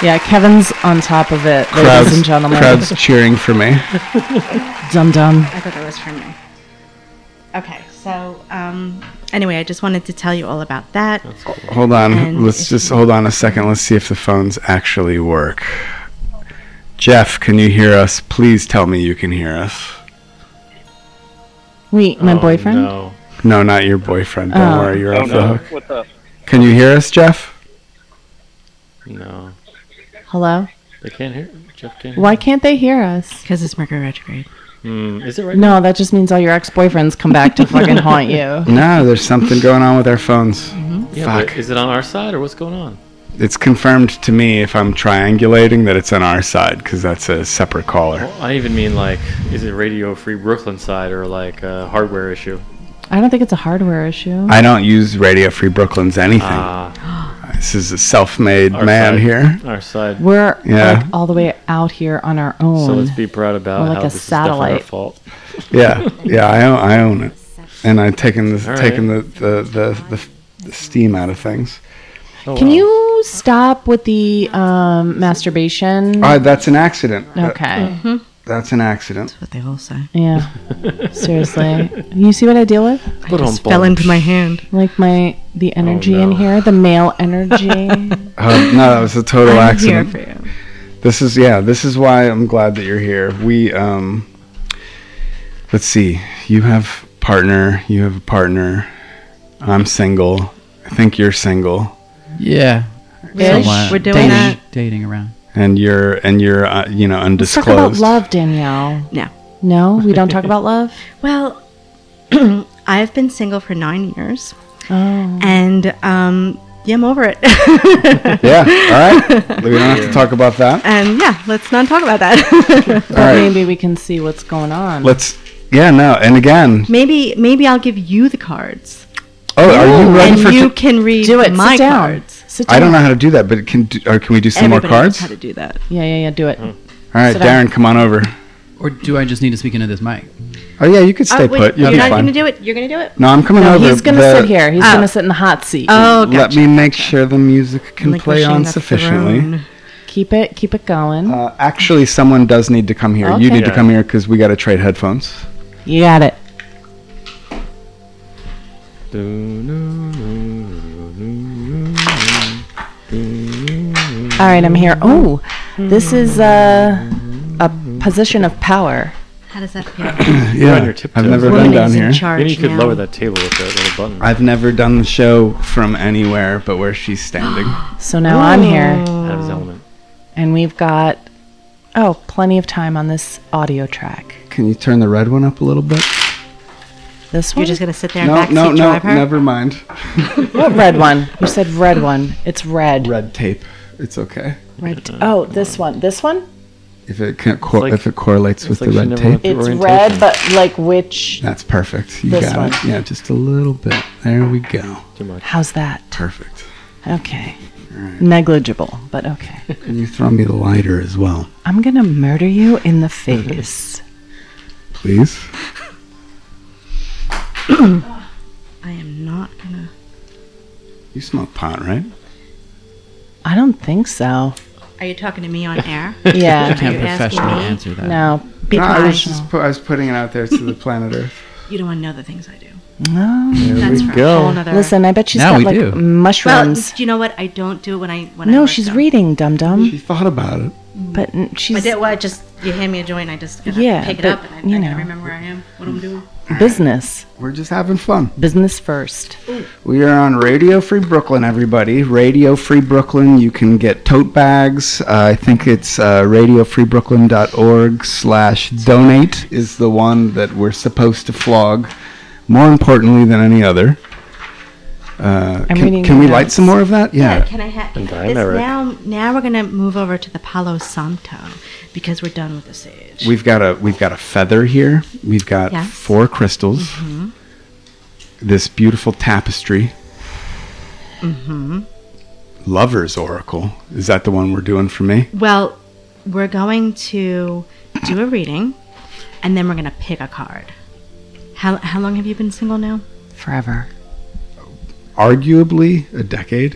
Speaker 3: Yeah, Kevin's on top of it, ladies and
Speaker 2: crowds,
Speaker 3: gentlemen.
Speaker 2: crowds cheering for me.
Speaker 3: Dum dum.
Speaker 14: I thought that was for me. Okay, so um, anyway, I just wanted to tell you all about that.
Speaker 2: Hold on,
Speaker 14: And
Speaker 2: let's just hold on a second. Let's see if the phones actually work. Jeff, can you hear us? Please tell me you can hear us.
Speaker 3: Wait, my
Speaker 2: Oh,
Speaker 3: boyfriend.
Speaker 2: no. No, not your boyfriend. Don't
Speaker 3: Oh.
Speaker 2: worry, you're
Speaker 3: Oh,
Speaker 2: off
Speaker 3: no.
Speaker 2: the hook.
Speaker 16: What's up?
Speaker 2: Can you hear us, Jeff?
Speaker 8: No,
Speaker 3: Hello.
Speaker 8: they can't hear. Jeff can't.
Speaker 3: Why can't they hear us?
Speaker 14: Because it's Mercury retrograde.
Speaker 8: Hear. Mm, is it right?
Speaker 3: No, that just means all your ex-boyfriends come back to fucking haunt you.
Speaker 2: No, there's something going on with our phones.
Speaker 3: Mm-hmm.
Speaker 8: Yeah,
Speaker 2: Fuck.
Speaker 8: but is it on our side or what's going on?
Speaker 2: It's confirmed to me if I'm triangulating that it's on our side because that's a separate caller.
Speaker 8: I even mean like, is it radio free Brooklyn side or like a hardware issue?
Speaker 3: I don't think it's a hardware issue.
Speaker 2: I don't use Radio Free Brooklyn's anything.
Speaker 3: Ah.
Speaker 2: this is a self-made
Speaker 8: Our
Speaker 2: man
Speaker 8: side.
Speaker 2: here.
Speaker 8: Our side.
Speaker 3: We're
Speaker 2: Yeah.
Speaker 3: like all the way out here on our own.
Speaker 8: So let's be proud about
Speaker 3: We're
Speaker 8: how
Speaker 3: like a
Speaker 8: this is
Speaker 3: satellite.
Speaker 8: definitely our fault.
Speaker 2: yeah, yeah, I own, I own it, and I've taken the
Speaker 8: All right.
Speaker 2: taken the, the, the, the, the steam out of things.
Speaker 3: Can you stop with the um, masturbation?
Speaker 2: Uh, that's an accident. Uh, That-
Speaker 3: Okay. Mhm.
Speaker 2: That's an accident. That's
Speaker 14: what they all say.
Speaker 3: yeah. Seriously. You see what I deal with?
Speaker 2: I Little just fell into
Speaker 14: my hand.
Speaker 3: Like my the
Speaker 8: Oh,
Speaker 3: energy in here, the male energy.
Speaker 2: Uh, no, that was a total
Speaker 3: I'm here
Speaker 2: accident. This is yeah. This is why I'm glad that you're here. We um, let's see. You have partner. You have a partner. I'm single. I think you're single,
Speaker 7: Yeah.
Speaker 3: Ish.
Speaker 7: Somewhat.
Speaker 3: We're doing
Speaker 7: dating,
Speaker 3: that.
Speaker 7: Dating around.
Speaker 2: and you're and you're uh, you know
Speaker 3: Let's talk about
Speaker 2: undisclosed.
Speaker 3: love, Danielle.
Speaker 14: No.
Speaker 3: No, we don't talk about love.
Speaker 14: Well, I've been single for nine years.
Speaker 3: Oh.
Speaker 14: And um, yeah, I'm over it.
Speaker 2: yeah. All right. We don't have to talk about that.
Speaker 14: and yeah, let's not talk about that.
Speaker 3: But
Speaker 2: right.
Speaker 3: maybe we can see what's going on.
Speaker 2: Let's. Yeah. No. And again,
Speaker 14: maybe maybe I'll give you the cards.
Speaker 2: Oh, are you ready
Speaker 14: and
Speaker 2: for
Speaker 14: you
Speaker 2: t-
Speaker 14: can read
Speaker 3: Do it.
Speaker 14: my
Speaker 3: Sit down.
Speaker 14: cards.
Speaker 3: Sit
Speaker 2: I don't know how to do that, but can do, or can we do some
Speaker 3: Everybody
Speaker 2: more
Speaker 3: knows
Speaker 2: cards?
Speaker 14: how to do that.
Speaker 3: Yeah, yeah, yeah. Do it.
Speaker 2: All right,
Speaker 3: Sit down.
Speaker 2: Darren, come on over.
Speaker 7: Or do I just need to speak into this mic?
Speaker 2: Oh yeah, you could
Speaker 14: Oh,
Speaker 2: stay
Speaker 14: wait,
Speaker 2: put. You'll
Speaker 14: you're
Speaker 2: be
Speaker 14: not
Speaker 2: fine.
Speaker 14: gonna do it. You're gonna do it.
Speaker 2: No, I'm coming
Speaker 3: no,
Speaker 2: over.
Speaker 3: he's gonna
Speaker 2: The-
Speaker 3: sit here. He's
Speaker 14: Oh.
Speaker 3: gonna sit in the hot seat.
Speaker 2: Let me make sure the music can
Speaker 3: Like
Speaker 2: play
Speaker 3: wishing
Speaker 2: on
Speaker 3: the
Speaker 2: sufficiently.
Speaker 3: Keep it, keep it going.
Speaker 2: Uh, actually, someone does need to come here. You
Speaker 3: Okay.
Speaker 2: need to
Speaker 3: Yeah.
Speaker 2: come here because we got to trade headphones.
Speaker 3: you got it.
Speaker 8: All
Speaker 14: Hmm.
Speaker 3: All right, I'm here. Oh, this is uh, a
Speaker 15: position of power.
Speaker 14: How does that feel?
Speaker 2: Yeah, I've never been down here.
Speaker 8: Maybe you could lower that table with that little button.
Speaker 2: I've never done the show from anywhere but where she's standing.
Speaker 3: So now I'm here.
Speaker 8: That is element.
Speaker 3: And we've got, oh, plenty of time on this audio track.
Speaker 2: Can you turn the red one up a little bit?
Speaker 3: This one?
Speaker 14: You're just going to sit there
Speaker 2: No,
Speaker 14: and backseat
Speaker 2: no, no,
Speaker 14: drive her?
Speaker 2: never mind.
Speaker 3: what red one? You said red one. It's red.
Speaker 2: Red tape. It's okay.
Speaker 3: Red. t- oh, this one. This one?
Speaker 2: If it can co- if it correlates with
Speaker 8: like she
Speaker 2: the red
Speaker 8: never went
Speaker 2: tape,
Speaker 8: through
Speaker 3: It's red, but like which?
Speaker 2: That's perfect. You
Speaker 3: This
Speaker 2: got it.
Speaker 3: one.
Speaker 2: Yeah, just a little bit. There we go.
Speaker 8: Too much.
Speaker 3: How's that?
Speaker 2: Perfect.
Speaker 3: Okay. Negligible, but okay.
Speaker 2: Can you throw me the lighter as well,
Speaker 3: I'm going to murder you in the face.
Speaker 2: please?
Speaker 14: I am not going to.
Speaker 2: You smoke pot, right?
Speaker 3: I don't think so.
Speaker 14: Are you talking to me on air?
Speaker 3: Yeah.
Speaker 14: Are you asking me?
Speaker 3: No.
Speaker 14: Be
Speaker 2: no, I was
Speaker 14: kind.
Speaker 2: just pu- I was putting it out there to the planet Earth.
Speaker 14: You don't want to know the things I do.
Speaker 3: No.
Speaker 2: There
Speaker 14: That's
Speaker 2: we
Speaker 14: for a
Speaker 2: go.
Speaker 14: whole nother-
Speaker 3: Listen, I bet she's
Speaker 2: Now
Speaker 3: got
Speaker 2: we
Speaker 3: like
Speaker 2: do.
Speaker 3: mushrooms.
Speaker 14: Well, do you know what? I don't do it when I when I.
Speaker 3: no,
Speaker 14: work
Speaker 3: she's
Speaker 14: out.
Speaker 3: reading, dum dum. She
Speaker 2: thought about it.
Speaker 3: But n- she's
Speaker 14: I did what? Just you hand me a joint, I just gotta
Speaker 3: Yeah,
Speaker 14: pick it
Speaker 3: but,
Speaker 14: up, and I,
Speaker 3: you
Speaker 14: I
Speaker 3: know.
Speaker 14: remember where I am, what I'm doing.
Speaker 2: Uh,
Speaker 3: business.
Speaker 2: We're just having fun.
Speaker 3: Business first.
Speaker 2: We are on Radio Free Brooklyn, everybody. Radio Free Brooklyn. You can get tote bags. Uh, I think it's uh, radiofreebrooklyn.org slash donate is the one that we're supposed to flog, more importantly than any other. Uh,
Speaker 14: I'm
Speaker 2: can
Speaker 14: reading
Speaker 2: can
Speaker 14: the
Speaker 2: we light
Speaker 14: notes.
Speaker 2: some more of that? Yeah.
Speaker 14: Can I have?
Speaker 2: And
Speaker 14: This now, now we're gonna move over to the Palo Santo because we're done with the sage.
Speaker 2: We've got a we've got a feather here. We've got
Speaker 14: Yes.
Speaker 2: four crystals.
Speaker 14: Mhm.
Speaker 2: This beautiful tapestry,
Speaker 14: Mm-hmm.
Speaker 2: Lover's Oracle. Is that the one we're doing for me?
Speaker 14: Well, we're going to do a reading, and then we're gonna pick a card. How how long have you been single now?
Speaker 3: Forever.
Speaker 2: Arguably a decade.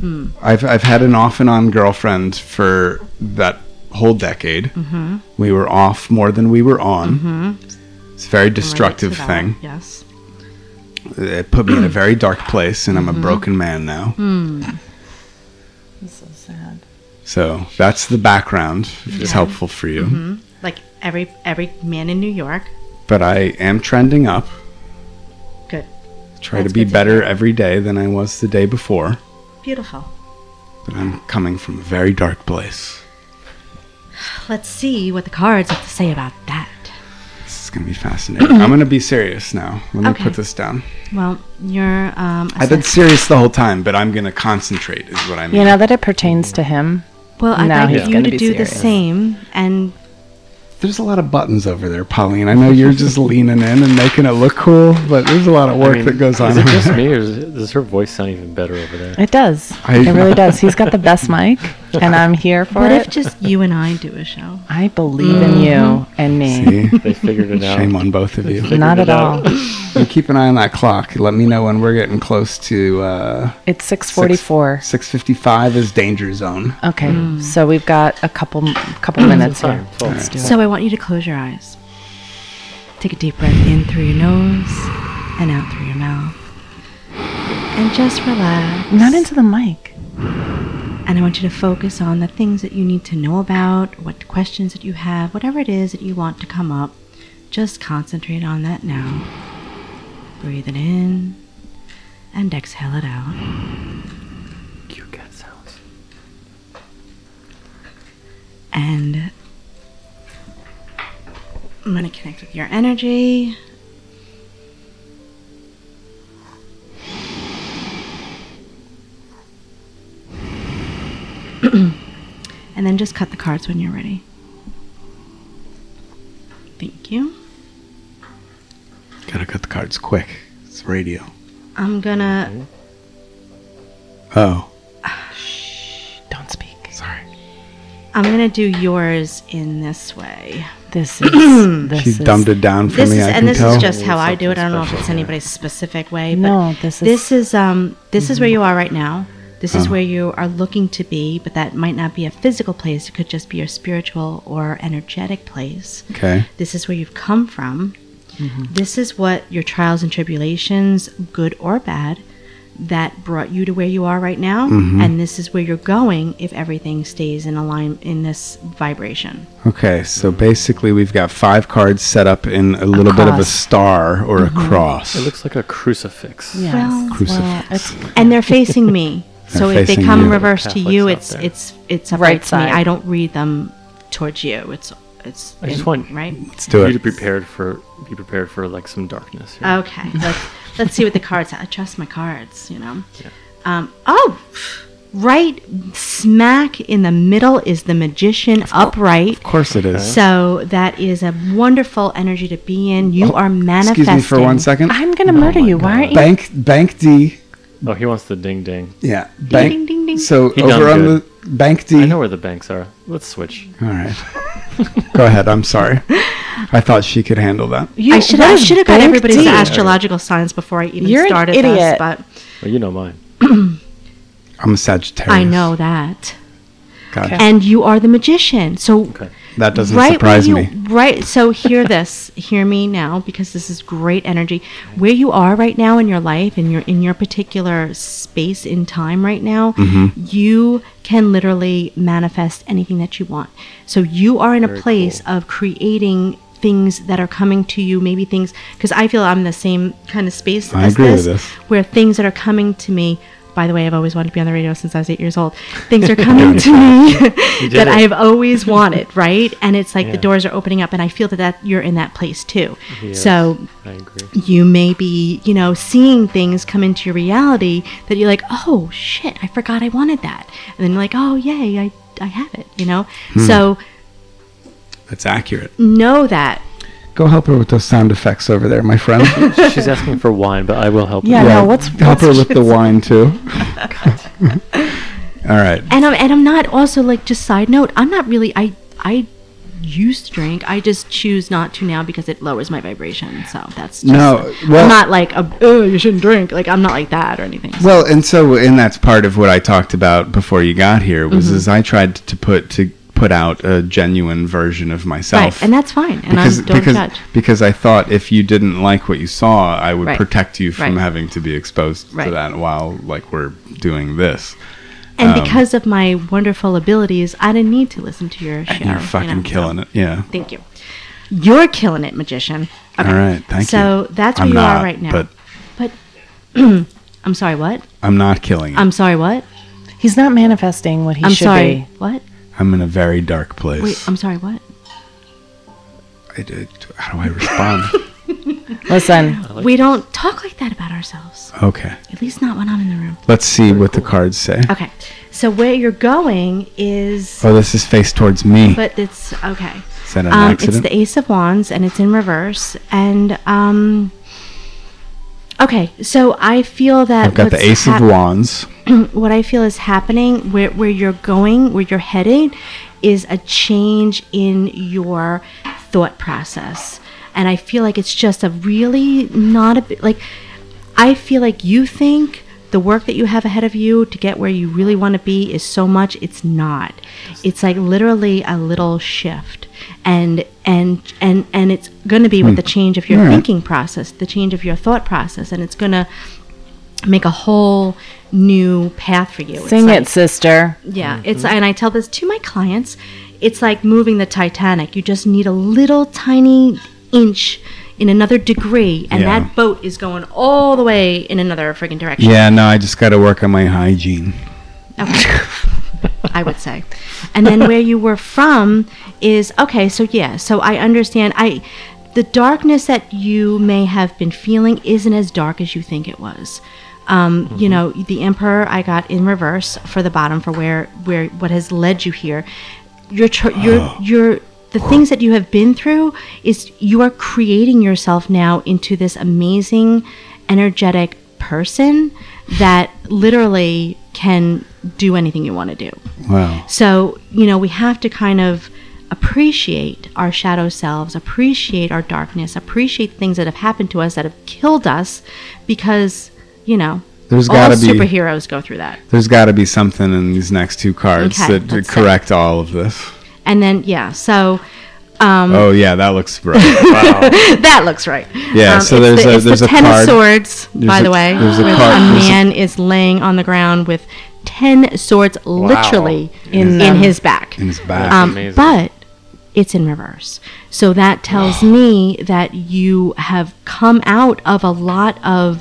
Speaker 14: Hmm.
Speaker 2: I've I've had an off and on girlfriend for that whole decade.
Speaker 14: Mhm.
Speaker 2: We were off more than we were on.
Speaker 14: Mhm.
Speaker 2: It's a
Speaker 14: We'll
Speaker 2: very
Speaker 14: relate
Speaker 2: destructive
Speaker 14: to that,
Speaker 2: thing.
Speaker 14: Yes.
Speaker 2: It put me in a very dark place, and I'm
Speaker 14: Mm-hmm.
Speaker 1: Mm-hmm.
Speaker 2: a broken man now.
Speaker 3: Hmm. That's so sad.
Speaker 2: So that's the background. If it's
Speaker 14: Yeah.
Speaker 2: helpful for you.
Speaker 14: hmm Like every every man in New York.
Speaker 2: But I am trending up.
Speaker 14: Good.
Speaker 2: Try
Speaker 14: That's
Speaker 2: to be
Speaker 14: good to
Speaker 2: better every day than I was the day before.
Speaker 14: Beautiful.
Speaker 2: But I'm coming from a very dark place.
Speaker 14: Let's see what the cards have to say about that.
Speaker 2: This is gonna be fascinating. I'm gonna be serious now. Let me
Speaker 14: Okay.
Speaker 2: put this down.
Speaker 14: Well, you're um. a
Speaker 2: I've been
Speaker 14: sen-
Speaker 2: serious the whole time, but I'm gonna concentrate. Is what I mean.
Speaker 3: You know that it pertains to him.
Speaker 14: Well, I'd
Speaker 3: now
Speaker 14: like
Speaker 3: he's
Speaker 14: you
Speaker 3: gonna
Speaker 14: to
Speaker 3: be
Speaker 14: do
Speaker 3: serious.
Speaker 14: the same, and
Speaker 2: There's a lot of buttons over there, Pauline. I know you're just leaning in and making it look cool, but there's a lot of work
Speaker 8: I mean,
Speaker 2: that goes on.
Speaker 8: Is it
Speaker 2: over
Speaker 8: just
Speaker 2: there.
Speaker 8: me, or is, does her voice sound even better over there?
Speaker 3: It does.
Speaker 8: I-
Speaker 3: it really does. He's got the best mic, and I'm here for
Speaker 14: what
Speaker 3: it.
Speaker 14: if just you and I do a show?
Speaker 3: I believe in
Speaker 2: Mm-hmm.
Speaker 3: you and me.
Speaker 2: See?
Speaker 8: They figured it out.
Speaker 2: Shame on both of you.
Speaker 3: Figured Not it at out. all.
Speaker 2: you keep an eye on that clock. Let me know when we're getting close to. Uh,
Speaker 3: It's 6:44.
Speaker 2: Six fifty-five is danger zone.
Speaker 3: Okay,
Speaker 8: Hmm.
Speaker 15: Hmm.
Speaker 3: so we've got a couple couple minutes
Speaker 2: Fine,
Speaker 3: here.
Speaker 2: fine.
Speaker 3: Let's do it.
Speaker 14: So I want you to close your eyes. Take a deep breath in through your nose and out through your mouth. And just relax.
Speaker 3: Not into the mic.
Speaker 14: And I want you to focus on the things that you need to know about, what questions that you have, whatever it is that you want to come up. Just concentrate on that now. Breathe it in and exhale it out.
Speaker 8: You got sounds.
Speaker 14: And I'm going to connect with your energy. and then just cut the cards when you're ready. Thank you.
Speaker 2: Gotta cut the cards quick. It's radio.
Speaker 14: I'm gonna.
Speaker 2: Oh,
Speaker 3: Don't speak.
Speaker 2: Sorry.
Speaker 14: I'm gonna do yours in this way.
Speaker 3: This is. this
Speaker 2: She
Speaker 3: is,
Speaker 2: dumbed it down for
Speaker 14: this
Speaker 2: me.
Speaker 14: Is,
Speaker 2: I
Speaker 14: and
Speaker 2: can
Speaker 14: this
Speaker 2: tell.
Speaker 14: is just
Speaker 3: Oh,
Speaker 14: how I do it. I don't know if it's anybody's specific way, but
Speaker 3: No, this is- Mm-hmm.
Speaker 14: this is um this is where you are right now. This is
Speaker 2: Uh-huh.
Speaker 14: where you are looking to be, but that might not be a physical place. It could just be your spiritual or energetic place.
Speaker 2: Okay.
Speaker 14: This is where you've come
Speaker 3: Mm-hmm.
Speaker 14: from. This is what your trials and tribulations, good or bad, that brought you to where you are right now,
Speaker 2: Mhm.
Speaker 14: and this is where you're going if everything stays in align in this vibration.
Speaker 2: Okay, so basically we've got five cards set up in a little bit of a
Speaker 14: cross.
Speaker 2: star or
Speaker 14: Mhm.
Speaker 2: a cross.
Speaker 8: It looks like a crucifix.
Speaker 14: Yes. Well,
Speaker 2: Crucifix.
Speaker 14: and they're facing me.
Speaker 2: They're
Speaker 14: so if they
Speaker 2: facing
Speaker 14: come
Speaker 2: you.
Speaker 14: reverse to
Speaker 8: Catholics
Speaker 14: you,
Speaker 8: out
Speaker 14: it's
Speaker 8: there.
Speaker 14: it's it's
Speaker 3: Right
Speaker 14: right to me.
Speaker 3: side.
Speaker 14: I don't read them towards you. It's it's
Speaker 8: I just
Speaker 14: in-
Speaker 8: want
Speaker 14: right.
Speaker 2: do
Speaker 8: you
Speaker 2: it.
Speaker 8: to prepared for be prepared for like some darkness. Here.
Speaker 14: Okay, let's let's see what the cards. have. I trust my cards, you know. Um, oh, right smack in the middle is the magician upright. Of
Speaker 2: course it is.
Speaker 14: So that is a wonderful energy to be in. You are manifesting.
Speaker 2: Oh, excuse me for one second.
Speaker 14: I'm gonna murder you. Why aren't
Speaker 2: Bank Bank D.
Speaker 8: Oh, he wants the ding ding.
Speaker 2: Yeah. Bank
Speaker 14: ding, ding, ding.
Speaker 2: So
Speaker 8: He done
Speaker 2: over on
Speaker 8: good.
Speaker 2: the Bank D.
Speaker 8: I know where the banks are. Let's switch.
Speaker 2: All right. Go ahead. I'm sorry. I thought she could handle that.
Speaker 14: I should I should have got everybody's
Speaker 8: D?
Speaker 14: astrological signs before I even
Speaker 3: You're an
Speaker 14: started
Speaker 3: idiot.
Speaker 14: this, but
Speaker 8: Well, you know mine.
Speaker 2: I'm a Sagittarius.
Speaker 14: I know that.
Speaker 2: Gotcha.
Speaker 14: And you are the magician. So
Speaker 2: That doesn't
Speaker 14: right
Speaker 2: surprise
Speaker 14: where
Speaker 2: me.
Speaker 14: you, Right. So hear this. hear me now, because this is great energy. Where you are right now in your life, and you're in your particular space in time right now,
Speaker 2: Mm-hmm.
Speaker 15: Mhm.
Speaker 14: you can literally manifest anything that you want. So you are in a
Speaker 15: Very
Speaker 14: place of creating things that are coming to you maybe things because i feel i'm in the same kind of space
Speaker 2: I
Speaker 14: as
Speaker 2: agree with
Speaker 14: this,
Speaker 2: this.
Speaker 14: where things that are coming to me by the way i've always wanted to be on the radio since i was eight years old things are coming to me
Speaker 15: You did it.
Speaker 14: that i've always wanted right and it's like
Speaker 15: Yeah.
Speaker 14: the doors are opening up and i feel that, that you're in that place too
Speaker 15: Yes,
Speaker 14: so
Speaker 15: I agree.
Speaker 14: you may be you know seeing things come into your reality that you're like oh shit i forgot i wanted that and then you're like oh yay i, I have it you know
Speaker 2: Hmm.
Speaker 14: so
Speaker 2: That's accurate.
Speaker 14: know that
Speaker 2: Go help her with those sound effects over there, my friend.
Speaker 8: She's asking for wine, but I will help.
Speaker 14: Yeah,
Speaker 8: her.
Speaker 14: no, what's-
Speaker 2: help her with the wine too? All right.
Speaker 14: and I'm and I'm not also like just side note. I'm not really I I used to drink. I just choose not to now because it lowers my vibration. So that's just,
Speaker 2: No, well-
Speaker 14: I'm not like a oh you shouldn't drink. Like I'm not like that or anything.
Speaker 2: Well, and so and that's part of what I talked about before you got here was
Speaker 14: Mhm.
Speaker 2: is I tried to put to put out a genuine version of myself.
Speaker 14: Right, and that's fine. And I'm don't
Speaker 2: because,
Speaker 14: judge.
Speaker 2: Because I thought if you didn't like what you saw, I would
Speaker 14: Right.
Speaker 2: protect you from
Speaker 14: Right.
Speaker 2: having to be exposed to
Speaker 14: Right.
Speaker 2: that while like we're doing this.
Speaker 14: And
Speaker 2: Um,
Speaker 14: because of my wonderful abilities, I didn't need to listen to your show.
Speaker 2: you're fucking
Speaker 14: you know?
Speaker 2: killing it. Yeah.
Speaker 14: Thank you. You're killing it, magician.
Speaker 2: All right, thank
Speaker 14: so
Speaker 2: you.
Speaker 14: So that's where
Speaker 2: I'm
Speaker 14: you
Speaker 2: not,
Speaker 14: are right now.
Speaker 2: but-
Speaker 14: But, I'm sorry. What?
Speaker 2: I'm not killing it.
Speaker 14: I'm sorry. What?
Speaker 3: He's not manifesting what he
Speaker 14: I'm
Speaker 3: should
Speaker 14: sorry.
Speaker 3: be.
Speaker 14: What?
Speaker 2: I'm in a very dark place.
Speaker 14: Wait. I'm sorry. What?
Speaker 2: I did. How do I respond?
Speaker 3: Listen,
Speaker 14: we don't talk like that about ourselves.
Speaker 2: okay.
Speaker 14: At least not when I'm in the room.
Speaker 2: Let's see what the cards say.
Speaker 14: Okay. So where you're going is.
Speaker 2: Oh, this is faced towards me.
Speaker 14: But it's okay.
Speaker 2: Is that an
Speaker 14: um, it's
Speaker 2: accident?
Speaker 14: the Ace of Wands, and it's in reverse. And um, okay, so I feel that
Speaker 2: I've got the
Speaker 14: what's
Speaker 2: Ace of
Speaker 14: hap-
Speaker 2: Wands.
Speaker 14: what I feel is happening, where where you're going, where you're heading, is a change in your thought process. And I feel like it's just a really not a bit like I feel like you think the work that you have ahead of you to get where you really want to be is so much it's not it's like literally a little shift and and and and it's going to be with
Speaker 15: Hmm.
Speaker 14: the change of your
Speaker 15: All right.
Speaker 14: thinking process the change of your thought process and it's going to make a whole new path for you It's
Speaker 3: sing
Speaker 14: like-
Speaker 3: it, sister.
Speaker 14: yeah, it's and I tell this to my clients. It's like moving the Titanic. You just need a little tiny inch in another degree, and
Speaker 2: Yeah.
Speaker 14: that boat is going all the way in another friggin' direction.
Speaker 2: Yeah, no, I just got to work on my hygiene.
Speaker 14: Okay. I would say. And then where you were from is okay, so yeah, so I understand I the darkness that you may have been feeling isn't as dark as you think it was. Um, you know, the emperor I got in reverse for the bottom for where where what has led you here. Your tr- your your the things that you have been through is you are creating yourself now into this amazing energetic person that literally can do anything you want to do.
Speaker 2: Wow.
Speaker 14: So, you know, we have to kind of appreciate our shadow selves, appreciate our darkness, appreciate things that have happened to us that have killed us because, you know,
Speaker 2: There's
Speaker 14: all
Speaker 2: gotta be-
Speaker 14: superheroes go through that.
Speaker 2: There's got to be something in these next two cards
Speaker 14: Okay,
Speaker 2: that
Speaker 14: let's
Speaker 2: correct all of this.
Speaker 14: And then, yeah, so Um,
Speaker 2: oh yeah, that looks right. Wow.
Speaker 14: that looks right. Um,
Speaker 2: Yeah, so
Speaker 14: it's
Speaker 2: there's
Speaker 14: the,
Speaker 2: a-
Speaker 14: it's the
Speaker 2: there's a
Speaker 14: ten
Speaker 2: card.
Speaker 14: of swords,
Speaker 2: There's
Speaker 14: by
Speaker 2: a-
Speaker 14: the way.
Speaker 2: there's a
Speaker 14: where
Speaker 2: card. There's a-
Speaker 14: man is laying on the ground with ten swords, literally
Speaker 3: In
Speaker 14: in,
Speaker 3: them.
Speaker 14: his back.
Speaker 2: In his back.
Speaker 14: Um,
Speaker 2: That's amazing.
Speaker 14: but it's in reverse, so that tells me that you have come out of a lot of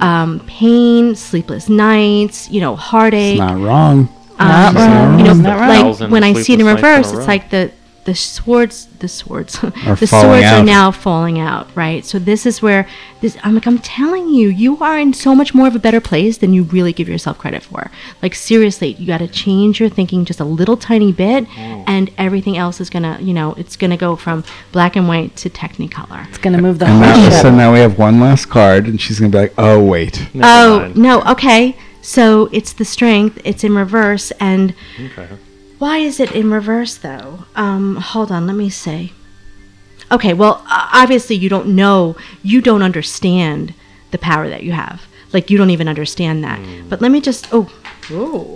Speaker 14: um, pain, sleepless nights, you know, heartache.
Speaker 2: It's not wrong.
Speaker 14: Um,
Speaker 2: Not wrong.
Speaker 14: You know,
Speaker 2: It's not wrong.
Speaker 14: like
Speaker 2: Thousand
Speaker 14: when I see it in
Speaker 2: sleepless nights in a
Speaker 14: reverse,
Speaker 2: row.
Speaker 14: it's like the the swords, the swords,
Speaker 2: Are
Speaker 14: the
Speaker 2: falling
Speaker 14: swords are
Speaker 2: out.
Speaker 14: now falling out, right? So this is where this. I'm like, I'm telling you, you are in so much more of a better place than you really give yourself credit for. Like seriously, you got to change your thinking just a little tiny bit, and everything else is gonna, you know, it's gonna go from black and white to technicolor. It's
Speaker 3: gonna move the
Speaker 2: And
Speaker 14: Oh,
Speaker 2: now, so now we have one last card, and she's gonna be like, "Oh wait."
Speaker 14: oh no, okay. So it's the strength. It's in reverse, and why is it in reverse though? Um, hold on, let me see. Okay, well, o- obviously you don't know, you don't understand the power that you have. Like you don't even understand that. But let me just. Oh, Hmm. Ooh.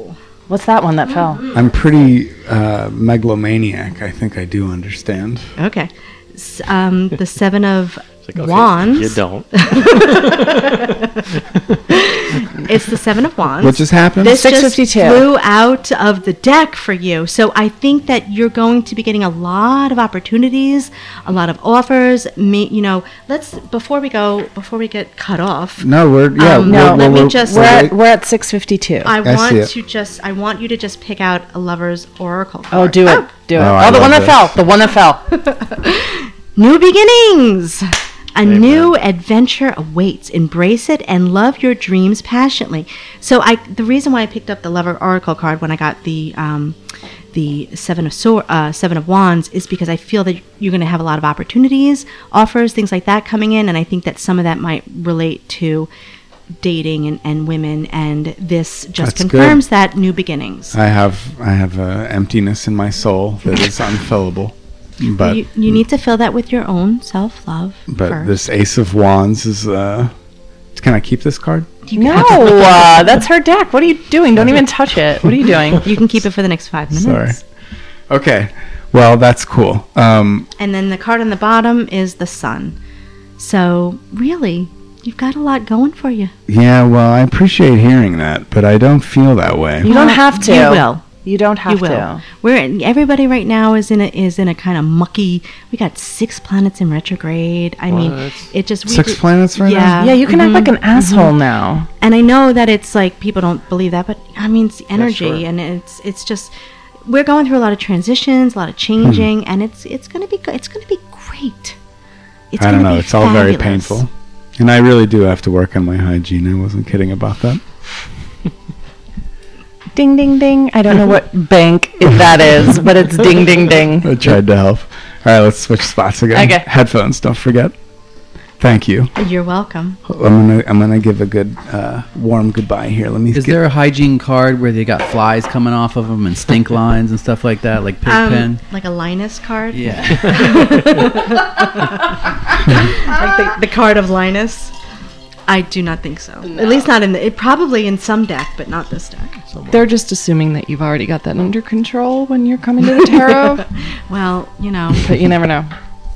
Speaker 15: What's that one that fell?
Speaker 2: I'm pretty uh, megalomaniac. I think I do understand.
Speaker 14: Okay. S- um, the seven of
Speaker 2: okay,
Speaker 14: wands.
Speaker 2: you don't.
Speaker 14: it's the seven of wands.
Speaker 2: What just happened?
Speaker 14: This just
Speaker 15: 652.
Speaker 14: flew out of the deck for you. So I think that you're going to be getting a lot of opportunities, a lot of offers. Me, you know, let's before we go, before we get cut off.
Speaker 2: No, we're yeah.
Speaker 14: Um,
Speaker 2: we're,
Speaker 14: no,
Speaker 2: we're,
Speaker 14: let me
Speaker 2: we're-
Speaker 14: just-
Speaker 15: We're
Speaker 2: we're-
Speaker 15: at, we're at 652.
Speaker 14: I
Speaker 2: I see
Speaker 14: want
Speaker 2: it.
Speaker 14: to just. I want you to just pick out a lover's oracle.
Speaker 15: Oh,
Speaker 14: Card.
Speaker 15: do it. Do it.
Speaker 2: Oh, I
Speaker 15: Oh, the
Speaker 2: love
Speaker 15: one that
Speaker 2: this.
Speaker 15: fell. The one that fell.
Speaker 14: New beginnings. A new adventure awaits. Embrace it and love your dreams passionately. So I, the reason why I picked up the Lover Oracle card when I got the um, the Seven of Sword, uh, Seven of Wands is because I feel that you're going to have a lot of opportunities, offers, things like that coming in, and I think that some of that might relate to dating and, and women, and this just
Speaker 2: That's good.
Speaker 14: confirms that new beginnings.
Speaker 2: I have I have a emptiness in my soul that is unfillable, but
Speaker 14: you, you need to fill that with your own self love.
Speaker 2: but this Ace of Wands is. Uh, can I keep this card?
Speaker 15: No, uh, that's her deck. What are you doing? Don't even touch it. What are you doing?
Speaker 14: You can keep it for the next five minutes.
Speaker 2: Sorry. Okay. Well, that's cool. Um,
Speaker 14: And then the card on the bottom is the sun. So, really, you've got a lot going for you.
Speaker 2: yeah. Well, I appreciate hearing that, but I don't feel that way.
Speaker 15: You don't have to.
Speaker 14: You will.
Speaker 15: You don't have
Speaker 14: you will.
Speaker 15: to.
Speaker 14: We're in, everybody right now is in a is in a kind of mucky. We got six planets in retrograde. I mean,
Speaker 15: What?
Speaker 14: it just we
Speaker 2: Six
Speaker 14: ju-
Speaker 2: planets right now?
Speaker 15: Yeah, you can act
Speaker 14: mhm,
Speaker 15: like an
Speaker 14: mhm.
Speaker 15: asshole now.
Speaker 14: And I know that it's like people don't believe that, but I mean, it's the energy,
Speaker 15: sure.
Speaker 14: and it's it's just we're going through a lot of transitions, a lot of changing,
Speaker 15: Hmm.
Speaker 14: and it's it's gonna be go- it's gonna be great. It's
Speaker 2: I don't
Speaker 14: gonna
Speaker 2: know.
Speaker 14: be
Speaker 2: It's all very
Speaker 14: fabulous.
Speaker 2: painful, and I really do have to work on my hygiene. I wasn't kidding about that.
Speaker 15: Ding, ding, ding. I don't know what bank i- that is, but it's ding, ding, ding.
Speaker 2: I tried to help. All right, let's switch spots again.
Speaker 14: Okay.
Speaker 2: Headphones, don't forget. Thank you.
Speaker 14: You're welcome.
Speaker 2: I'm gonna I'm gonna give a good uh, warm goodbye here. Let me.
Speaker 7: Is there a hygiene card where they got flies coming off of them and stink lines and stuff like that, like pig
Speaker 14: Um,
Speaker 7: pen?
Speaker 14: like a Linus card.
Speaker 7: Yeah.
Speaker 14: like the, the card of Linus. I do not think so. At least not in the. It probably in some deck, but not this deck.
Speaker 15: They're just assuming that you've already got that under control when you're coming to the tarot.
Speaker 14: well, you know.
Speaker 15: but you never know.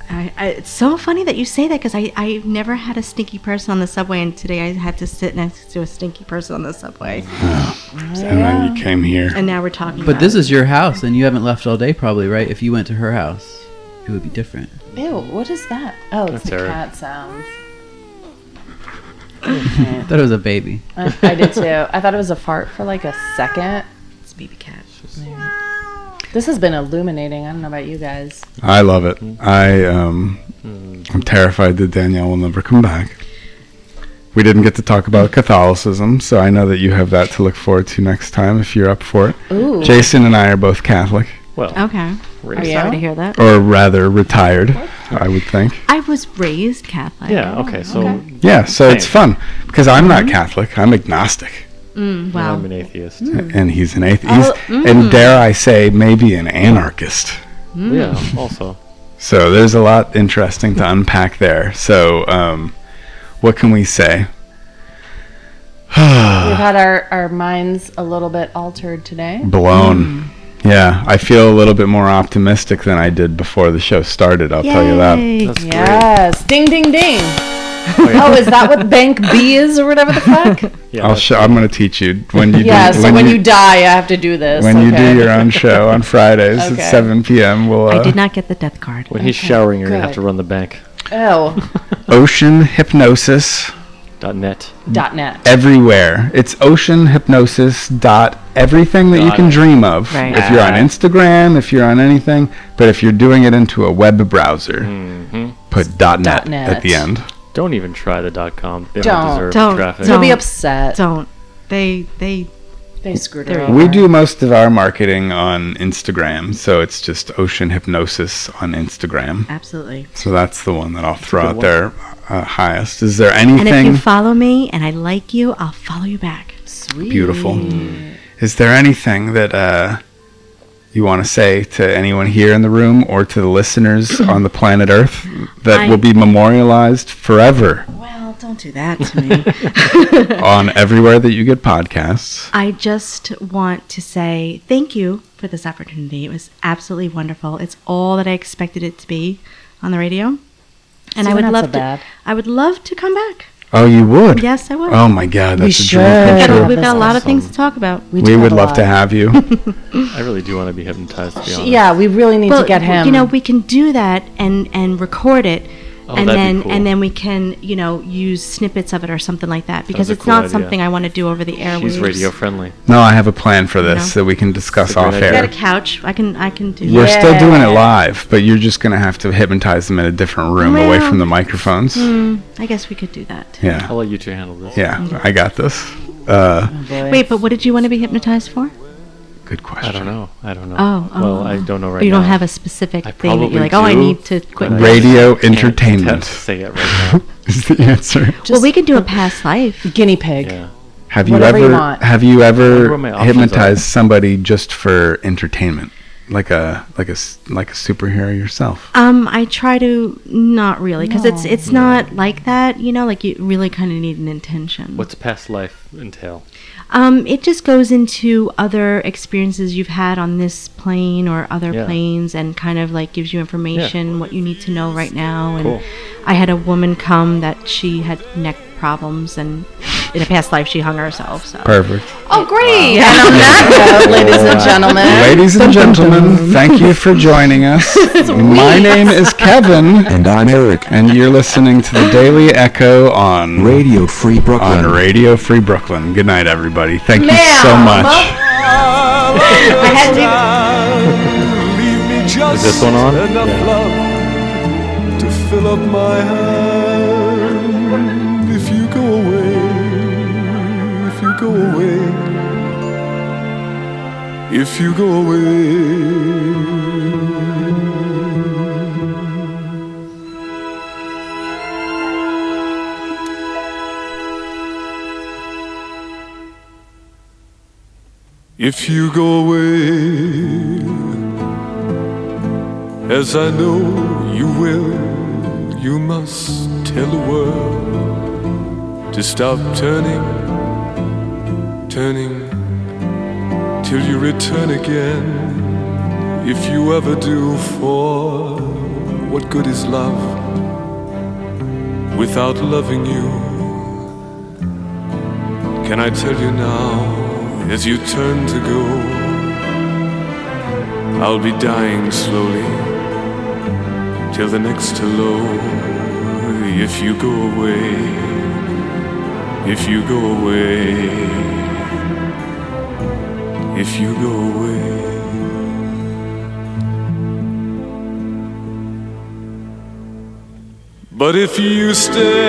Speaker 14: I, I, it's so funny that you say that because I I've never had a stinky person on the subway, and today I had to sit next to a stinky person on the subway.
Speaker 2: And then you came here.
Speaker 14: Oh. And now we're talking.
Speaker 7: But
Speaker 14: about
Speaker 7: this
Speaker 14: it.
Speaker 7: is your house, and you haven't left all day, probably, right? If you went to her house, it would be different.
Speaker 15: Ew, what is that? Oh, it's
Speaker 7: That's
Speaker 15: the
Speaker 7: Eric.
Speaker 15: cat sounds.
Speaker 14: Uh.
Speaker 7: I thought it was a baby.
Speaker 15: I, I did too. I thought it was a fart for like a second.
Speaker 14: It's baby cat.
Speaker 15: This has been illuminating. I don't know about you guys.
Speaker 2: I love it.
Speaker 3: Mm-hmm.
Speaker 2: I um, I'm terrified that Danielle will never come back. We didn't get to talk about Catholicism, so I know that you have that to look forward to next time if you're up for it.
Speaker 14: Ooh.
Speaker 2: Jason and I are both Catholic,
Speaker 8: Well,
Speaker 14: okay. I'm
Speaker 8: Really?
Speaker 14: sorry to hear that.
Speaker 2: or rather retired, I would think.
Speaker 14: I was raised Catholic.
Speaker 8: Yeah, okay, so-
Speaker 2: Yeah, so it's fun because I'm not Catholic. I'm agnostic,
Speaker 14: Mm, wow.
Speaker 8: I'm an atheist.
Speaker 2: and he's an atheist,
Speaker 8: Oh,
Speaker 2: and
Speaker 8: mm.
Speaker 2: dare I say, maybe an anarchist.
Speaker 14: Mm.
Speaker 8: Yeah, also.
Speaker 2: So there's a lot interesting to unpack there. So, um, what can we say?
Speaker 15: We've had our, our minds a little bit altered today.
Speaker 3: Hmm. Mm.
Speaker 2: Blown. Yeah, I feel a little bit more optimistic than I did before the show started. I'll tell you
Speaker 3: Yay.
Speaker 2: that.
Speaker 3: yes. Ding, ding, ding.
Speaker 2: yeah.
Speaker 3: oh, is that what bank B is or whatever the fuck?
Speaker 2: I'll show. I'm going to teach you when you.
Speaker 3: yeah,
Speaker 2: do,
Speaker 3: so when, you, die, I have to do this.
Speaker 2: when you
Speaker 3: okay.
Speaker 2: do your own show on Fridays
Speaker 3: Okay.
Speaker 2: at 7 p.m. We'll. Uh,
Speaker 14: I did not get the death card.
Speaker 8: When he's showering, you're gonna have
Speaker 3: good.
Speaker 8: to run the bank.
Speaker 3: Oh,
Speaker 2: oceanhypnosis.net.
Speaker 3: dot net.
Speaker 2: Everywhere. It's oceanhypnosis dot everything that you
Speaker 3: Dot
Speaker 2: can
Speaker 3: it.
Speaker 2: dream of.
Speaker 3: Right.
Speaker 2: If you're on
Speaker 3: Ah.
Speaker 2: Instagram, if you're on anything, but if you're doing it into a web browser,
Speaker 14: Mm-hmm.
Speaker 2: put dot net,
Speaker 3: net.
Speaker 2: at the end.
Speaker 8: Don't even try the dot com. They don't,
Speaker 3: Don't.
Speaker 8: deserve
Speaker 3: Don't.
Speaker 8: traffic.
Speaker 3: You'll be upset.
Speaker 14: Don't. They they
Speaker 3: they screwed
Speaker 14: her.
Speaker 2: We do most of our marketing on Instagram, so it's just Ocean Hypnosis on Instagram.
Speaker 14: Absolutely.
Speaker 2: So that's the one that I'll throw
Speaker 14: good
Speaker 2: out
Speaker 14: one.
Speaker 2: there uh, highest. Is there
Speaker 14: And if you
Speaker 2: anything
Speaker 14: follow me and I like you, I'll follow you back.
Speaker 3: Sweet.
Speaker 2: beautiful?
Speaker 14: Mm.
Speaker 2: Is there anything that uh, you want to say to anyone here in the room or to the listeners on the planet Earth that
Speaker 14: I-
Speaker 2: will be memorialized forever
Speaker 14: Well, don't do that to me.
Speaker 2: on everywhere that you get podcasts?
Speaker 14: I just want to say thank you for this opportunity. It was absolutely wonderful. It's all that I expected it to be on the radio. And
Speaker 3: See,
Speaker 14: I would
Speaker 3: we're not so
Speaker 14: love
Speaker 3: bad.
Speaker 14: to I would love to come back.
Speaker 2: Oh, you would?
Speaker 14: Yes, I would.
Speaker 2: Oh my God,
Speaker 14: We
Speaker 2: that's a dream
Speaker 14: We've
Speaker 2: come
Speaker 14: got,
Speaker 2: true.
Speaker 14: we've got a lot of things to talk about.
Speaker 2: We, would love to have you.
Speaker 8: I really do want to be hypnotized. To be honest.
Speaker 3: Yeah, we really need
Speaker 14: Well,
Speaker 3: to get him.
Speaker 14: You know, we can do that and and record it.
Speaker 3: Oh,
Speaker 14: and
Speaker 3: that'd be
Speaker 14: then
Speaker 3: cool.
Speaker 14: and then we can you know use snippets of it or something like that because
Speaker 8: That's a
Speaker 14: it's
Speaker 8: cool
Speaker 14: not
Speaker 8: idea.
Speaker 14: something I want to do over the air.
Speaker 8: She's radio friendly.
Speaker 2: No, I have a plan for this
Speaker 14: No.
Speaker 2: that we can discuss
Speaker 8: It's a great
Speaker 2: off
Speaker 8: idea.
Speaker 14: I got a
Speaker 2: air.
Speaker 14: couch. I can I can do.
Speaker 2: We're
Speaker 14: that.
Speaker 2: still doing it live, but you're just going to have to hypnotize them in a different room away
Speaker 14: Well,
Speaker 2: from the microphones.
Speaker 14: Hmm, I guess we could do that.
Speaker 2: Yeah.
Speaker 8: I'll let you two handle this.
Speaker 2: Yeah, I got this. Uh,
Speaker 14: Wait, but what did you want to be hypnotized for?
Speaker 2: Good question.
Speaker 8: I don't know. I don't know.
Speaker 14: Oh, oh.
Speaker 8: well, I don't know right
Speaker 14: You
Speaker 8: now.
Speaker 14: don't have a specific
Speaker 8: I
Speaker 14: thing that
Speaker 8: probably
Speaker 14: you're like, oh, I
Speaker 8: do,
Speaker 14: need to quit
Speaker 8: but I
Speaker 2: Radio
Speaker 8: just can't
Speaker 2: entertainment.
Speaker 8: attempt to say it right now.
Speaker 2: is the answer.
Speaker 14: well, we could do a past life
Speaker 3: guinea pig.
Speaker 2: Have you
Speaker 3: Whatever you
Speaker 2: ever
Speaker 3: want.
Speaker 2: have you
Speaker 8: wonder
Speaker 2: ever
Speaker 8: what my options
Speaker 2: hypnotized somebody just for entertainment, like a like a s- like a superhero yourself?
Speaker 14: Um, I try to not really because it's
Speaker 3: No.
Speaker 14: it's not like that. You know, like you really kind of need an intention.
Speaker 8: What's past life entail?
Speaker 14: Um, it just goes into other experiences you've had on this plane or other
Speaker 8: Yeah.
Speaker 14: planes and kind of like gives you information what you need to know right now. And
Speaker 8: Cool.
Speaker 14: I had a woman come that she had neck problems and in a past life she hung herself. So.
Speaker 2: Perfect.
Speaker 3: Oh, great. And on that note, ladies and gentlemen.
Speaker 2: Ladies and gentlemen, thank you for joining us. My name is Kevin.
Speaker 4: And I'm Eric.
Speaker 2: And you're listening to the Daily Echo on
Speaker 4: Radio Free Brooklyn.
Speaker 2: On Radio Free Brooklyn. Good night, everybody. Thank you
Speaker 17: Ma'am.
Speaker 2: so much.
Speaker 17: I
Speaker 3: had to.
Speaker 17: Leave me
Speaker 8: Is
Speaker 17: just
Speaker 8: this one on?
Speaker 17: enough
Speaker 8: Yeah.
Speaker 17: love to fill up my hand. If you go away, if you go away, if you go away. If you go away, as I know you will, you must tell the world to stop turning, turning, till you return again. If you ever do, for what good is love without loving you? Can I tell you now, as you turn to go? I'll be dying slowly till the next hello. If you go away, if you go away, if you go away. But if you stay.